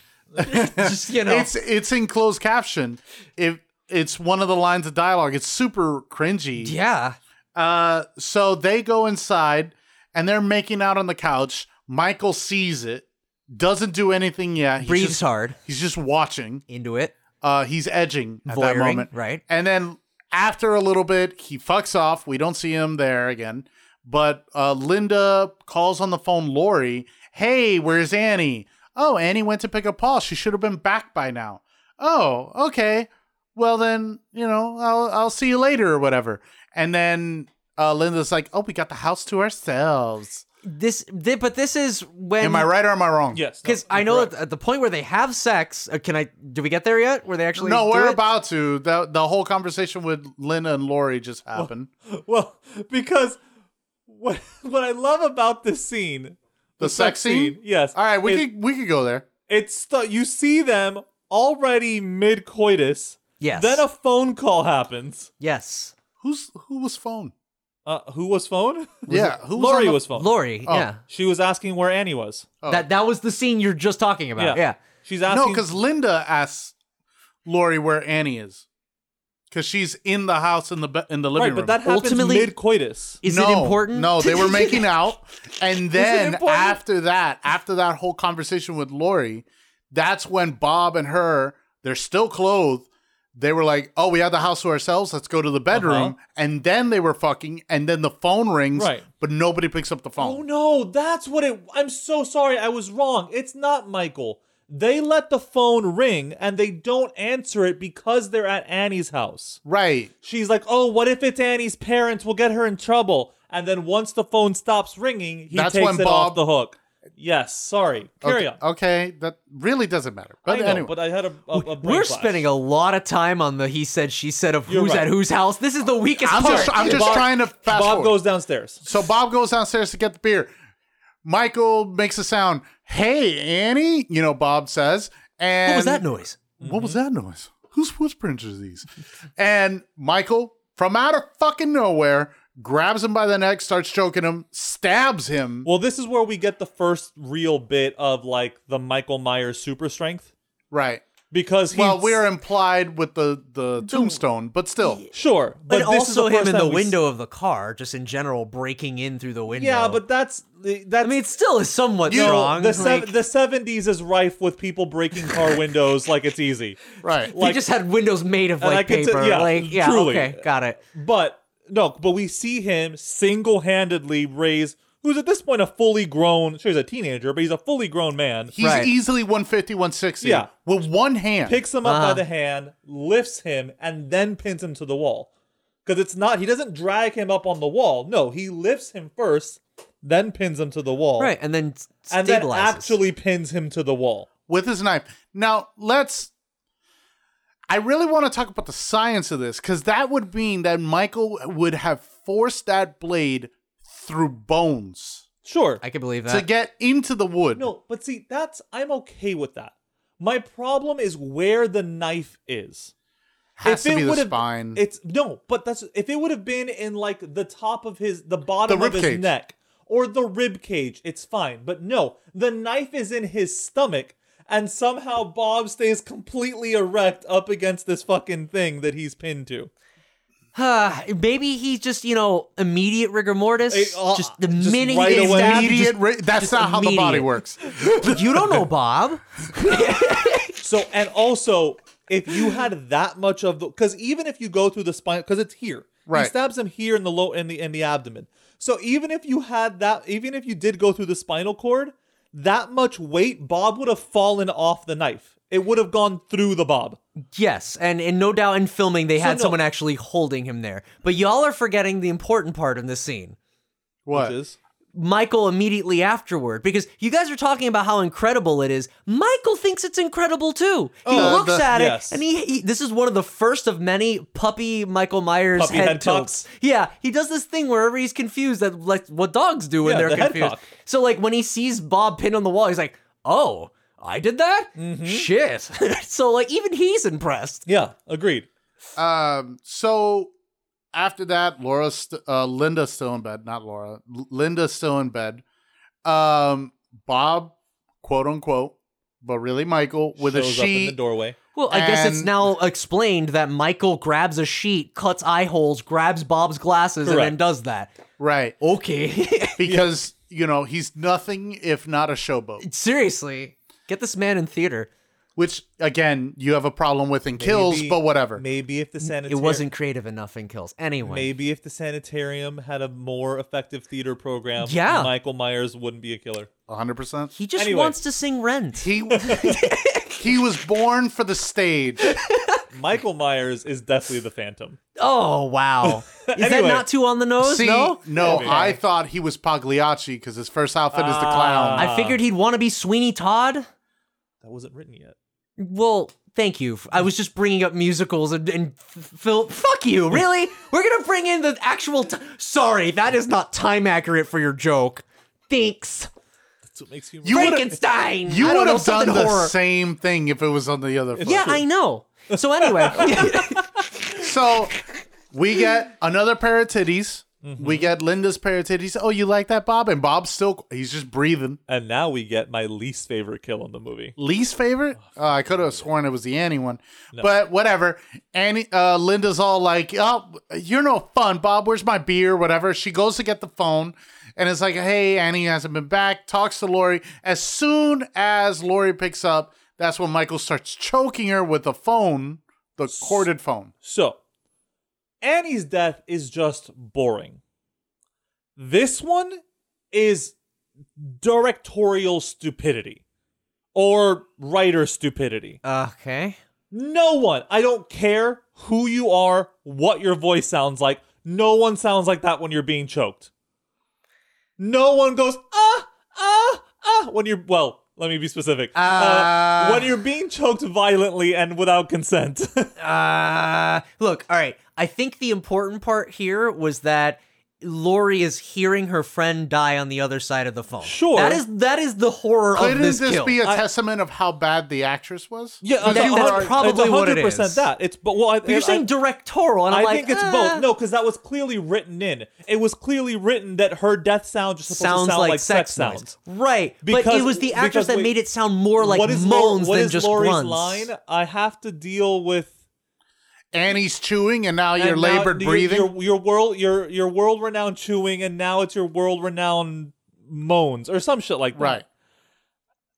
G: [LAUGHS]
H: Just you know,
G: It's it's in closed caption. If it's one of the lines of dialogue, it's super cringy.
H: yeah.
G: Uh, so they go inside and they're making out on the couch. Michael sees it, doesn't do anything yet. He's
H: Breathes
G: just-
H: hard
G: He's just watching.
H: into it.
G: Uh, he's edging at that
H: Voyeuring,
G: moment,
H: right.
G: And then after a little bit, he fucks off. We don't see him there again. But uh, Linda calls on the phone, Lori. Hey, where's Annie? Oh, Annie went to pick up Paul. She should have been back by now. Oh, okay. Well then, you know, I'll I'll see you later or whatever. And then uh, Linda's like, "Oh, we got the house to ourselves."
H: This, thi- but this is when.
G: Am I right or am I wrong?
F: Yes. no,
H: Because I
F: you're
H: know
F: correct.
H: that at the point where they have sex. Uh, can I? Do we get there yet? Where they actually?
G: No,
H: do
G: we're
H: it?
G: about to. The the whole conversation with Linda and Lori just happened.
F: [LAUGHS] Well, because what [LAUGHS] what I love about this scene,
G: The sex scene?
F: yes.
G: All right, we
F: is
G: could we could go there.
F: it's the- you see them already mid coitus.
H: Yes.
F: Then a phone call happens.
H: yes.
G: Who's who was phone?
F: Uh, who was phone?
G: [LAUGHS] yeah, who was
F: Lori
G: on the-
F: was phone.
H: Lori.
G: Oh,
H: Yeah.
F: She was asking where Annie was.
H: That that was the scene you're just talking about. Yeah.
F: Yeah. She's
G: No,
F: asking.
G: because Linda asks Lori where Annie is, because she's in the house in the be- in the living
F: right, but
G: room.
F: that happens
H: Ultimately-
F: mid coitus.
H: Is it
G: No,
H: important?
G: No,
H: [LAUGHS]
G: they were making out, and then
F: important?
G: after that, after that whole conversation with Lori, that's when Bob and her they're still clothed. They were like, "Oh, we have the house to ourselves. Let's go to the bedroom." And then they were fucking, and then the phone rings,
F: Right.
G: but nobody picks up the phone.
F: Oh no, that's what it. I'm so sorry, I was wrong. It's not Michael. They let the phone ring and they don't answer it because they're at Annie's house.
G: Right.
F: She's like, "Oh, what if it's Annie's parents? We'll get her in trouble." And then once the phone stops ringing, he
G: That's
F: takes
G: when
F: it off
G: Bob-
F: the hook. Yes, sorry. Carry
G: okay,
F: on.
G: okay, that really doesn't matter.
F: I
G: But
F: know,
G: anyway,
F: but I had a, a, a brain
H: We're
F: flash.
H: spending a lot of time on the he said she said of
F: You're
H: who's
F: right.
H: at whose house. This is the weakest
G: I'm
H: part.
G: just I'm just
F: Bob-
G: trying to fast
F: Bob
G: forward.
F: goes downstairs.
G: so Bob goes downstairs to get the beer. Michael makes a sound. Hey, Annie. You know, Bob says. And
H: what was that noise?
F: mm-hmm.
G: What was that noise? whose footprints are these? And Michael, from out of fucking nowhere, grabs him by the neck, starts choking him, stabs him.
F: Well, this is where we get the first real bit of like the Michael Myers super strength
G: Right.
F: because he
G: Well, we're implied with the the tombstone, but still.
F: sure, but
H: But
F: this is
H: also
F: the
H: him
F: first
H: in the
F: time we s-
H: window of the car, just in general, breaking in through the window.
F: Yeah, but that's that's
H: I mean, it still is somewhat
G: You-
H: strong.
F: the
H: like,
F: sev the seventies is rife with people breaking [LAUGHS] car windows like it's easy.
G: Right.
H: they just had windows made of
F: And I
H: like
F: could t-
H: paper.
F: yeah,
H: like, yeah,
F: truly.
H: okay, got it.
F: But no, but we see him single handedly raise who's at this point a fully grown sure he's a teenager, but he's a fully grown man.
G: He's
H: Right.
G: easily 150, 160
F: Yeah.
G: with one hand.
F: Picks him up by the hand, lifts him, and then pins him to the wall. Because it's not he doesn't drag him up on the wall. No, he lifts him first, then pins him to the wall.
H: Right, and then
F: Oh. And
H: stabilizes.
F: then actually pins him to the wall.
G: with his knife. Now, let's. I really want to talk about the science of this because that would mean that Michael would have forced that blade through bones
F: Sure.
H: I can believe that.
G: to get into the wood.
F: No, but see, that's I'm okay with that. My problem is where the knife is.
G: Has to be the
F: would've-
G: spine.
F: It's no, but that's if it would have been in like the top of his the bottom
G: The
F: of his
G: ribcage.
F: neck or the rib cage, it's fine. But no, the knife is in his stomach and somehow Bob stays completely erect up against this fucking thing that he's pinned to.
H: Uh, maybe he's just, you know, immediate rigor mortis.
F: Hey, uh,
H: just the
F: just
H: minute
F: right
H: he gets
F: away.
H: stabbed,
G: immediate. ra- that's
H: just
G: not how the body
F: [LAUGHS]
H: immediate.
G: works.
H: just- you don't know Bob.
F: So and also if you had that much of the because even if you go through the spine because it's here
G: Right.
F: he stabs him here in the low in the in the abdomen so even if you had that even if you did go through the spinal cord that much weight bob would have fallen off the knife it would have gone through the bob
H: Yes, and, and no doubt in filming they had
F: no-
H: someone actually holding him there. But y'all are forgetting the important part in this scene.
G: What?
F: which is
H: Michael immediately afterward because you guys are talking about how incredible it is. Michael thinks it's incredible too. He
G: Oh,
H: looks
G: the-
H: at
F: yes.
H: it and he, he this is one of the first of many puppy Michael Myers
F: Puppy
H: head,
F: head
H: tilts.
F: cocks.
H: Yeah, he does this thing wherever he's confused that like what dogs do when
F: Yeah,
H: they're
F: the head
H: confused.
F: cock.
H: So like when he sees Bob pinned on the wall, he's like, "Oh, I did that?
F: Mm-hmm.
H: Shit." [LAUGHS] so like even he's impressed.
F: yeah agreed
G: Um, so after that, Laura, st- uh, Linda's still in bed. Not Laura. L- Linda's still in bed. Um, Bob, quote unquote, but really Michael with
F: shows up
G: a
F: in
G: sheet.
F: the doorway
H: Well, I guess it's
G: And-
H: now explained that Michael grabs a sheet, cuts eye holes, grabs Bob's glasses, and then
F: Correct.
H: does that.
G: Right.
H: Okay.
G: Because, you know, he's nothing if not a showboat,
H: [LAUGHS] Seriously. Get this man in theater.
G: which, again, you have a problem with in Kills,
F: Maybe-
G: but whatever.
F: maybe if the
H: It
F: sanitarium
H: wasn't creative enough in kills. Anyway.
F: maybe if the sanitarium had a more effective theater program
H: Yeah.
F: michael myers wouldn't be a killer
H: [LAUGHS]
G: 100%.
H: He just
F: Anyway.
H: wants to sing
G: [LAUGHS]
H: Rent.
G: He, he was born for the
H: [LAUGHS]
G: stage.
F: michael myers is definitely the phantom
H: Oh, wow. Is that
F: Anyway.
H: not too on the nose?
G: See,
H: Oh, no?
G: I thought he was Pagliacci because his first outfit is the clown.
H: Uh, I figured he'd want to be Sweeney Todd.
F: that wasn't written yet
H: Well, thank you. I was just bringing up musicals and, and f- Phil. Fuck you, really? We're going to bring in the actual. T- Sorry, that is not time accurate for your joke. Thanks.
F: that's what makes you
G: You would've-
H: Frankenstein.
G: You
H: I don't
G: would
H: know,
G: have done
H: something
G: the
H: horror.
G: same thing if it was on the other.
H: Yeah,
G: foot.
H: I know.
G: [LAUGHS]
H: So, anyway.
G: So we get another pair of titties.
H: Mm-hmm.
G: We get Linda's pair of titties. Oh, you like that, Bob? And Bob's still he's just breathing.
F: And now we get my least favorite kill in the movie.
G: Least favorite? Uh, I could have sworn it was the Annie one, but whatever. Annie, uh, Linda's all like, "Oh, you're no fun, Bob. Where's my beer? Whatever." She goes to get the phone, and it's like, "Hey, Annie hasn't been back." Talks to Lori. As soon as Lori picks up, that's when Michael starts choking her with the phone, the corded phone.
F: So, Annie's death is just boring. This one is directorial stupidity or writer stupidity.
H: okay.
F: No one, I don't care who you are, what your voice sounds like, no one sounds like that when you're being choked. No one goes, ah, ah, ah, when you're, well, let me be specific.
H: Uh.
F: when you're being choked violently and without consent. [LAUGHS]
H: Uh, look, all right. I think the important part here was that Lori is hearing her friend die on the other side of the phone.
F: Sure.
H: that is that is the horror of
G: Couldn't
H: this,
G: this,
H: kill.
G: be a
F: I-
G: testament of how bad the actress was?
F: Yeah, uh,
H: That-
F: you
H: that's
F: are-
H: probably
F: it's
H: what it
F: 100%
H: is.
F: That it's but well, I,
H: But you're saying directorial, and
F: I,
H: I'm like,
F: think it's
H: ah.
F: both. No, because that was clearly written in. It was clearly written that her death sound just supposed
H: sounds
F: to sound like,
H: like, sex,
F: sounds.
H: sounds. Right, but
F: Because-
H: it was the
F: because
H: actress that
F: wait,
H: made it sound more like
F: what is Lor-
H: moans
F: what
H: than
F: is
H: just
F: Lori's
H: grunts.
F: line? I have to deal with
G: Annie's chewing, and
H: Oh,
G: now you're
F: and now
G: labored
F: your-
G: breathing.
F: Your, your world, your your world renowned chewing, and now it's your world renowned moans or some shit like that.
G: right.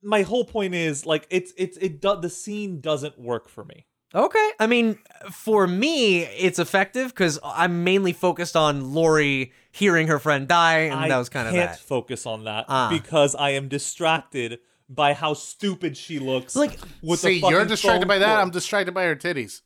F: My whole point is like it's it's it do- the scene doesn't work for me.
H: Okay, I mean, for me, it's effective because I'm mainly focused on Lori hearing her friend die, and
F: I
H: that was kind of
F: can't
H: that.
F: focus on that
H: Ah.
F: because I am distracted by how stupid she looks.
H: Like-
F: with the
G: See, you're
F: fucking
G: distracted
F: phone
G: by that.
F: cord.
G: I'm distracted by her titties.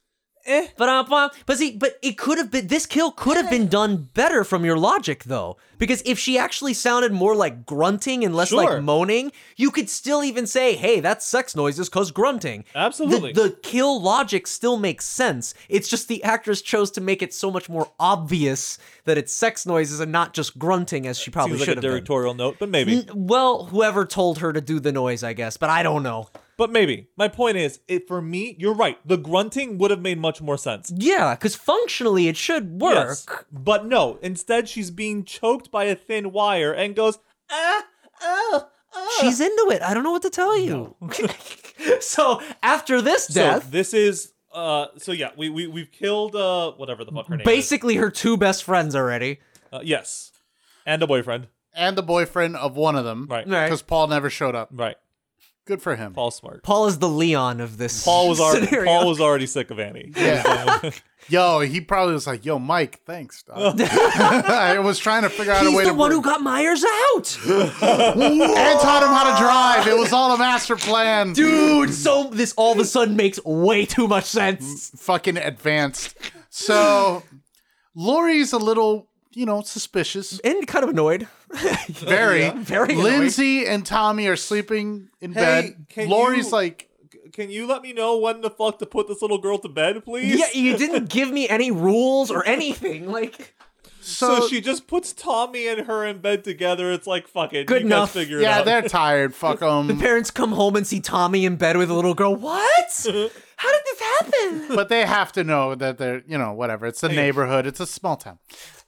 H: But um, but see, but it could have been this kill could have been done better from your logic though, because if she actually sounded more like grunting and less
F: Sure.
H: like moaning, you could still even say, "Hey, that's sex noises cause grunting."
F: Absolutely.
H: the, the kill logic still makes sense. It's just the actress chose to make it so much more obvious that it's sex noises and not just grunting as she probably
F: Seems like a
H: should have been.
F: directorial note, but maybe.
H: N- Well, whoever told her to do the noise, I guess, but I don't know.
F: But maybe. My point is, it for me, you're right. The grunting would have made much more sense.
H: Yeah, because functionally it should work.
F: Yes. But no, instead she's being choked by a thin wire and goes, ah, oh, oh.
H: She's into it. I don't know what to tell you. [LAUGHS] so after this
F: so
H: death,
F: this is uh so yeah, we we we've killed uh whatever the fuck her name
H: basically her two best friends already.
F: is. Uh, yes. And a boyfriend.
G: And the boyfriend of one of them.
F: Right.
H: Right.
G: Because Paul never showed up.
F: Right.
G: Good for him.
F: Paul smart.
H: Paul is the Leon of this.
F: Paul was already
H: scenario.
F: Paul was already sick of Annie. [LAUGHS]
G: Yeah. yo, he probably was like, yo, Mike, thanks, dog.
F: Oh.
G: [LAUGHS] I was trying to figure out
H: He's
G: a way
H: the
G: to
H: one who
G: work.
H: [LAUGHS] got Myers out,
G: and taught him how to drive. It was all a master plan.
H: dude. So this all of a sudden makes way too much sense.
F: Mm.
G: Fucking advanced. So Lori's a little, you know, suspicious.
H: And kind
F: [LAUGHS]
H: of annoyed.
G: Very.
H: very annoyed.
G: Lindsay and Tommy are sleeping in
F: Hey,
G: bed.
F: can
G: Lori's
F: you-
G: like,
F: Can you let me know when the fuck to put this little girl to bed, please?
H: yeah, you didn't give me any rules or anything. Like,
F: So,
G: so,
F: she just puts Tommy and her in bed together. It's like fuck it.
H: Good
F: you
H: enough.
F: Guys figure it [LAUGHS]
G: yeah,
F: out.
G: they're tired. Fuck them.
H: parents come home and see Tommy in bed with a little
F: [LAUGHS]
H: girl. What? How did this happen?
G: but they have to know that they're you know whatever it's the neighborhood it's a small town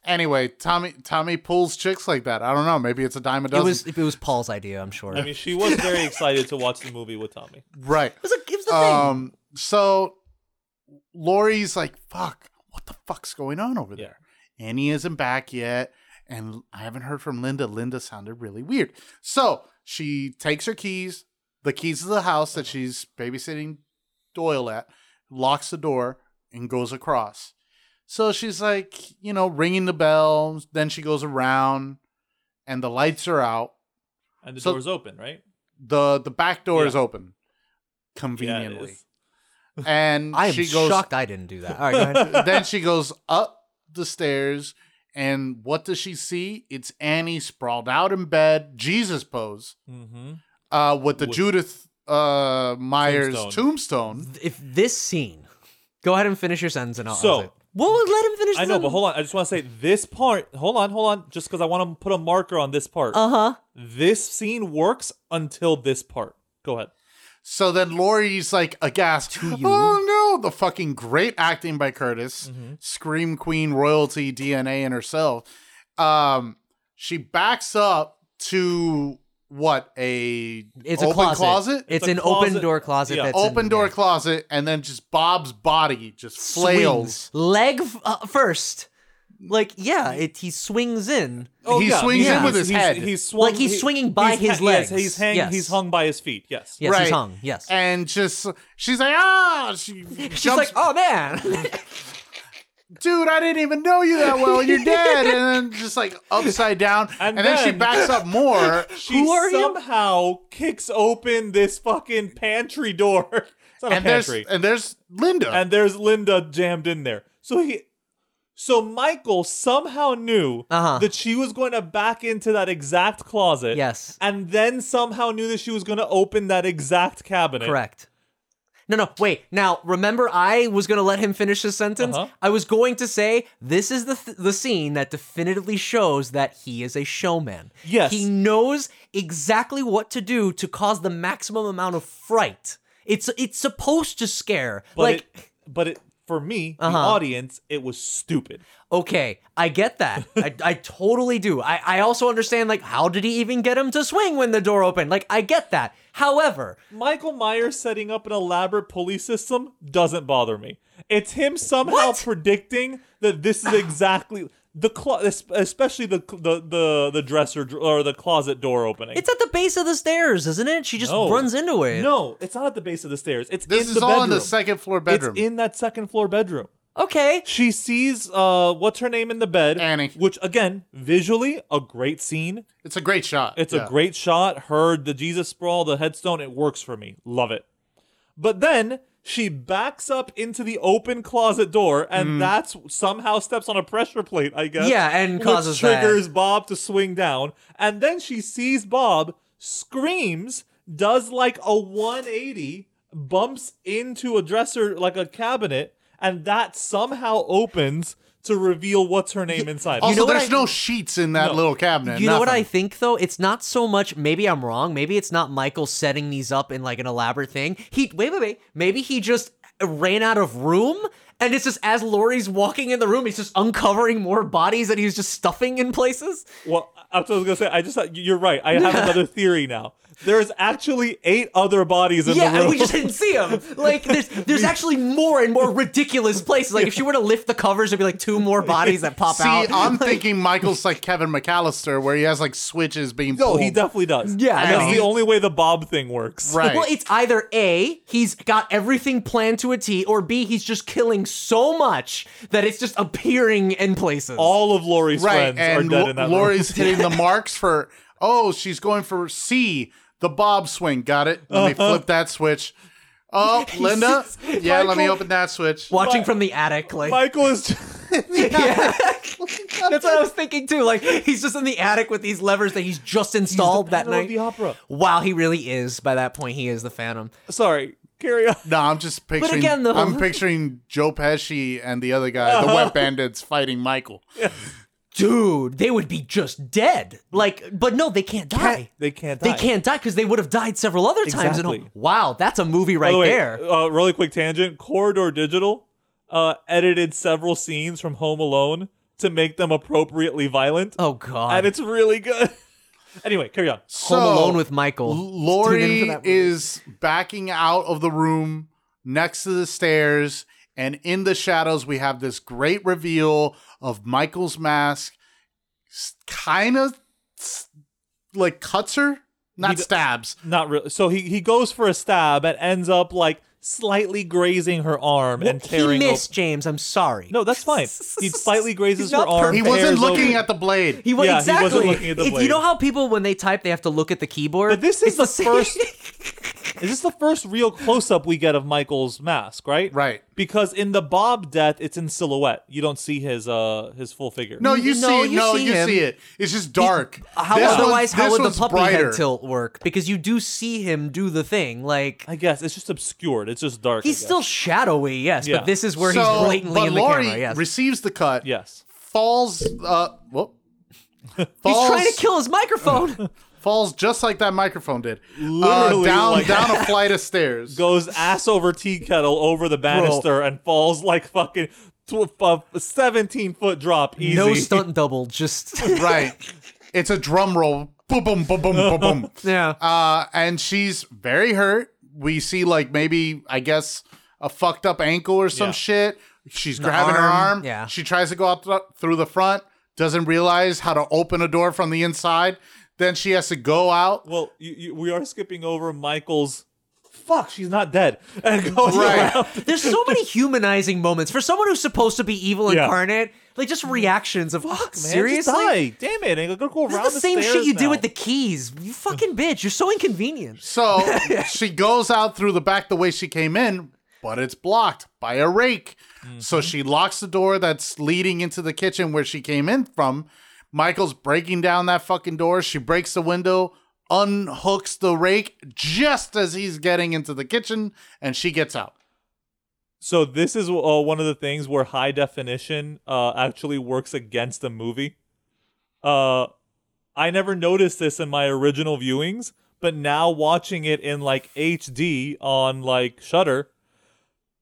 G: anyway tommy tommy pulls chicks like that i don't know maybe it's a dime a
H: It
G: dozen
H: was it was Paul's idea, I'm sure.
F: I mean, she was very excited to watch the movie with Tommy.
G: right
H: It was, a, it was the
G: um so lori's like fuck what the fuck's going on over there annie isn't back yet and i haven't heard from linda linda sounded really weird so she takes her keys the keys of the house that she's babysitting doyle at locks the door and goes across So she's like, you know, ringing the bell. Then she goes around, and the lights are out.
F: And the
G: So-
F: door's open, right?
G: the The back door
F: Yeah.
G: is open,
F: Yeah, it
G: conveniently.
F: is.
G: and
H: [LAUGHS] I am
G: she goes.
H: shocked I didn't do that. All right, go ahead.
G: [LAUGHS] then she goes up the stairs, and what does she see? It's Annie sprawled out in bed, Jesus pose, uh, with the
F: With-
G: Judith uh, Myers
F: Tombstone.
G: tombstone.
H: if this scene, go ahead and finish your sentence, and I'll.
F: So-
H: I'll say- well, let him finish.
F: I know, but hold on. I just want to say this part. Hold on, hold on. Just because I want to put a marker on this part.
H: Uh huh.
F: This scene works until this part. Go ahead.
G: So then Lori's like aghast. Oh no! The fucking great acting by Curtis,
H: Mm-hmm.
G: scream queen royalty DNA in herself. Um, she backs up to what a
H: It's
G: open
H: a closet.
F: It's
H: It's,
F: a
H: an
F: closet.
H: open door closet.
F: Yeah.
H: That's
G: open
H: in-
G: door
H: yeah.
G: closet, and then just Bob's body just flails.
H: Swings. leg f- uh, first. Like yeah, it he swings in.
G: he swings
H: Oh, yeah.
G: in with his
F: he's,
G: head,
F: He's swung,
H: Like, he's swinging by
F: he's
H: his
F: ha- yes,
H: legs.
F: he's, hang,
H: Yes.
F: he's hung by his feet. Yes.
H: Yes,
G: right?
H: he's hung. Yes.
G: and just she's like, ah, she
H: [LAUGHS] She's
G: jumps
H: like,
G: [LAUGHS]
H: oh man.
G: dude, I didn't even know you that well. You're dead.
F: [LAUGHS]
G: And then just like upside down.
F: And
G: And, then, she
F: then-
G: backs
F: [LAUGHS]
G: up more.
F: She
H: Who are you?
F: somehow kicks open this fucking pantry door. [LAUGHS] It's not
G: And
F: a
G: there's
F: pantry.
G: and there's Linda.
F: [LAUGHS] and there's Linda jammed in there. So he, so Michael somehow knew
H: Uh-huh.
F: that she was going to back into that exact closet.
H: Yes.
F: and then somehow knew that she was going to open that exact cabinet.
H: Correct. No, no, wait. Now, remember, I was going to let him finish his sentence.
F: Uh-huh.
H: I was going to say this is the th- the scene that definitively shows that he is a showman.
F: Yes.
H: he knows exactly what to do to cause the maximum amount of fright. It's it's supposed to scare.
F: But
H: like, Uh-huh.
F: it, but it for me, the audience, it was stupid.
H: okay, I get that.
F: [LAUGHS]
H: I, I totally do. I, I also understand. Like, how did he even get him to swing when the door opened? Like, I get that. However,
F: Michael Myers setting up an elaborate pulley system doesn't bother me. It's him somehow
H: What?
F: predicting that this
H: [LAUGHS]
F: is exactly the clo- es- especially the the the, the dresser dr- or the closet door opening.
H: it's at the base of the stairs, isn't it? She just
F: No.
H: runs into it.
F: no, it's not at the base of the stairs. It's
G: This
F: in
G: is
F: the
G: all in the
F: bedroom.
G: second floor bedroom.
F: It's in that second floor bedroom.
H: Okay.
F: She sees uh what's her name in the bed,
G: Annie.
F: Which again, visually, a great scene.
G: it's a great shot.
F: It's
G: Yeah.
F: a great shot. Her, the Jesus sprawl, the headstone, it works for me. Love it. But then she backs up into the open closet door, and that's somehow steps on a pressure plate, I guess.
H: Yeah, and
F: which
H: causes that.
F: triggers Bob to swing down. And then she sees Bob, screams, does like a 180, bumps into a dresser, like a cabinet, and that somehow opens to reveal what's her name inside.
G: Also,
H: know what
G: there's
H: I-
G: no sheets in that little cabinet.
H: You know what I
G: nothing.
H: think though? It's not so much. Maybe I'm wrong. Maybe it's not Michael setting these up in like an elaborate thing. He wait, wait, wait. Maybe he just ran out of room, and it's just as Laurie's walking in the room, he's just uncovering more bodies that he's just stuffing in places.
F: Well, that's what I was gonna say. I just thought you're right. I
H: [LAUGHS]
F: have another theory now. There's actually eight other bodies in the
H: yeah,
F: room.
H: and we just
F: [LAUGHS]
H: didn't see him. Like there's there's actually more and more ridiculous places. Like if she were to lift the covers, there'd be like two more bodies that pop
G: See,
H: [LAUGHS] out.
G: I'm thinking Michael's like Kevin McAllister, where he has like switches being
F: no,
G: pulled.
F: he definitely does. and
H: Yeah, I
F: that's
H: know.
F: the only way the Bob thing works.
G: right.
H: Well, it's either A, he's got everything planned to a T, or B, he's just killing so much that it's just appearing in places.
F: All of Laurie's
G: right.
F: friends
G: And
F: are dead
G: Lo-
F: in that
G: Lori's
F: [LAUGHS]
G: hitting the marks for. Oh, she's going for C, the bob swing. Got it. Let me
F: Uh-huh.
G: flip that switch.
F: [LAUGHS]
G: Oh, Linda. Yeah, let me
F: Michael-
G: open that switch.
H: watching from the attic, like
F: room.
H: [LAUGHS]
F: Michael is.
H: that's what I was thinking too. Like he's just in the attic with these levers that he's just installed that
F: Phantom of
H: night.
F: the opera.
H: Wow, he really is. By that point, he is the Phantom.
F: Sorry, carry on.
G: No, I'm just picturing.
H: again, though-
G: I'm picturing Joe Pesci and the other guy,
F: [LAUGHS]
G: the Wet Bandits, fighting Michael.
H: Dude, they would be just dead. Like, but no, they can't die.
F: They can't.
H: They
F: die.
H: can't die because they would have died several other times. And
F: Exactly.
H: wow, that's a movie
F: By
H: right
F: the way,
H: there.
F: Uh, really quick tangent. Corridor Digital uh, edited several scenes from Home Alone to make them appropriately violent,
H: Oh god,
F: and it's really good. [LAUGHS] anyway, carry on.
H: Home
G: So-
H: Alone with Michael. Tune in for
G: Lori
H: that movie.
G: is backing out of the room next to the stairs, and in the shadows, we have this great reveal of Michael's mask. Kind of like cuts her, not stabs.
F: Not really. So he he goes for a stab and ends up like slightly grazing her arm and
H: He
F: tearing.
H: missed
F: open-
H: James. I'm sorry.
F: No, that's
H: [LAUGHS]
F: fine. He slightly grazes
H: He's not
F: her arm.
G: He
H: perfect.
G: wasn't
F: tears
G: looking
F: open-
G: at the blade.
H: He wa-
F: Yeah, he wasn't
H: exactly.
F: looking at the
H: If- you
F: blade.
H: know how people when they type they have to look at the keyboard.
F: But this is
H: It's
F: the [LAUGHS]
H: same-
F: first- Is this the first real close up we get of Michael's mask? Right.
G: Right.
F: Because in the Bob death, it's in silhouette. You don't see his uh his full figure.
G: no, you
H: No,
G: see it.
H: you
G: No,
H: see
G: you
H: him.
G: see it. It's just dark.
H: How
G: This one's-
H: otherwise? How
G: this
H: would the
G: one's
H: puppy
G: brighter.
H: head tilt work? Because you do see him do the thing. Like
F: I guess it's just obscured. It's just dark. I
H: he's
F: guess.
H: still shadowy, yes,
F: Yeah.
H: but this is where
G: So-
H: he's blatantly
G: but
H: in the
G: Lori
H: camera. Yes,
G: receives the cut.
F: yes.
G: falls. Uh, whoop.
H: he's
G: falls,
H: trying to kill
F: [LAUGHS]
H: his microphone.
G: falls just like that microphone did. Uh,
F: Literally
G: down
F: like
G: down a flight
F: [LAUGHS]
G: of stairs.
F: Goes ass over tea kettle over the banister and falls like fucking tw- uh, seventeen foot drop easy.
H: no stunt double, just [LAUGHS]
G: Right. It's a drum roll. Boom boom boom boom
F: [LAUGHS]
G: boom boom.
H: yeah.
G: Uh, and she's very hurt. We see like maybe I guess a fucked up ankle or some
F: Yeah.
G: shit. She's grabbing her
H: arm,
G: arm.
H: yeah.
G: She tries to go up th- through the front. Doesn't realize how to open a door from the inside. Then she has to go
F: [LAUGHS]
G: out.
F: Well, you, you, we are skipping over Michael's. Fuck, she's not dead. And goes
G: Right.
F: around.
H: There's so
F: [LAUGHS]
H: many humanizing moments for someone who's supposed to be evil
F: Yeah.
H: incarnate. Like just reactions of "Oh,
F: Man,
H: seriously.
F: just die. damn it! And go, go
H: This
F: around
H: is the same shit
F: stairs
H: you do
F: now.
H: with the keys. You fucking bitch. You're so
G: [LAUGHS]
H: inconvenient.
G: So she goes out through the back the way she came in, but it's blocked by a rake. So she locks the door that's leading into the kitchen where she came in from. Michael's breaking down that fucking door. She breaks the window. unhooks the rake just as he's getting into the kitchen, and she gets out.
F: So this is uh, one of the things where high definition uh, actually works against the movie. Uh, I never noticed this in my original viewings, but now watching it in like HD on like Shutter,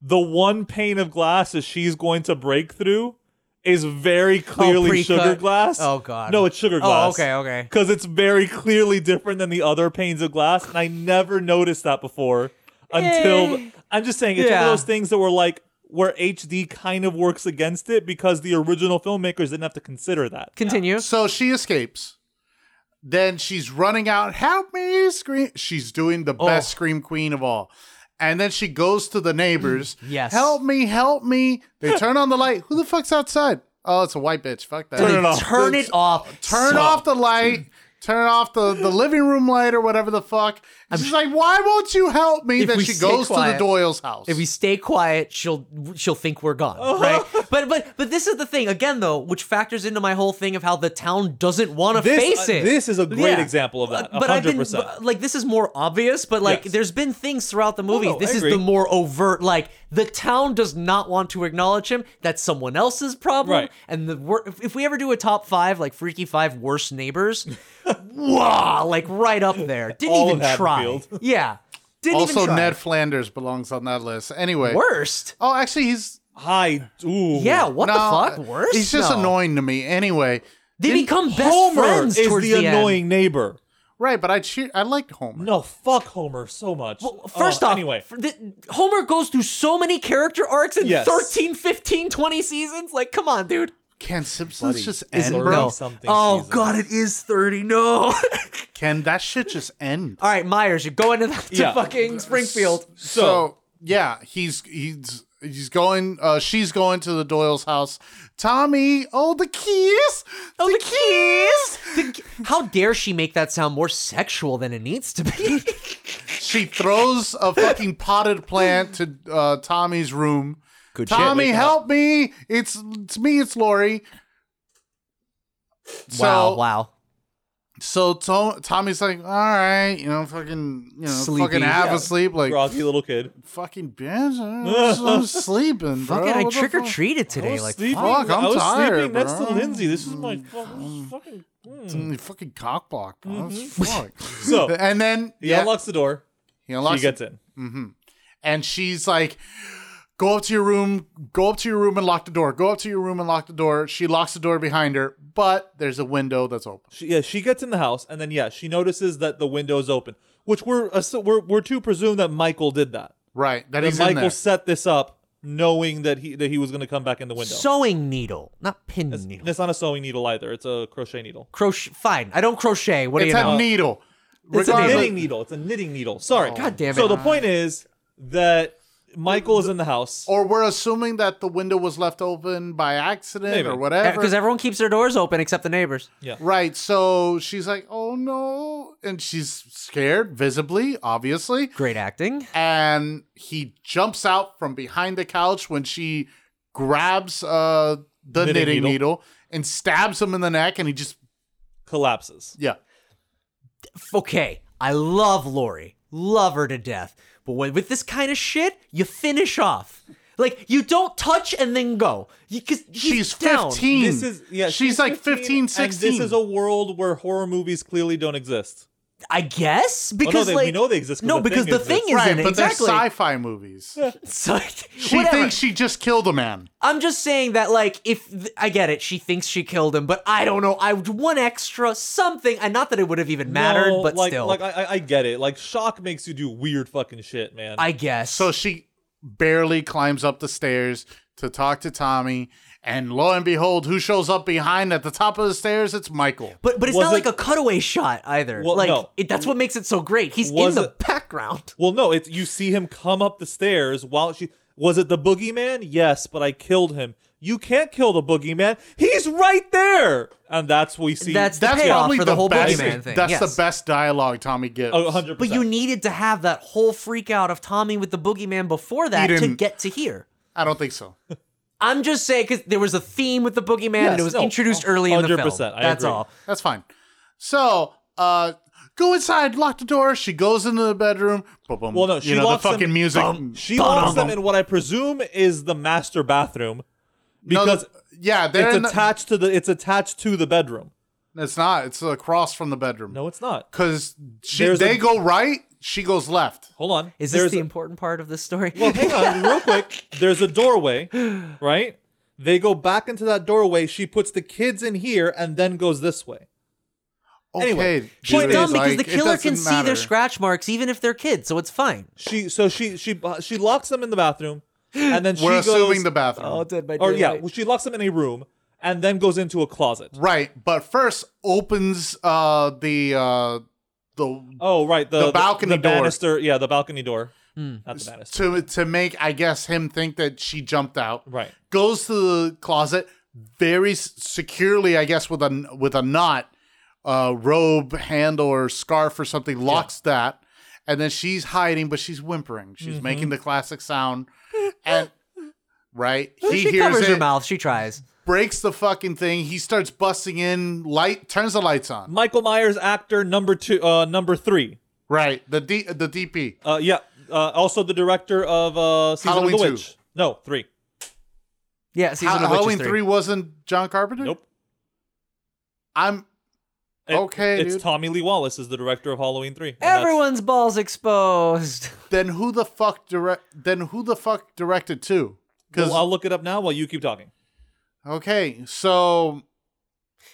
F: the one pane of glass that she's going to break through is very clearly
H: Oh, pre-cut?
F: sugar glass.
H: Oh, God.
F: No, it's sugar
H: Oh,
F: glass.
H: okay, okay.
F: Because it's very clearly different than the other panes of glass, and I never noticed that before until I'm just saying it's one
H: Yeah.
F: of those things that were like where HD kind of works against it because the original filmmakers didn't have to consider that.
H: Continue.
G: So she escapes. Then she's running out. Help me! Scream. She's doing the
H: Oh.
G: best scream queen of all. And then she goes to the neighbors.
H: [CLEARS THROAT] Yes.
G: Help me! Help me! They
H: [LAUGHS]
G: turn on the light. Who the fuck's outside? Oh, it's a white bitch. Fuck that.
F: Turn it off.
H: Turn it off.
G: Turn
H: So-
G: off the light. Turn off the, the living room light or whatever the fuck. And she's like, why won't you help me?
H: If
G: Then
H: we
G: she
H: stay
G: goes
H: quiet-
G: to the Doyle's house.
H: If we stay quiet, she'll she'll think we're gone,
F: Uh-huh.
H: right? But but but this is the thing again, though, which factors into my whole thing of how the town doesn't want to
F: This- uh,
H: face it.
F: this is a great example of that,
H: Uh, But I've been
F: 100%.
H: but, like, this is more obvious, but like,
F: Yes. Oh,
H: there's been things throughout the movie.
F: no,
H: this
F: I
H: is
F: agree.
H: the more overt. Like the town does not want to acknowledge him. That's someone else's problem.
F: Right.
H: And the wor- if- if we ever do a top five, like Freaky Five worst neighbors, [LAUGHS] wow, like right up there. Didn't
F: All
H: even
F: of
H: try.
F: Haddonfield.
H: Yeah. Didn't
G: also,
H: even try.
G: Ned Flanders belongs on that list. Anyway.
H: worst.
G: Oh, actually, he's
F: Hi, ooh.
H: Yeah, what
G: no, uh,
H: the fuck? Worse?
G: He's just
H: No.
G: annoying to me. Anyway.
H: They
G: Didn't-
H: become best
F: Homer
H: friends
F: is
H: towards
F: the,
H: end.
F: annoying neighbor.
G: Right, but I cheer. I liked Homer.
F: No, fuck Homer so much.
H: Well, First
F: Oh,
H: off,
F: anyway,
H: f- th- Homer goes through so many character arcs in
F: Yes.
H: thirteen, fifteen, twenty 13, 15, 20 seasons. Like, come on, dude.
G: Can Simpsons just
F: is
G: end,
F: it-
G: bro?
F: No. something
H: Oh,
F: seasons.
H: God, it is 30. No. [LAUGHS] All
G: Can that shit just end?
H: right, Myers, you go into the, to
F: Yeah.
H: fucking Springfield.
G: So, yeah, he's he's he's going. Uh, she's going to the Doyle's house. Tommy, oh the keys, oh the, keys.
H: The- How dare she make that sound more sexual than it needs to be? [LAUGHS]
G: She throws a fucking potted plant to uh, Tommy's room.
H: Good
G: Tommy,
H: shit.
G: help me! It's it's me. It's Lori.
H: Wow,
G: So-
H: wow.
G: So to- Tommy's like, all right, you know, fucking, you know,
H: Sleepy.
G: fucking have
H: Yeah.
G: a sleep, like
F: groggy little kid.
G: fucking bitch. I'm just sleeping, bro.
H: Fucking, I
G: What the
H: trick or
G: fuck?"
H: treated
F: I
H: today.
F: was
H: Like,
F: sleeping,
G: fuck, I'm
F: I was
G: tired,
F: sleeping next
G: bro.
F: to Lindsay. This is my fu- fucking. hmm.
G: Mm, you Fucking cock block, bro. Fuck.
F: So
G: [LAUGHS] and then
F: he
G: yeah,
F: unlocks the door.
G: he unlocks
F: She gets in.
G: and she's like, "Go up to your room. Go up to your room and lock the door. Go up to your room and lock the door." She locks the door behind her, but there's a window that's open.
F: She, yeah, she gets in the house, and then yeah, she notices that the window's open, which we're ass- we're we're to presume that Michael did that.
G: Right, that
F: That
G: he's in
F: Michael
G: there.
F: set this up, knowing that he that he was going to come back in the window.
H: sewing needle, not pin needle.
F: And it's not a sewing needle either; it's a crochet needle.
H: Crochet. Fine. I don't crochet. What do
G: it's
H: you
G: a
H: know?
G: needle.
H: It's a
F: It's a
H: needle.
G: Regardless-
F: knitting needle. It's a knitting needle. Sorry.
H: Oh, God damn
F: So
H: it.
F: the point is that Michael is in the house.
G: Or we're assuming that the window was left open by accident
F: Maybe.
G: or whatever.
H: Because everyone keeps their doors open except the neighbors.
G: Right. So she's like, oh no. And she's scared, visibly, obviously.
H: Great acting.
G: And he jumps out from behind the couch when she grabs uh, the
F: Knitting
G: knitting,
F: needle.
G: needle. and stabs him in the neck. And he just,
F: Collapses.
G: yeah.
H: Okay, I love Lori. Love her to death. But when, with this kind of shit, you finish off. Like, you don't touch and then go. Because
G: She's
H: down.
G: 15.
F: This is yeah.
G: she's, like 15, 16.
F: And this is a world where horror movies clearly don't exist.
H: I guess? Because,
F: they- we
H: like.
F: know they exist 'cause
H: No,
F: the
H: because
F: thing
H: the thing
F: exists.
H: is
G: right.
H: in it.
G: But
H: exactly.
G: they're sci fi movies.
H: [LAUGHS] So,
G: She
H: whatever.
G: thinks she just killed a man.
H: I'm just saying that, like, if th- I get it, she thinks she killed him, but I don't know. I would one extra something, and not that it would have even mattered,
F: No,
H: but
F: like,
H: still,
F: like I, I- I get it. Like shock makes you do weird fucking shit, man.
H: I guess.
G: So she barely climbs up the stairs to talk to Tommy. And lo and behold, who shows up behind at the top of the stairs? It's Michael.
H: but but it's
F: Was
H: not like
F: it-
H: a cutaway shot either.
F: Well,
H: like
F: no.
H: it, that's what makes it so great. He's in
F: Was
H: the
F: it-
H: background.
F: well, no, it's you see him come up the stairs while she was it the boogeyman? Yes, but I killed him. You can't kill the boogeyman. He's right there, and that's what we see.
H: That's the
G: That's
H: payoff
G: probably
H: for the,
G: the,
H: whole
G: best.
H: boogeyman thing.
G: That's
H: yes.
G: the best dialogue Tommy gives.
F: a hundred.
H: But you needed to have that whole freak out of Tommy with the boogeyman before that to
G: didn't-
H: get to here.
G: I don't think so.
H: I'm just saying because there was a theme with the boogeyman and
F: Yes,
H: it was
F: no,
H: introduced early in the film.
F: 100%, I
H: That's
F: agree.
H: all.
G: That's fine. So, uh, Go inside, lock the door. She goes into the bedroom. Ba-bum.
F: Well, no, she
G: you know
F: locks
G: the fucking
F: them-
G: music. [LAUGHS]
F: She locks them in what I presume is the master bathroom
G: No,
F: because
G: the- yeah, they're
F: it's
G: in the-
F: attached to the it's attached to the bedroom.
G: it's not. It's across from the bedroom.
F: No, it's not.
G: because she
F: There's
G: they
F: a-
G: go right, she goes left.
F: Hold on.
H: Is this
F: There's
H: the
F: a-
H: important part of this story?
F: Well, hang
H: [LAUGHS]
F: on, real quick. There's a doorway, right? They go back into that doorway. She puts the kids in here and then goes this way.
G: Okay,
F: Anyway,
G: dude,
F: she's
H: it's dumb because
G: like,
H: the
G: it
H: killer can
G: doesn't
H: see their
G: matter.
H: scratch marks even if they're kids, so it's fine.
F: She so she she she locks them in the bathroom, and then
G: We're
F: she
G: assuming
F: goes
G: the bathroom,
H: did my
F: or yeah, well, she locks them in a room and then goes into a closet.
G: right? But first opens uh the uh the
F: Oh right, the,
G: The balcony
F: the
G: door.
F: banister. Yeah, the balcony door, not the banister.
G: to to make I guess him think that she jumped out.
F: Right.
G: Goes to the closet very s- securely, I guess with a with a knot, uh, robe handle or scarf or something. Locks that, and then she's hiding, but she's whimpering. She's
H: Mm-hmm.
G: making the classic
H: [LAUGHS]
G: sound, and right he
H: she
G: hears
H: covers
G: it,
H: her mouth. She tries.
G: breaks the fucking thing. He starts busting in, light turns the lights on.
F: Michael Myers actor number two, uh, number three.
G: Right, the D, the DP.
F: Uh, yeah, uh, also the director of uh, season
G: Halloween
F: of the
G: two.
F: witch. No, three.
H: Yeah,
G: Ha-
H: season of Witches
G: Halloween
H: 3.
G: three wasn't John Carpenter.
F: Nope.
G: I'm
F: It-
G: Okay,
F: it's
G: dude.
F: Tommy Lee Wallace is the director of Halloween three. and that's-
H: Everyone's balls exposed.
G: then who the fuck direct then who the fuck directed to because
F: Well, I'll look it up now while you keep talking.
G: okay so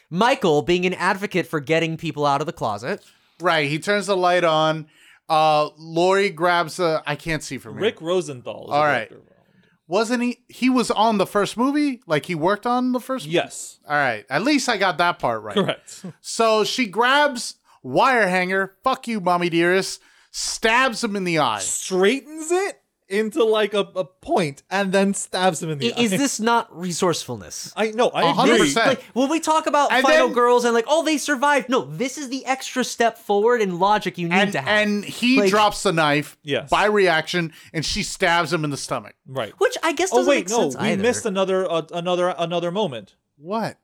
H: Michael being an advocate for getting people out of the closet.
G: right he turns the light on uh lori grabs a i can't see from here
F: Rick Rosenthal. Is
G: All
F: the
G: right.
F: director of Halloween.
G: wasn't he he was on the first movie like he worked on the first [LAUGHS]
F: Yes,
G: all right at least i got that part right
F: correct.
G: so she grabs wire hanger fuck you mommy dearest stabs him in the eye
F: [LAUGHS] Straightens it into like a, a point and then stabs him in the
H: I-
F: eye.
H: Is this not resourcefulness?
F: [LAUGHS] I know. I
G: hundred
F: agree.
G: percent.
H: Like when we talk about
G: And
H: final
G: then-
H: girls and like, oh, they survived. No, this is the extra step forward in logic you need
G: and
H: to have.
G: and he
H: Like-
G: drops the knife
F: Yes.
G: by reaction and she stabs him in the stomach
F: Right.
H: which I guess
F: Oh
H: doesn't
F: wait,
H: make
F: no,
H: sense
F: we
H: either.
F: missed another uh, another another moment
G: what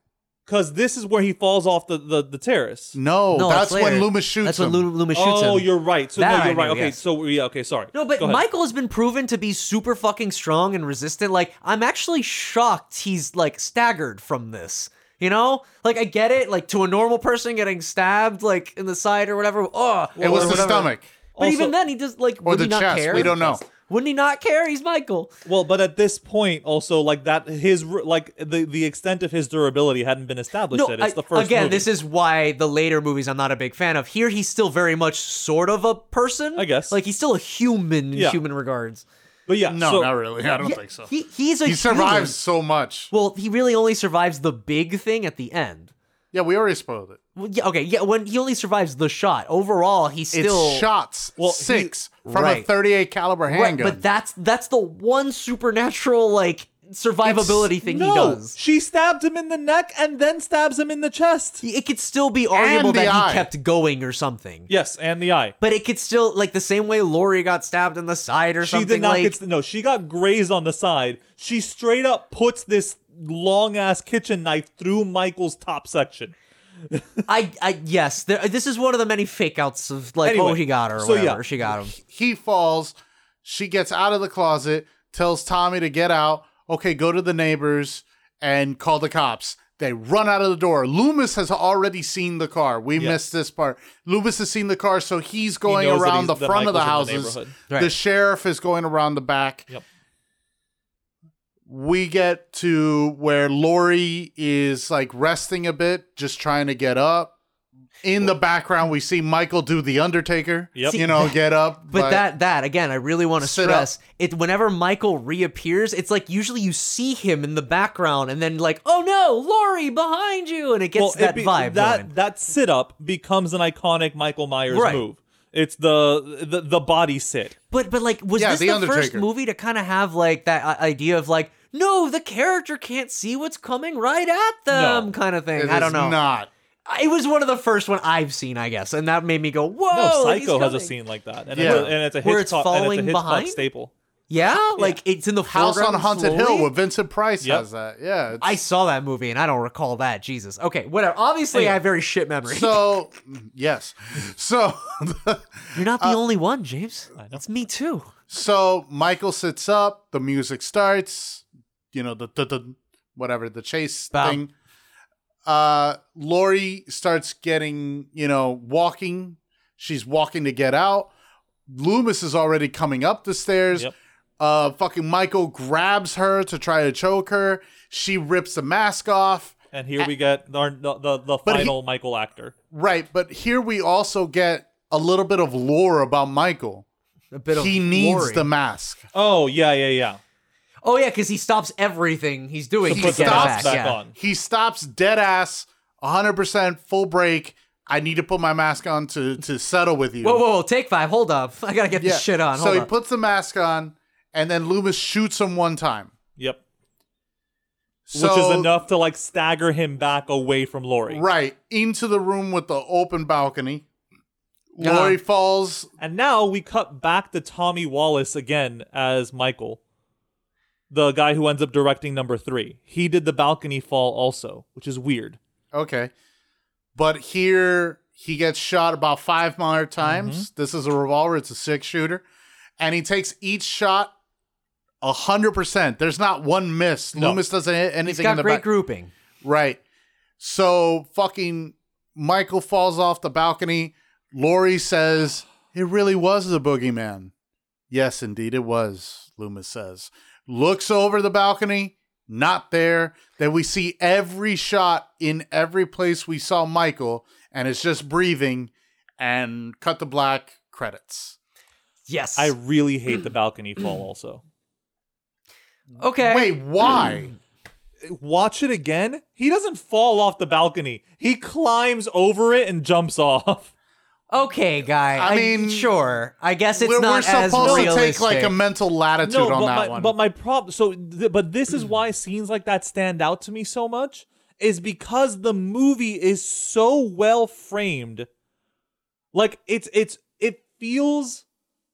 F: because this is where he falls off the the, the terrace.
G: no,
H: No, it's
G: that's when
H: later.
G: Loomis shoots
H: That's
G: him.
H: when Lu- Loomis Mm, shoots him.
F: Oh, you're right. So
H: That
F: no,
H: I
F: you're right.
H: knew,
F: okay,
H: yes.
F: so yeah. Okay, sorry.
H: No, but
F: Go ahead.
H: Michael has been proven to be super fucking strong and resistant. Like, I'm actually shocked he's like staggered from this. You know? Like I get it, like to a normal person getting stabbed like in the side or whatever. Oh
G: It was the stomach.
H: But even
F: Also-
H: then he just like
G: Or
H: would
G: the
H: he not
G: chest.
H: care?
G: We don't know.
H: Wouldn't he not care? He's Michael.
F: Well, but at this point, also like that, his like the the extent of his durability hadn't been established.
H: No,
F: yet. It's
H: I-
F: the first
H: again,
F: movie.
H: this is why the later movies I'm not a big fan of. Here he's still very much sort of a person.
F: I guess.
H: Like he's still a human in
F: Yeah.
H: human regards.
F: But yeah,
G: No,
F: so,
G: not really. I don't
H: Yeah,
G: think so. He,
H: He he's a human.
G: survives so much.
H: Well, he really only survives the big thing at the end.
G: Yeah, we already spoiled it.
H: Well, yeah, okay, yeah, when he only survives the shot. Overall, he's still
G: it's shots,
F: Well, he-
G: six from a
H: right.
G: 38 caliber
H: right,
G: handgun.
H: but that's that's the one supernatural like survivability thing
F: no,
H: he does.
F: she stabbed him in the neck and then stabs him in the chest.
H: It could still be arguable
G: the
H: that
G: eye.
H: he kept going or something.
F: Yes, and the eye.
H: But it could still like the same way Lori got stabbed in the side or
F: She
H: something
F: did not
H: like
F: get st- no. She got grazed on the side. She straight up puts this long ass kitchen knife through Michael's top section.
H: I I yes, there, this is one of the many fake outs of like oh
F: Anyway,
H: he got her or
F: so yeah.
H: whatever. She got him.
G: he falls. She gets out of the closet, tells Tommy to get out. Okay, go to the neighbors and call the cops. They run out of the door. Loomis has already seen the car. We missed this part. Loomis has seen the car, so he's going
F: knows that
G: around
F: he's-
G: the
F: that
G: front of the
F: Michael's in the
G: houses.
F: neighborhood.
G: The,
H: Right.
G: sheriff is going around the back.
F: Yep.
G: we get to where Lori is like resting a bit, just trying to get up. In the background, we see Michael do the Undertaker.
F: Yep.
G: You know, get up.
H: But, that that again, I really want to
G: Sit up.
H: stress it. Whenever Michael reappears, it's like usually you see him in the background, and then like, oh no, Lori behind you, and it gets
F: it'd
H: that
F: be-
H: vibe.
F: That
H: going.
F: that sit up becomes an iconic Michael Myers
H: Right.
F: move. It's the, the the body sit.
H: but but like, was
G: Yeah,
H: this
G: The
H: the, first
G: Undertaker.
H: movie to kind of have like that i- idea of like, no, the character can't see what's coming right at them,
F: No.
H: kind of thing?
G: It
H: I don't
G: is
H: know.
G: Not.
H: It was one of the first one I've seen, I guess, and that made me go, whoa.
F: No,
H: Oh, he's
F: Psycho has a
H: coming."
F: scene like that, and,
G: Yeah.
F: it's, a, and it's a
H: Where it's
F: Hitchcock, and it's a
H: falling
F: Hitchcock
H: behind?
F: staple.
H: Yeah, like it's in the
G: House on
H: foreground
G: Haunted
H: slowly?
G: Hill with Vincent Price
F: Yep.
G: has that. Yeah. it's-
H: I saw that movie and I don't recall that. Jesus. Okay, whatever. Obviously, I have very shit memory.
G: so yes. So
H: [LAUGHS]
G: [LAUGHS]
H: You're not
G: uh,
H: the only one, James. It's me too.
G: so Michael sits up, the music starts, you know, the the, the whatever, the chase
H: Bow.
G: thing. Uh Lori starts getting, you know, walking. She's walking to get out. Loomis is already coming up the stairs.
F: Yep.
G: Uh fucking Michael grabs her to try to choke her. She rips the mask off.
F: And here we get our, the the, the
G: But he-
F: final Michael actor.
G: Right, but here we also get a little bit of lore about Michael.
H: A bit of
G: he needs
H: glory.
G: the mask.
F: Oh yeah, yeah, yeah.
H: Oh yeah, because he stops everything he's doing
F: To
H: to
F: put the
H: get it
G: stops
H: back.
F: mask back
H: yeah.
F: on.
G: He stops dead ass, 100% full break. I need to put my mask on to to settle with you.
H: Whoa, whoa, whoa! Take five. Hold up. [LAUGHS] I gotta get this shit on.
G: so
H: Hold
G: he
H: up.
G: puts the mask on, and then Loomis shoots him one time.
F: Yep.
G: So,
F: Which is enough to like stagger him back away from Lori.
G: Right, into the room with the open balcony.
H: Yeah.
G: Lori falls.
F: And now we cut back to Tommy Wallace again as Michael, the guy who ends up directing number three. He did the balcony fall also, which is weird.
G: Okay. But here he gets shot about five more times.
H: Mm-hmm.
G: This is a revolver, it's a six shooter. And he takes each shot a hundred percent. There's not one miss.
F: No.
G: Loomis doesn't hit anything
H: He's
G: in
H: got
G: the
H: great
G: back.
H: grouping.
G: Right. So fucking Michael falls off the balcony. Lori says, It really was the boogeyman. Yes, indeed it was, Loomis says. Looks over the balcony, not there. Then we see every shot in every place we saw Michael, and it's just breathing and cut to black credits.
H: Yes.
F: I really hate the balcony fall also.
H: okay.
G: Wait, why?
F: Watch it again. He doesn't fall off the balcony. He climbs over it and jumps
G: [LAUGHS]
F: off.
H: Okay, guy.
G: I
H: I
G: mean,
H: mean, sure. I guess it's
G: we're, we're
H: not as
G: supposed to take like a
H: realistic.
G: mental latitude on
F: but
G: that
F: my,
G: one.
F: But my problem, so, th- but this is why scenes like that stand out to me so much, is because the movie is so well framed. Like it's it's it feels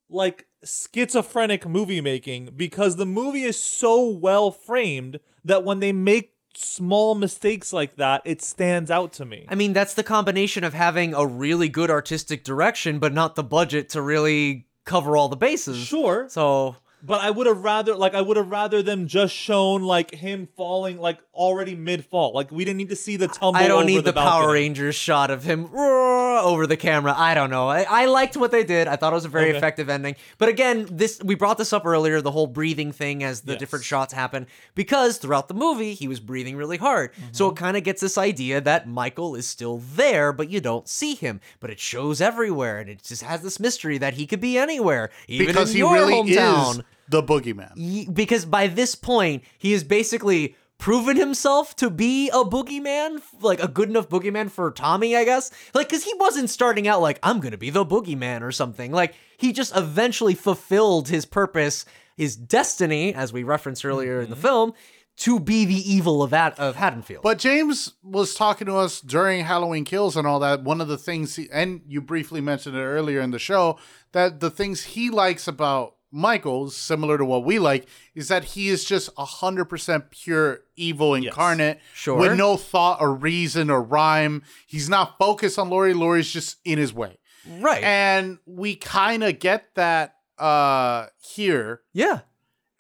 F: like schizophrenic movie making because the movie is so well framed that when they make small mistakes like that, it stands out to me.
H: I mean, that's the combination of having a really good artistic direction, but not the budget to really cover all the bases.
F: Sure.
H: So
F: But I would have rather like I would have rather them just shown like him falling like already mid fall. Like we didn't need to see the tumble.
H: I don't
F: over
H: need
F: the
H: the, Power e-
F: balcony.
H: Rangers shot of him roar over the camera. I don't know. I, I liked what they did. I thought it was a very
F: Okay.
H: effective ending. But again, this we brought this up earlier, the whole breathing thing as the different
F: Yes.
H: shots happen, because throughout the movie he was breathing really hard. So it kind of gets this idea that Michael is still there, but you don't see him. But it shows everywhere, and it just has this mystery that he could be anywhere, even
G: because
H: in
G: he
H: your
G: really
H: hometown
G: is the boogeyman.
H: he- because by this point he has basically proven himself to be a boogeyman like a good enough boogeyman for tommy i guess like because he wasn't starting out like i'm gonna be the boogeyman or something like he just eventually fulfilled his purpose his destiny as we referenced earlier in the film to be the evil of, Ad- of haddonfield
G: Mm-hmm. But James was talking to us during Halloween Kills and all that. One of the things, he, and you briefly mentioned it earlier in the show, that the things he likes about Michael, similar to what we like, is that he is just 100% pure evil incarnate
H: Sure.
G: with no thought or reason or rhyme. He's not focused on Lori. Lori's just in his way.
H: right
G: And we kind of get that uh here.
H: yeah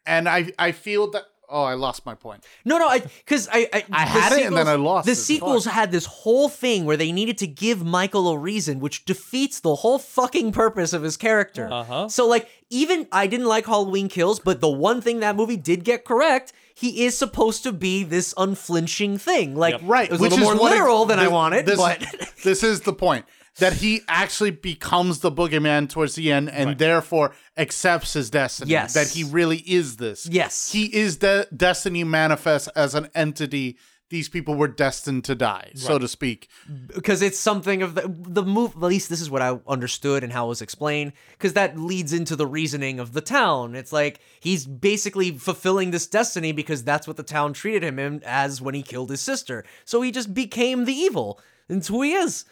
G: And I, I feel that. Oh, I lost my point.
H: No, no, I because I I,
G: I
H: the
G: had it and then I lost
H: The
G: it.
H: sequels
G: Fuck.
H: had this whole thing where they needed to give Michael a reason, which defeats the whole fucking purpose of his character.
F: Uh-huh.
H: So like, even I didn't like Halloween Kills, but the one thing that movie did get correct, he is supposed to be this unflinching thing. Like,
G: Right,
H: it was a little more
G: what it-
H: literal than I
G: this-
H: wanted,
G: This,
H: but
G: [LAUGHS] this is the point that he actually becomes the boogeyman towards the end, and therefore accepts his destiny.
H: Yes.
G: that he really is this.
H: Yes.
G: he is the destiny manifest as an entity. These people were destined to die, so to speak.
H: because it's something of the the move. At least this is what I understood and how it was explained. Because that leads into the reasoning of the town. It's like he's basically fulfilling this destiny because that's what the town treated him in, as when he killed his sister. So he just became the evil. That's who he is.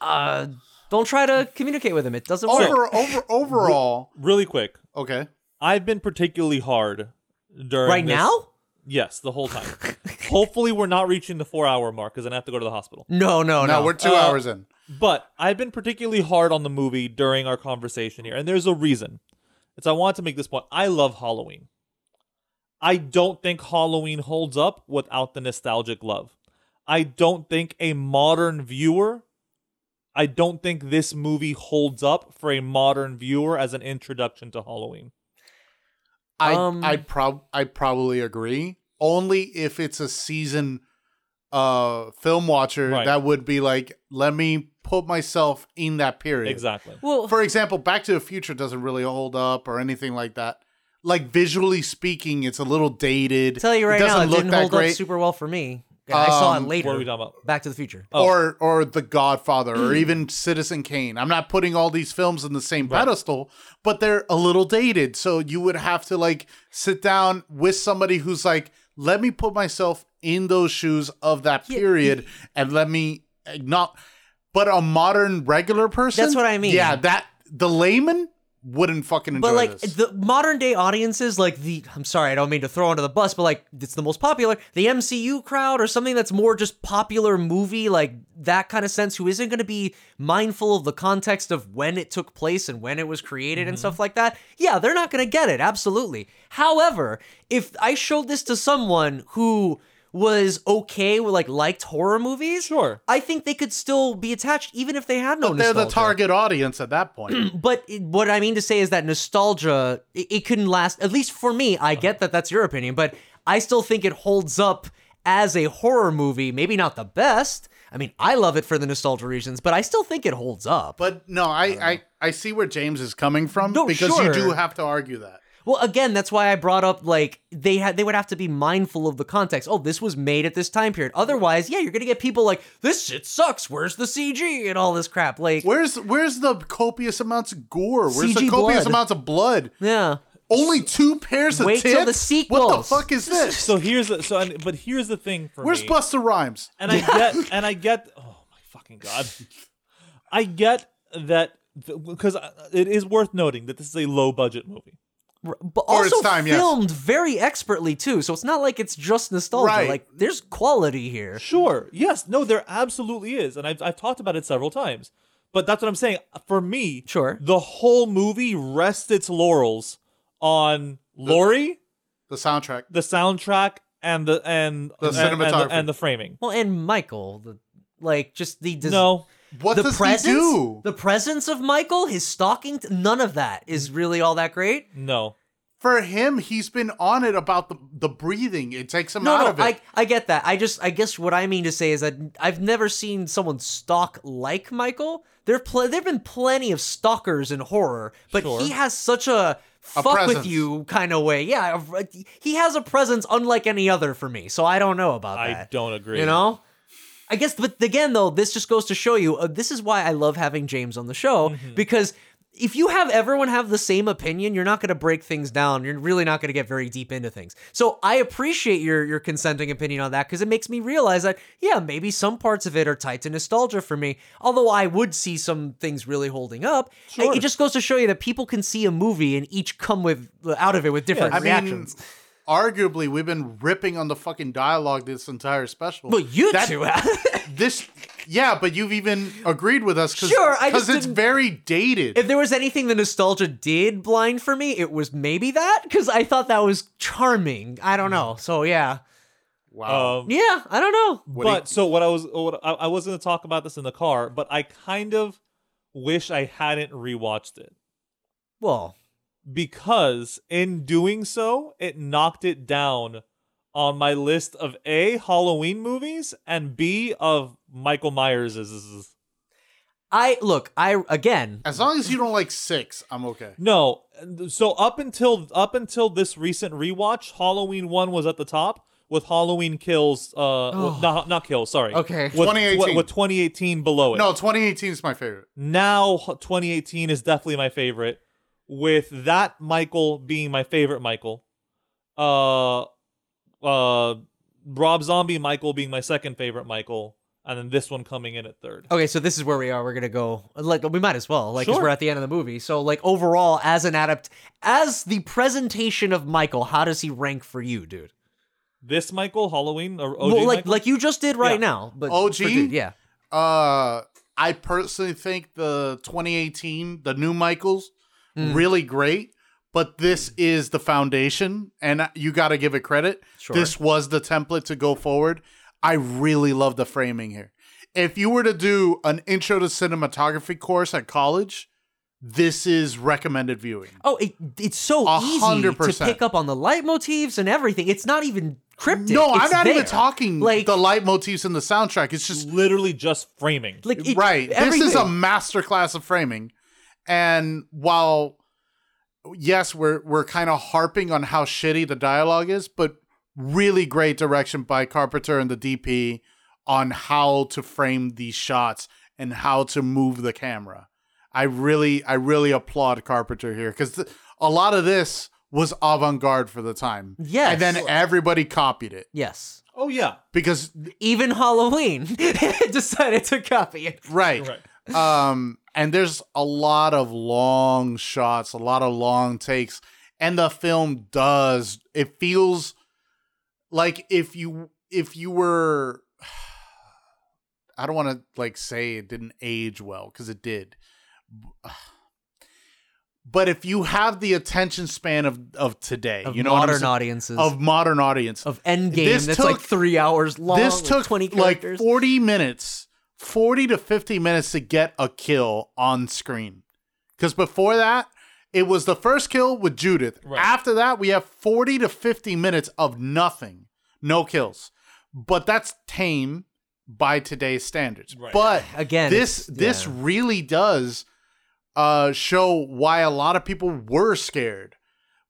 H: Uh, don't try to communicate with him. It doesn't work.
G: Over, over, overall,
F: Really quick,
G: okay.
F: I've been particularly hard during
H: Right
F: this-
H: now? [LAUGHS]
F: Yes, the whole time. Hopefully, we're not reaching the four-hour mark because I have to go to the hospital.
H: No, no, Oh, no. Uh,
G: No, we're two hours in.
F: But I've been particularly hard on the movie during our conversation here, and there's a reason. It's I want to make this point. I love Halloween. I don't think Halloween holds up without the nostalgic love. I don't think a modern viewer I don't think this movie holds up for a modern viewer as an introduction to Halloween.
G: I
H: Um,
G: I prob I probably agree. Only if it's a season uh film watcher
F: Right.
G: that would be like, let me put myself in that period.
F: Exactly.
H: well,
G: For example, Back to the Future doesn't really hold up or anything like that. Like visually speaking, it's a little dated.
H: tell you right
G: it
H: now,
G: doesn't
H: it
G: look
H: didn't
G: that
H: hold
G: great.
H: up super well for me. And I saw it
G: Um,
H: later.
F: What are we talking about?
H: Back to the Future.
F: Oh.
G: or or The Godfather or
H: Mm.
G: even Citizen Kane. I'm not putting all these films in the same pedestal, but they're a little dated. So you would have to like sit down with somebody who's like, let me put myself in those shoes of that period and let me eh, not but a modern regular person
H: That's what I mean.
G: Yeah, that the layman wouldn't fucking enjoy
H: But like
G: this.
H: the modern day audiences, like the I'm sorry, I don't mean to throw under the bus, but like it's the most popular, the MCU crowd or something that's more just popular movie, like that kind of sense, who isn't going to be mindful of the context of when it took place and when it was created and
G: Mm-hmm.
H: stuff like that. Yeah, they're not going to get it, absolutely. However, if I showed this to someone who was okay with like liked horror movies,
F: Sure.
H: I think they could still be attached even if they had no.
G: they're the
H: nostalgia.
G: target audience at that point.
H: [CLEARS THROAT] But it, what I mean to say is that nostalgia, it, it couldn't last, at least for me. I get that that's your opinion, but I still think it holds up as a horror movie. Maybe not the best. I mean, I love it for the nostalgia reasons, but I still think it holds up.
G: but no, I, I, I, see where James is coming from
H: No,
G: because you do
H: sure.
G: have to argue that.
H: Well, again, that's why I brought up like they had they would have to be mindful of the context. Oh, this was made at this time period. Otherwise, yeah, you're gonna get people like this shit sucks. Where's the CG and all this crap? Like,
G: Where's where's the copious amounts of gore? Where's
H: CG
G: the copious
H: blood.
G: amounts of blood?
H: yeah,
G: Only two pairs of tits.
H: Wait till the
G: What the
H: sequels.
G: fuck is this?
F: So here's the, so and, but here's the thing for
G: Where's
F: me.
G: Buster Rhymes?
F: And I get, and I get, oh my fucking god, I get that because uh, it is worth noting that this is a low budget movie.
H: R- but
G: For its
H: also
G: time, yes.
H: filmed very expertly too. So it's not like it's just nostalgia.
G: Right.
H: Like there's quality here.
F: Sure, yes, no, there absolutely is, and I've I've talked about it several times. But that's what I'm saying. For me,
H: Sure.
F: the whole movie rests its laurels on Lori,
G: The soundtrack.
F: the soundtrack, and the and
G: The
F: and- and,
G: cinematography.
F: the, and the framing.
H: Well, and Michael, the, like just the des-
F: no,
G: What
H: the
G: does
H: presence,
G: he do?
H: the presence of Michael, his stalking, t- none of that is really all that great.
F: no,
G: For him, he's been on it about the, the breathing. It takes him out
H: No,
G: of
H: no,
G: it.
H: I, I get that. I just, I guess what I mean to say is that I've never seen someone stalk like Michael. There, pl- there've been plenty of stalkers in horror, but
F: Sure.
H: he has such a, fuck with
G: presence.
H: you kind of way. Yeah, a- he has a presence unlike any other for me. So I don't know about
F: I
H: that.
F: don't agree.
H: You know. I guess, but again, though, this just goes to show you. Uh, this is why I love having James on the show
G: Mm-hmm.
H: because if you have everyone have the same opinion, you're not going to break things down. You're really not going to get very deep into things. So I appreciate your your consenting opinion on that because it makes me realize that yeah, maybe some parts of it are tied to nostalgia for me. Although I would see some things really holding up. It-
F: Sure.
H: It just goes to show you that people can see a movie and each come with out of it with different
G: I mean,
H: reactions.
G: arguably, we've been ripping on the fucking dialogue this entire special.
H: well, you
G: That-
H: two. [LAUGHS]
G: This, yeah, but you've even agreed with us because
H: Sure, I just
G: it's
H: didn't-
G: very dated.
H: If there was anything the nostalgia did blind for me, it was maybe that because I thought that was charming. I don't know. So yeah, Oh.
G: wow.
F: Um,
H: yeah, I don't know.
G: do you-
F: but so what I was, what I, I was going to talk about this in the car, but I kind of wish I hadn't rewatched it
H: Well,
F: because in doing so, it knocked it down on my list of a Halloween movies and B of Michael Myers is
H: I look. I again.
G: as long as you don't like six, I'm okay.
F: no. So up until up until this recent rewatch, Halloween one was at the top with Halloween kills. Uh, not not kills. Sorry.
H: Okay.
F: With,
G: 2018.
F: With 2018 below it.
G: No, 2018 is my favorite.
F: now 2018 is definitely my favorite with that michael being my favorite michael uh uh rob zombie michael being my second favorite michael and then this one coming in at third.
H: Okay, so this is where we are. We're gonna go. Like we might as well. Like 'cause
F: Sure.
H: we're at the end of the movie. So like overall, as an adapt, as the presentation of Michael, how does he rank for you, dude?
F: This Michael Halloween or OG
H: well, like
F: Michael?
H: like you just did right
F: Yeah.
H: now. But
G: OG?
H: for dude, yeah.
G: Uh, I personally think the 2018, the new Michaels,
H: Hmm.
G: really great. But this is the foundation, and you got to give it credit.
H: Sure.
G: This was the template to go forward. I really love the framing here. If you were to do an intro to cinematography course at college, this is recommended viewing.
H: Oh, it, it's so
G: A
H: easy
G: hundred
H: to
G: percent.
H: pick up on the light motifs and everything. It's not even cryptic.
G: No, I'm
H: It's
G: not even
H: there.
G: talking like
H: like
G: the leitmotifs in the soundtrack. It's just
F: literally just framing.
H: like e, it-
G: right. This is a
H: everything.
G: masterclass of framing. And while yes, we're we're kind of harping on how shitty the dialogue is, but really great direction by Carpenter and the DP on how to frame these shots and how to move the camera. I really I really applaud Carpenter here cuz a lot of this was avant-garde for the time.
H: Yes.
G: And then everybody copied it
H: yes.
F: Oh yeah,
G: because
H: Even Halloween [LAUGHS] decided to copy it.
G: right. um and there's a lot of long shots a lot of long takes and the film does it feels like if you if you were [SIGHS] i don't want to like say it didn't age well because it did [SIGHS] but if you have the attention span of of today
H: Of
G: you know
H: modern
G: what I'm
H: audiences.
G: saying? of modern audience
H: of Endgame
G: This
H: that's like
G: took-
H: three hours long.
G: this
H: with
G: took
H: 20
G: like
H: characters.
G: 40 minutes 40 to 50 minutes to get a kill on screen because before that it was the first kill with judith
F: Right.
G: after that we have 40 to 50 minutes of nothing no kills but that's tame by today's standards
F: Right.
G: but
H: Again,
G: this
H: it's-
G: this
H: yeah.
G: really does uh show why a lot of people were scared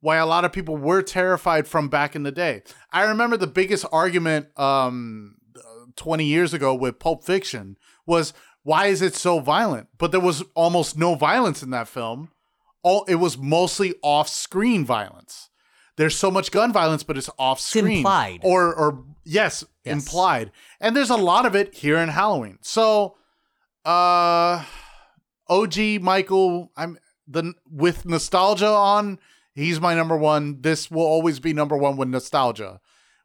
G: why a lot of people were terrified from back in the day. I remember the biggest argument um, 20 years ago with Pulp Fiction was why is it so violent? But there was almost no violence in that film. All it was mostly off-screen violence. There's so much gun violence, but it's off-screen,
H: implied.
G: or or yes,
H: Yes.
G: implied. And there's a lot of it here in Halloween. So, uh, OG Michael, I'm the with nostalgia on. He's my number one. This will always be number one with nostalgia.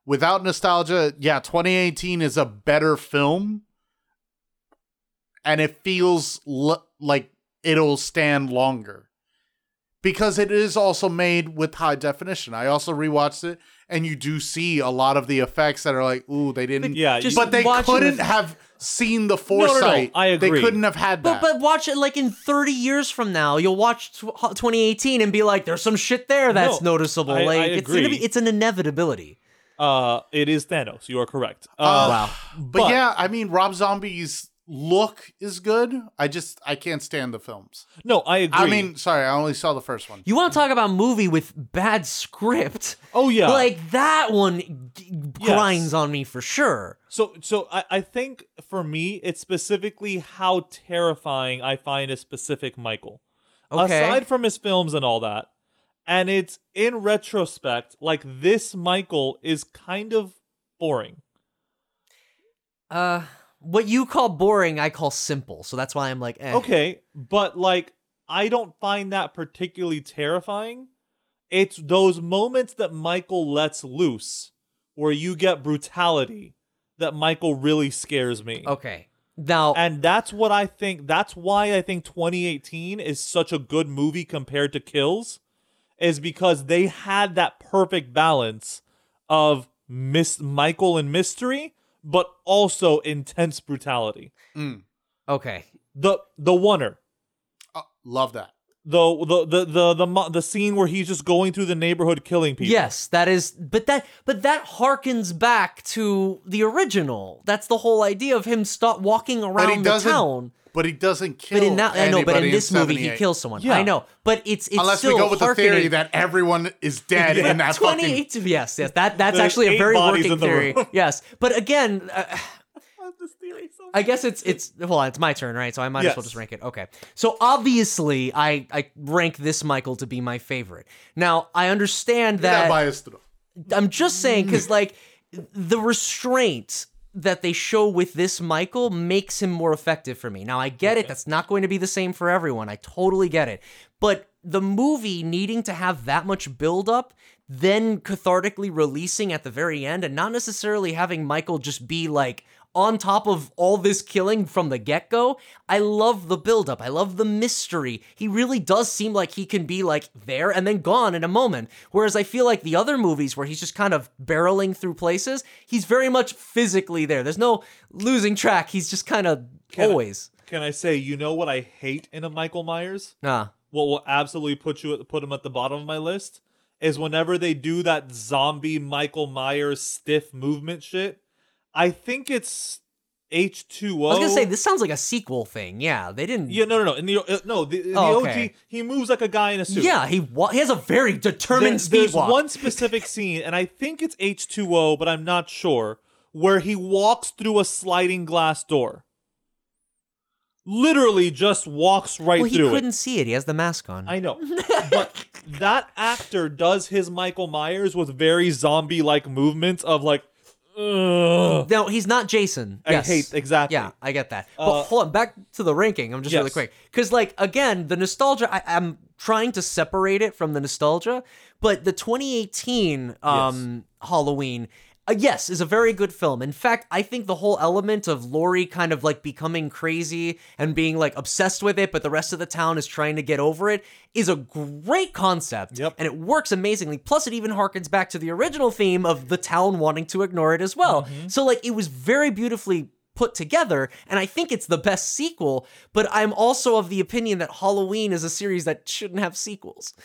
G: Without nostalgia, yeah, 2018 is a better film, and it feels l- like it'll stand longer because it is also made with high definition. I also rewatched it, and you do see a lot of the effects that are like, ooh, they didn't.
F: Yeah, Just
G: but they
H: watching
G: couldn't
H: the-
G: have seen
F: no,
G: the
F: no.
G: foresight.
F: I
G: They
F: agree.
G: couldn't have had that.
H: But, but watch it like in 30 years from now, you'll watch tw- 2018 and be like, there's some shit there that's
F: No,
H: noticeable.
F: I- I
H: like it's gonna
F: agree.
H: be, it's an inevitability.
F: uh, it is Thanos. You are correct. Uh,
G: But, yeah, I mean, Rob Zombie's look is good. I just I can't stand the films.
F: no, I agree.
G: I mean, sorry, I only saw the first one.
H: You want to talk about movie with bad script?
F: Oh, yeah.
H: like that one g- grinds
F: Yes.
H: on me for sure.
F: So, so I, I think for me, it's specifically how terrifying I find a specific Michael.
H: Okay.
F: Aside from his films and all that, and it's in retrospect, like this Michael is kind of boring.
H: Uh, what you call boring, I call simple. So that's why I'm like, eh.
F: Okay, but like I don't find that particularly terrifying. It's those moments that Michael lets loose where you get brutality that Michael really scares me.
H: okay. Now,
F: And that's what I think. That's why I think 2018 is such a good movie compared to Kills, is because they had that perfect balance of Miss Michael and mystery, but also intense brutality.
H: okay,
F: The the oneer,
G: Oh, love that.
F: the the the the the, mo- the scene where he's just going through the neighborhood killing people.
H: Yes, that is but that but that harkens back to the original. That's the whole idea of him stop walking
G: But he
H: around the
G: doesn't.
H: town.
G: But he doesn't kill.
H: But in that I know, but
G: anybody
H: in this movie he
G: 78.
H: kills someone.
F: Yeah.
H: I know. But it's it's
G: Unless
H: still
G: we go with the
H: harkening.
G: theory that everyone is dead
H: [LAUGHS]
G: in that fucking.
H: 28 yes, yes. That that's
F: There's
H: actually a
F: eight
H: very
F: bodies
H: working
F: in the
H: theory.
F: room.
H: Yes. But again, uh,
F: so
H: I guess it's it's well, it's my turn, right? So I might as well
F: Yes.
H: just rank it. Okay. So obviously, I I rank this Michael to be my favorite. Now, I understand
G: That
H: that
G: biased.
H: I'm just saying because like the restraint that they show with this Michael makes him more effective for me. Now I get it, that's not going to be the same for everyone. I totally get it. But the movie needing to have that much build up, then cathartically releasing at the very end and not necessarily having Michael just be like on top of all this killing from the get go, I love the buildup. I love the mystery. He really does seem like he can be like there and then gone in a moment. Whereas I feel like the other movies where he's just kind of barreling through places, he's very much physically there. There's no losing track. He's just kind of
F: Can I-
H: always.
F: Can I say, you know what I hate in a Michael Myers?
H: Nah.
F: What will absolutely put you at, put him at the bottom of my list is whenever they do that zombie Michael Myers stiff movement shit. I think it's H two O.
H: I was gonna say this sounds like a sequel thing. Yeah, they didn't.
F: Yeah, no, no, no. In the uh, no, the, in
H: Oh,
F: the
H: okay.
F: OG, he moves like a guy in a suit.
H: yeah, he wa- he has a very
F: There-
H: determined speed
F: there's
H: walk.
F: one specific scene, and I think it's H two O, but I'm not sure, where he walks through a sliding glass door. Literally, just walks right
H: well, he
F: through
H: couldn't
F: it.
H: see it. He has the mask on.
F: I know, but that actor does his Michael Myers with very zombie-like movements of like, "Ugh."
H: No, he's not Jason.
F: Oh. I
H: Yes.
F: hate- exactly.
H: Yeah, I get that.
F: Uh,
H: but hold on, back to the ranking. I'm just really
F: Yes.
H: quick because, like, again, the nostalgia. I, I'm trying to separate it from the nostalgia, but the 2018 um, Halloween. Uh, yes, is a very good film. In fact, I think the whole element of Laurie kind of like becoming crazy and being like obsessed with it, but the rest of the town is trying to get over it is a great concept.
F: Yep.
H: And it works amazingly. Plus, it even harkens back to the original theme of the town wanting to ignore it as well. So, like, it was very beautifully put together, and I think it's the best sequel, but I'm also of the opinion that Halloween is a series that shouldn't have sequels.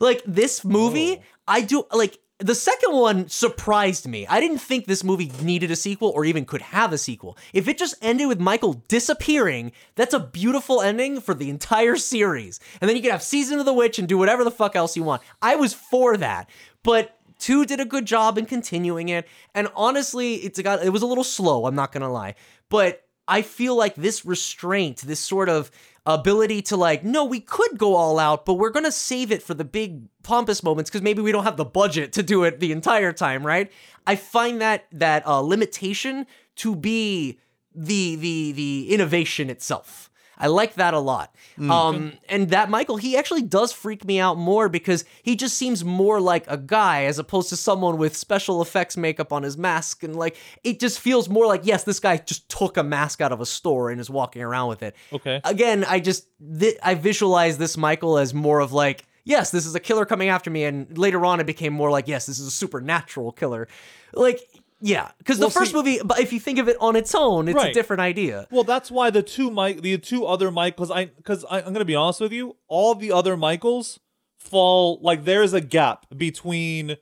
H: Like, this movie, I do, like, the second one surprised me. I didn't think this movie needed a sequel or even could have a sequel. If it just ended with Michael disappearing, that's a beautiful ending for the entire series. And then you could have Season of the Witch and do whatever the fuck else you want. I was for that. But two did a good job in continuing it. And honestly, it's got it was a little slow, I'm not gonna lie. But I feel like this restraint, this sort of ability to like, no, we could go all out, but we're gonna save it for the big pompous moments because maybe we don't have the budget to do it the entire time, right? I find that that uh, limitation to be the the the innovation itself. I like that a lot. Um, and that Michael, he actually does freak me out more because he just seems more like a guy as opposed to someone with special effects makeup on his mask. And like, it just feels more like, yes, this guy just took a mask out of a store and is walking around with it.
F: Okay.
H: Again, I just, thi- I visualize this Michael as more of like, yes, this is a killer coming after me. And later on, it became more like, yes, this is a supernatural killer. Like, yeah, because
F: Well,
H: the first
F: see-
H: movie, but if you think of it on its own, it's a
F: Right.
H: different idea.
F: Well, that's why the two Mike, the two other Michaels, I because I, I'm gonna be honest with you, all the other Michaels fall like there's a gap between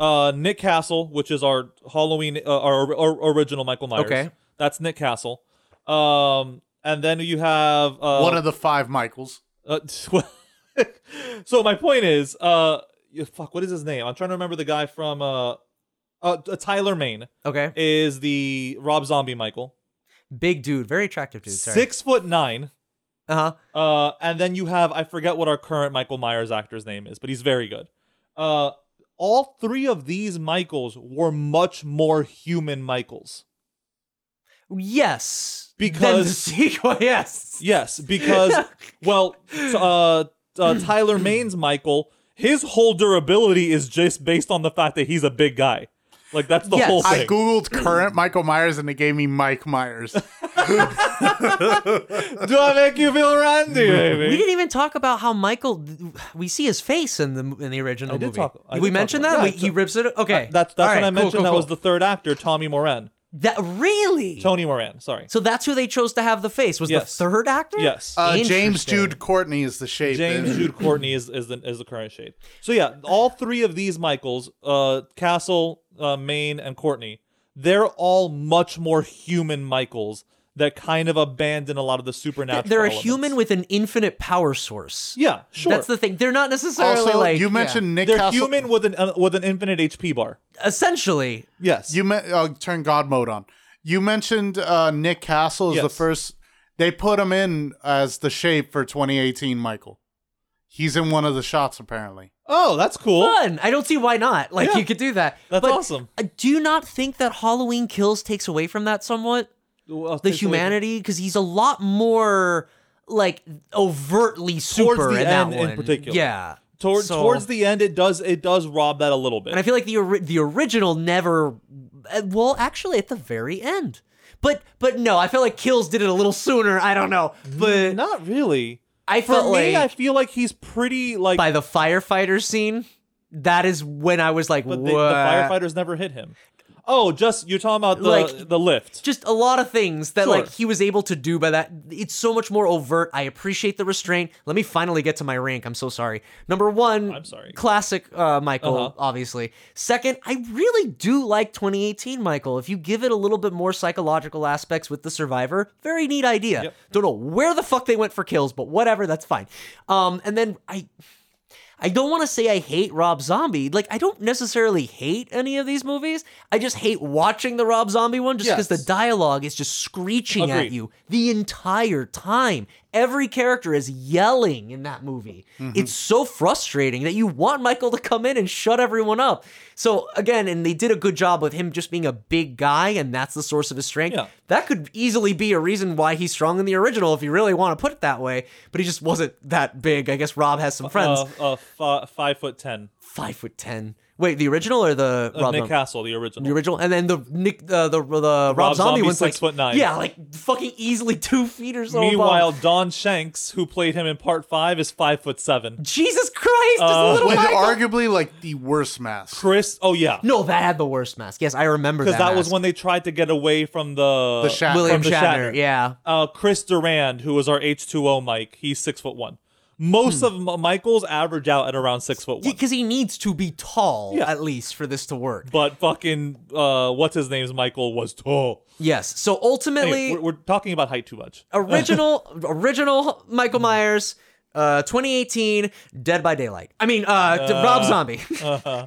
F: uh Nick Castle, which is our Halloween, uh, our, our original Michael Myers.
H: Okay.
F: that's Nick Castle. Um, and then you have uh,
G: One of the five Michaels.
F: uh, [LAUGHS] so my point is, uh, you- fuck, what is his name? I'm trying to remember the guy from uh, uh Tyler Maine
H: Okay.
F: is the Rob Zombie Michael,
H: Big dude, very attractive dude. Sorry.
F: six foot nine.
H: Uh huh.
F: Uh, and then you have I forget what our current Michael Myers actor's name is, but he's very good. Uh, all three of these Michaels were much more human Michaels.
H: Yes. Then the
F: Because-
H: [LAUGHS] sequel. Yes.
F: Yes,
H: [LAUGHS]
F: because well, t- uh, uh, Tyler Maine's Michael, his whole durability is just based on the fact that he's a big guy. Like that's the
H: Yes.
F: whole
G: I
F: thing.
G: googled current Michael Myers and it gave me Mike Myers.
F: Do I make you feel randy,
H: We
F: baby?
H: didn't even talk about how Michael. We see his face in the in the original
F: I did
H: movie.
F: talk- I
H: we
F: did
H: mentioned
F: talk
H: that
F: about-
H: we,
F: yeah,
H: he
F: so-
H: rips it. Okay.
F: That's that's
H: All
F: when
H: right,
F: I
H: cool,
F: mentioned
H: cool,
F: that
H: cool.
F: was the third actor, Tommy Moran,
H: that really.
F: Tony Moran. Sorry,
H: so that's who they chose to have the face. Was
F: Yes.
H: the third actor?
F: yes.
G: Uh, James
H: Interesting.
G: Jude Courtney is the shape.
F: James Jude Courtney is is the, is the current shade. So yeah, all three of these Michaels, uh, Castle, uh, Maine, and Courtney, they're all much more human Michaels that kind of abandon a lot of the supernatural.
H: They're a
F: elements.
H: human with an infinite power source.
F: Yeah, sure.
H: That's the thing. They're not necessarily
G: Also,
H: like
G: you mentioned Nick
F: they're
G: Castle.
F: human with an uh, with an infinite HP bar.
H: yeah. essentially.
F: Yes.
G: You meant uh, turn God mode on. You mentioned uh, Nick Castle is the
F: Yes.
G: first. They put him in as the shape for 2018 Michael. He's in one of the shots apparently.
F: Oh, that's cool.
H: Fun. I don't see why not. Like
F: Yeah.
H: you could do that.
F: That's
H: But,
F: awesome.
H: uh, Do you not think that Halloween Kills takes away from that somewhat?
F: Well,
H: The
F: it's like-
H: humanity, because he's a lot more like overtly super
F: the
H: in that
F: end in
H: one.
F: particular.
H: Yeah.
F: Toward,
H: So-
F: towards the end, it does it does rob that a little bit.
H: And I feel like the ori- the original never. uh, Well, actually, at the very end. But but no, I feel like Kills did it a little sooner. I don't know, but
F: Mm, Not really.
H: I
F: For
H: felt
F: me, I
H: like
F: feel like he's pretty like.
H: by the firefighter scene, that is when I was like,
F: but the, the
H: "What?"
F: firefighters never hit him. Oh, just you're talking about the
H: Like-
F: the lift.
H: Just a lot of things that
F: Sure.
H: like he was able to do by that. It's so much more overt. I appreciate the restraint. Let me finally get to my rank. I'm so sorry. Number one,
F: Oh, I'm sorry.
H: Classic uh, Michael,
F: Uh-huh.
H: obviously. Second, I really do like 2018 Michael. If you give it a little bit more psychological aspects with the survivor, very neat idea. Don't know where the fuck they went for kills, but whatever, that's fine. Um, and then I. I don't want to say I hate Rob Zombie. Like, I don't necessarily hate any of these movies. I just hate watching the Rob Zombie one just because
F: Yes.
H: the dialogue is just screeching at
F: Agreed.
H: you the entire time. Every character is yelling in that movie.
F: Mm-hmm.
H: It's so frustrating that you want Michael to come in and shut everyone up. So, again, and they did a good job with him just being a big guy, and that's the source of his strength.
F: Yeah.
H: That could easily be a reason why he's strong in the original if you really want to put it that way, but he just wasn't that big. I guess Rob has some friends
F: Uh, uh, fi- five foot ten.
H: five foot ten. Wait, the original or the
F: Uh,
H: Rob
F: Nick
H: Zom-
F: Castle, the original.
H: the original, and then the Nick uh, the the Rob, Zombie
F: Zombie's
H: one's
F: six
H: like
F: foot nine.
H: Yeah, like fucking easily two feet or so. above.
F: Meanwhile, Don Shanks, who played him in part five, is five foot seven.
H: Jesus Christ, this
F: uh,
H: little
G: With
H: Michael-
G: arguably like the worst mask.
F: Chris, oh yeah,
H: No, that had the worst mask. Yes, I remember
F: because
H: that.
F: that, was
H: mask.
F: when they tried to get away from the
G: The Shat-
H: William
F: from the
H: Shatner.
F: Shatner.
H: Yeah,
F: uh, Chris Durand, who was our H two O Mike. He's six foot one. Most
H: Hmm.
F: of M- Michael's average out at around six foot
H: [LAUGHS]
F: one.
H: because he needs to be tall
F: Yeah.
H: at least for this to work.
F: But fucking uh, what's his name's Michael was tall.
H: Yes. So ultimately,
F: Anyway, we're, uh, we're talking about height too much.
H: original original Michael Myers, uh, 2018, Dead by Daylight. I mean, uh, d- Rob Zombie.
F: uh-huh.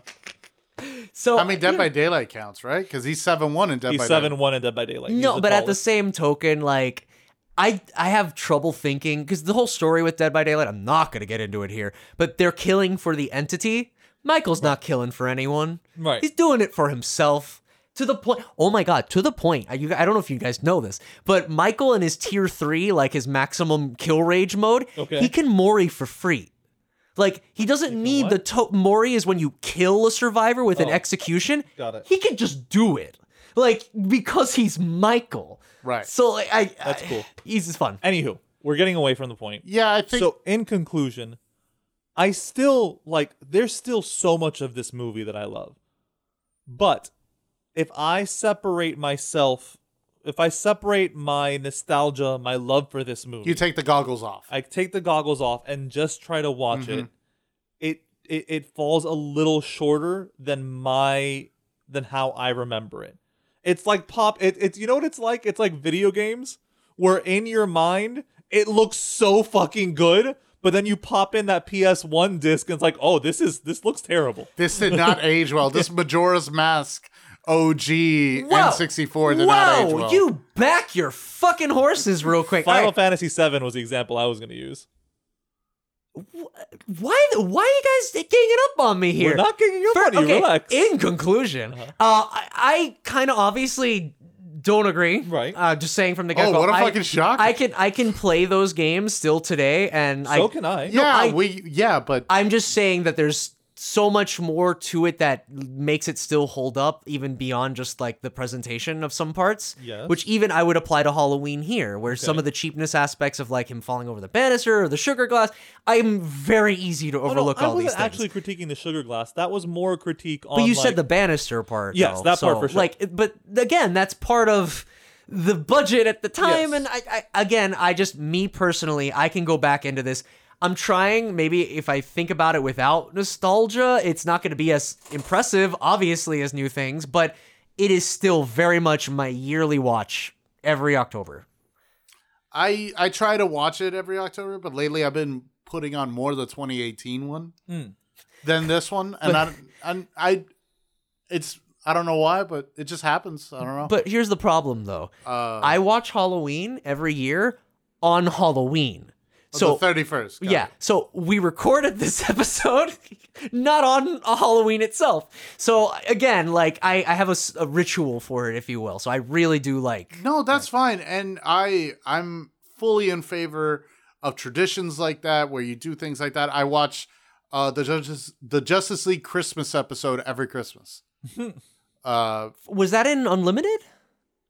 H: [LAUGHS] so
G: I mean, Dead by Daylight counts, right? Because he's seven one in Dead
F: He's
G: by
F: seven one and Dead by Daylight. He's
H: no,
F: the
H: but at the
F: tallest.
H: same token, like I I have trouble thinking because the whole story with Dead by Daylight. I'm not gonna get into it here, but they're killing for the entity. Michael's not killing for anyone.
F: Right.
H: He's doing it for himself. To the point. Oh my god. To the point. I, you, I don't know if you guys know this, but Michael in his tier three, like his maximum kill rage mode,
F: Okay.
H: he can Mori for free. Like he doesn't need the to- Mori is when you kill a survivor with an execution.
F: Oh, Got it.
H: He can just do it. Like because he's Michael.
G: Right.
H: So like, I
F: That's
H: I-
F: cool.
H: he's just fun.
F: Anywho, we're getting away from the point.
G: Yeah, I think
F: so in conclusion i still like there's still so much of this movie that i love but if i separate myself if i separate my nostalgia my love for this movie
G: you take the goggles off.
F: i take the goggles off and just try to watch
H: Mm-hmm.
F: it, it it it falls a little shorter than my than how i remember it it's like pop it, it's you know what it's like it's like video games where in your mind it looks so fucking good but then you pop in that ps1 disc and it's like oh this is this looks terrible
G: this
F: [LAUGHS]
G: did not age well. This Majora's Mask OG N64 did
H: Whoa!
G: not age well.
H: You back your fucking horses real quick.
F: final
H: All right.
F: fantasy 7 was the example i was going to use
H: Why why are you guys ganging up on me here?
F: we're not getting up on you relax Uh-huh.
H: In conclusion, uh, I, I kind of obviously don't agree.
F: Right. Oh,
H: Uh, just saying from the get go.
G: what a
H: I-
G: fucking shock.
H: I can I can play those games still today, and
F: so
H: I
F: can i
G: yeah,
H: I-
G: we yeah, but
H: I'm just saying that there's so much more to it that makes it still hold up even beyond just like the presentation of some parts
F: Yes.
H: which even i would apply to halloween here where some
F: Okay.
H: of the cheapness aspects of like him falling over the banister or the sugar glass i'm very easy to
F: Oh, no,
H: overlook
F: I
H: all these
F: wasn't
H: things
F: actually critiquing the sugar glass. That was more critique on.
H: But you
F: like,
H: said the banister part.
F: Yes,
H: though,
F: that part
H: so,
F: for sure.
H: Like, it- but again, that's part of the budget at the
F: Yes.
H: time. And I, I, again, I just me personally, I can go back into this. I'm trying. Maybe if I think about it without nostalgia, it's not going to be as impressive, obviously, as new things. But it is still very much my yearly watch every October.
G: I I try to watch it every October, but lately I've been putting on more the 2018 one
H: Hmm.
G: than this one, and I and I it's I don't know why, but it just happens. I don't know.
H: But here's
F: Uh.
H: the problem, though. I watch Halloween every year on Halloween.
F: Oh,
H: So
G: the 31st. got
H: yeah.
G: it.
H: So we recorded this [LAUGHS] episode not on a Halloween itself. So again, like I, I have a, s- a ritual for it, if you will. So I really do like.
G: No, that's fine. And I I'm fully in favor of traditions like that where you do things like that. I watch uh the Justice the Justice League Christmas episode every
H: [LAUGHS]
G: Christmas. uh
H: Was that in Unlimited?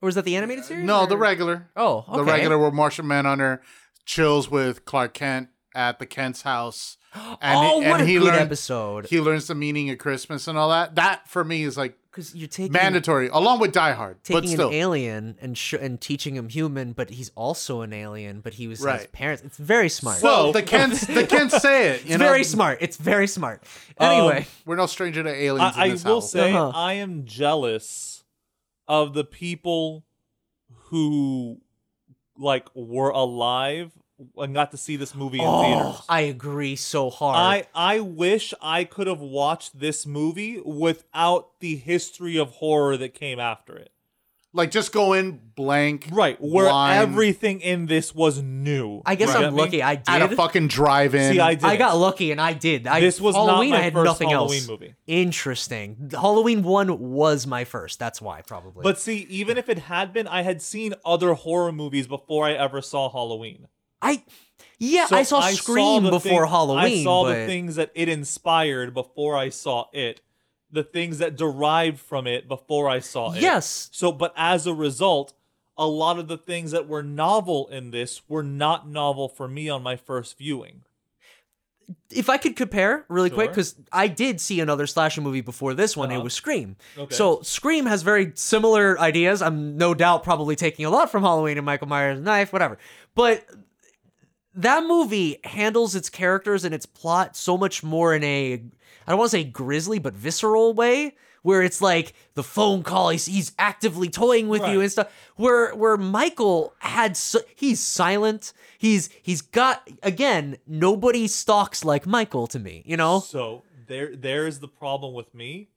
H: Or was that the animated series?
G: no, the
H: or-
G: regular.
H: Oh, okay.
G: The regular where Martian Manhunter chills with Clark Kent at the Kent's house. And,
H: [GASPS] oh,
G: and
H: what a
G: he
H: good
G: learned,
H: episode.
G: He learns the meaning of Christmas and all that. That for me is like
H: Because you're taking
G: mandatory, along with Die Hard. But
H: taking
G: still,
H: an alien and sh- and teaching him human, but he's also an alien. But he was his
G: Right.
H: parents. It's very smart.
G: well, the Kents, the Kents say
H: [LAUGHS]
G: it. You know?
H: it's very smart. It's very smart. Anyway,
G: We're no stranger to aliens.
F: I,
G: in
F: I
G: this
F: will
G: house.
F: say
H: Uh-huh.
F: I am jealous of the people who like were alive and got to see this movie in
H: oh,
F: theaters.
H: I agree so hard.
F: I I wish I could have watched this movie without the history of horror that came after it.
G: like just go in blank,
F: Right, where
G: blind,
F: everything in this was new.
H: I guess
F: You get
H: I'm
F: me?
H: lucky. I did.
G: at a fucking drive-in.
F: See, I did.
H: I
F: it.
H: got lucky and I did. I,
F: This was not
H: Halloween.
F: my
H: I had
F: first
H: nothing
F: Halloween
H: else.
F: movie.
H: Interesting. Halloween one was my first. That's why probably.
F: But see, even if it had been, I had seen other horror movies before I ever saw Halloween.
H: I, yeah,
F: So
H: I saw
F: saw
H: Scream
F: the
H: before
F: thing-
H: Halloween.
F: I saw
H: but-
F: the things that it inspired before I saw it, the things that derived from it before I saw it.
H: Yes.
F: So, but as a result, a lot of the things that were novel in this were not novel for me on my first viewing.
H: if I could compare really quick,
F: Sure. Uh-huh.
H: because I did see another slasher movie before this one, it was Scream.
F: Okay.
H: So Scream has very similar ideas. I'm no doubt probably taking a lot from Halloween and Michael Myers' knife, whatever. But that movie handles its characters and its plot so much more in a I don't want to say grisly, but visceral way, where it's like the phone call, he's, he's actively toying with you
F: Right.
H: and stuff. Where where Michael had so, he's silent. He's he's got again, nobody stalks like Michael to me, you know?
F: So there, there is the problem with me.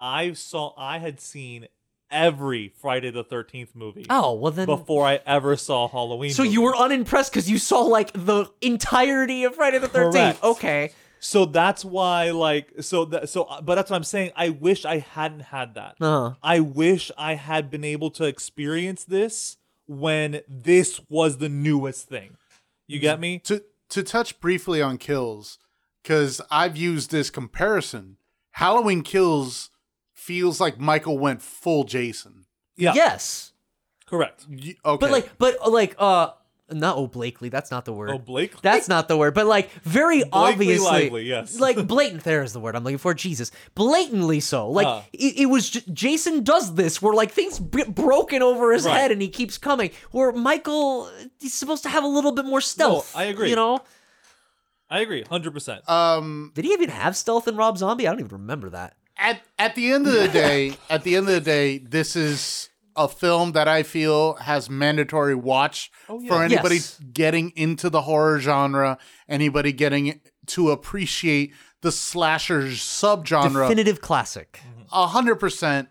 F: I saw, I had seen every Friday the Thirteenth movie
H: Oh, well then
F: before I ever saw Halloween.
H: So
F: movie.
H: you were unimpressed because you saw like the entirety of Friday the Thirteenth.
F: Correct.
H: Okay,
F: So that's why, like, so that, so, uh, but that's what I'm saying. I wish I hadn't had that.
H: Uh-huh.
F: I wish I had been able to experience this when this was the newest thing. You get me?
G: to to touch briefly on kills because I've used this comparison. Halloween Kills feels like Michael went full Jason.
F: Yeah.
H: yes,
F: Correct.
G: Y- Okay,
H: but like, but like, uh, not obliquely. That's not the word.
F: Oh, Blake.
H: That's not the word, but like very obviously,
F: lively, yes.
H: [LAUGHS] like blatant. There is the word I'm looking for. Jesus, blatantly so. Like
F: Uh.
H: it, it was. J- Jason does this where like things b- broken over his
F: Right.
H: head and he keeps coming. Where Michael, he's supposed to have a little bit more stealth.
F: I agree.
H: You know,
F: I agree, hundred percent.
G: um,
H: did he even have stealth in Rob Zombie? I don't even remember that.
G: at at the end of the
H: [LAUGHS]
G: day, at the end of the day, this is a film that I feel has mandatory watch for anybody
H: Oh, Yes.
G: getting into the horror genre, anybody getting to appreciate the slasher subgenre.
H: Definitive classic.
G: A hundred percent.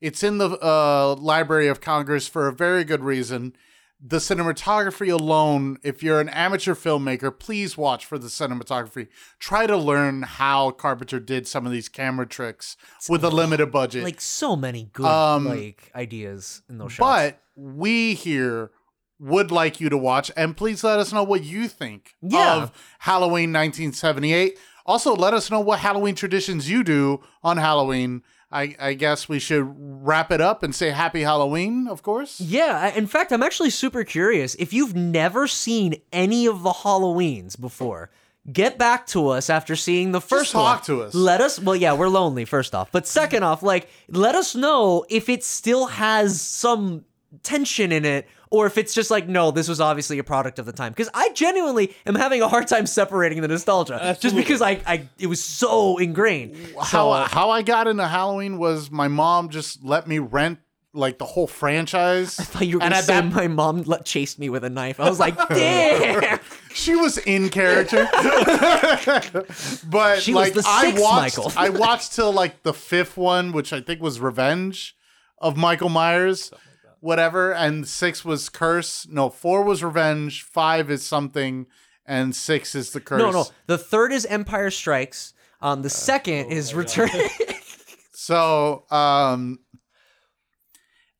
G: It's in the uh, Library of Congress for a very good reason. The cinematography alone, if you're an amateur filmmaker, please watch for the cinematography. Try to learn how Carpenter did some of these camera tricks with a limited budget.
H: like so many good
G: Um,
H: like ideas in those shots.
G: But we here would like you to watch, and please let us know what you think
H: Yeah.
G: of Halloween 1978. Also, let us know what Halloween traditions you do on Halloween. I, I guess we should wrap it up and say Happy Halloween, of course.
H: yeah, I- in fact, I'm actually super curious. If you've never seen any of the Halloweens before, get back to us after seeing the first
G: talk
H: one.
G: to us.
H: Let us well, yeah, we're lonely, first off. But second off, like, let us know if it still has some tension in it. Or if it's just like, no, this was obviously a product of the time. Because I genuinely am having a hard time separating the nostalgia. Just
F: Absolutely.
H: because I, I it was so ingrained.
G: How,
H: uh,
G: how I got into Halloween was my mom just let me rent like the whole franchise. I
H: thought you were
G: and
H: gonna
G: at
H: say
G: that-
H: my mom let, chased me with a knife. I
G: [LAUGHS]
H: was like, damn.
G: she was in character, [LAUGHS] but
H: She was
G: like
H: the
G: I
H: sixth
G: watched,
H: Michael.
G: I watched till like the fifth one, which I think was Revenge of Michael Myers, whatever. And six was Curse. No, four was Revenge. Five is something, and six is the curse.
H: No, no. The third is Empire Strikes. Um, the
F: Uh,
H: second
F: oh, [LAUGHS]
H: is Return.
G: So um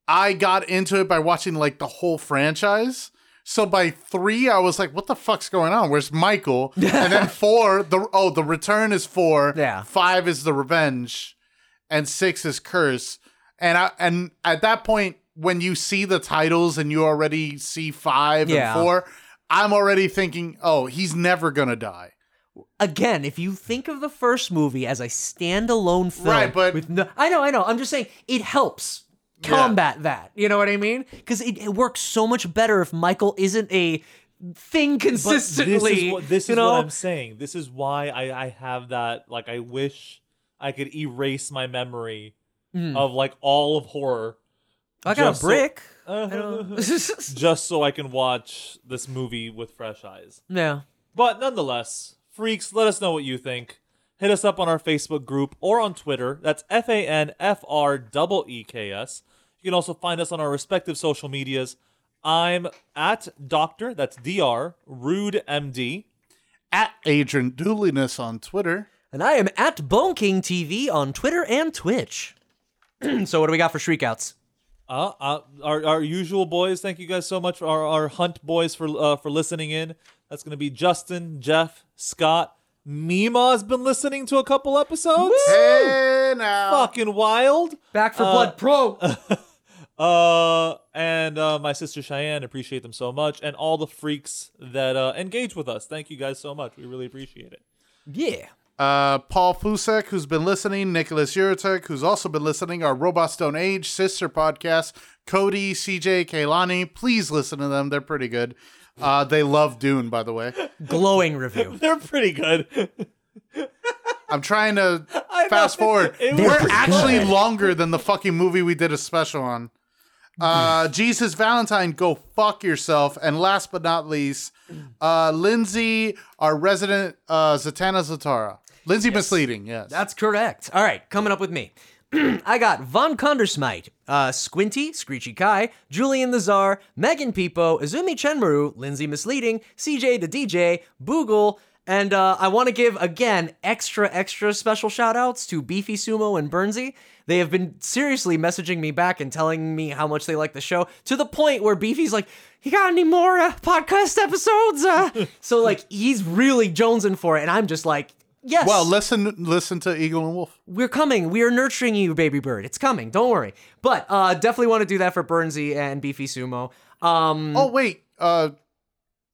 G: I got into it by watching like the whole franchise. So by three, I was like, what the fuck's going on? Where's
H: [LAUGHS]
G: Michael? and then four, the oh, the return is four.
H: Yeah.
G: Five is the revenge. And six is curse. And I and at that point, when you see the titles and you already see five
H: Yeah.
G: and four, I'm already thinking, oh, he's never gonna die.
H: Again, if you think of the first movie as a standalone film,
G: Right, but-
H: with no, I know, I know. I'm just saying it helps combat that. You know what I mean? Because it, it works so much better if Michael isn't a thing
F: But
H: consistently.
F: This is, what, this
H: you
F: is
H: know?
F: what I'm saying. This is why I, I have that. Like, I wish I could erase my memory
H: Hmm.
F: of like all of horror
H: I got
F: just
H: a
F: so-
H: brick. I
F: [LAUGHS]
H: don't- [LAUGHS]
F: just so I can watch this movie with fresh eyes.
H: yeah.
F: But nonetheless, freaks, let us know what you think. Hit us up on our Facebook group or on Twitter. That's F A N F R double E K S. You can also find us on our respective social medias. I'm at Doctor, that's DR, Rude MD.
G: At Adrian Dooliness on Twitter.
H: And I am at Bone King TV on Twitter and Twitch. [CLEARS THROAT] so what do we got for shriekouts?
F: Uh, uh, our, our usual boys, thank you guys so much, our, our Hunt boys, for uh, for listening in. That's going to be Justin, Jeff, Scott. Mima's been listening to a couple episodes.
G: Hey now.
F: Fucking wild.
H: Back for Blood Pro.
F: [LAUGHS] Uh, and uh, my sister Cheyenne, appreciate them so much, and all the freaks that uh, engage with us. Thank you guys so much. We really appreciate it.
H: yeah.
G: Uh, Paul Fusek, who's been listening, Nicholas Uritek, who's also been listening, our Robot Stone Age sister podcast, Cody, CJ, Kaylani. Please listen to them. They're pretty good. Uh, they love Dune, by the way.
H: Glowing review.
F: They're pretty good.
G: I'm trying to
F: [LAUGHS] I know,
G: fast forward.
F: it was
G: We're
F: pretty
G: actually longer than the fucking movie we did a special on.
F: Mm.
G: Uh, Jesus Valentine, go fuck yourself. And last but not least, uh, Lindsay, our resident uh, Zatanna Zatara. Lindsay Misleading, yes.
H: That's correct. All right, coming up with me. [CLEARS THROAT] I got Von Condersmite, uh, Squinty, Screechy Kai, Julian the Czar, Megan Peepo, Izumi Chenmaru, Lindsay Misleading, CJ the DJ, Boogle, and uh, I want to give again extra, extra special shout outs to Beefy Sumo and Bernsey. They have been seriously messaging me back and telling me how much they like the show to the point where Beefy's like, you got any more uh, podcast
G: [LAUGHS]
H: episodes? Uh? so, like, he's really jonesing for it, and I'm just like, yes.
G: Well, listen, listen to Eagle and Wolf.
H: We're coming. We are nurturing you, baby bird. It's coming. Don't worry. But uh, definitely want to do that for Burnsy and Beefy Sumo. Um,
G: Oh wait, uh,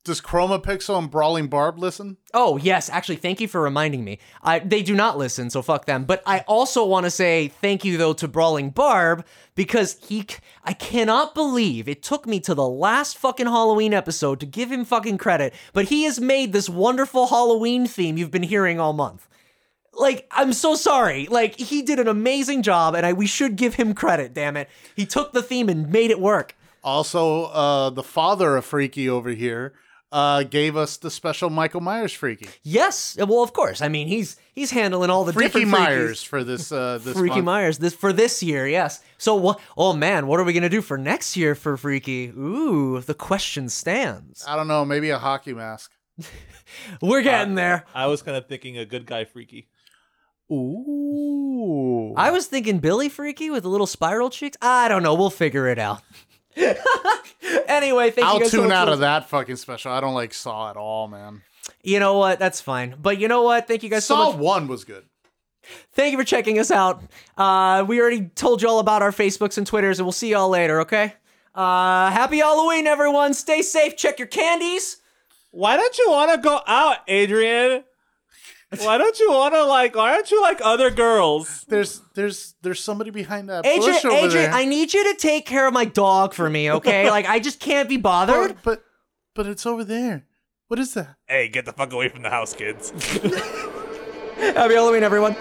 G: does Chroma Pixel and Brawling Barb listen?
H: oh yes, actually, thank you for reminding me. I, they do not listen, so fuck them. But I also want to say thank you though to Brawling Barb because he, c- I cannot believe it took me to the last fucking Halloween episode to give him fucking credit. But he has made this wonderful Halloween theme you've been hearing all month. like I'm so sorry. Like he did an amazing job, and I we should give him credit. Damn it, he took the theme and made it work.
G: Also, uh, the father of Freaky over here uh, gave us the special Michael Myers Freaky,
H: Yes, well, of course. I mean, he's he's handling all the
G: Freaky
H: different freakies.
G: Myers for this
H: [LAUGHS]
G: uh, this
H: Freaky
G: month.
H: Myers this for this year. Yes. So what? Oh man, what are we gonna do for next year for Freaky? Ooh, the question stands.
G: I don't know, maybe a hockey mask. uh,
H: We're getting there.
F: [LAUGHS] I was kind of thinking a good guy freaky.
G: Ooh,
H: I was thinking Billy Freaky with the little spiral cheeks. I don't know. We'll figure it out. [LAUGHS] anyway, thank you
G: I'll
H: guys so
G: tune
H: much
G: out
H: for
G: of that fucking special. I don't like Saw at all, man.
H: You know what? That's fine. But you know what? Thank you guys so
G: Saw
H: much.
G: one was good.
H: Thank you for checking us out. Uh, we already told you all about our Facebooks and Twitters, and we'll see y'all later, okay? Uh, happy Halloween, everyone. Stay safe. Check your candies.
F: Why don't you want to go out, Adrian? Why don't you want to like? Why aren't you like other girls?
G: There's there's there's somebody behind that
H: Adrian,
G: bush over there.
H: Adrian, I need you to take care of my dog for me, [LAUGHS] okay? like, I just can't be bothered.
G: but, but but it's over there. What is that?
F: Hey, get the fuck away from the house, kids.
H: Happy Halloween, everyone.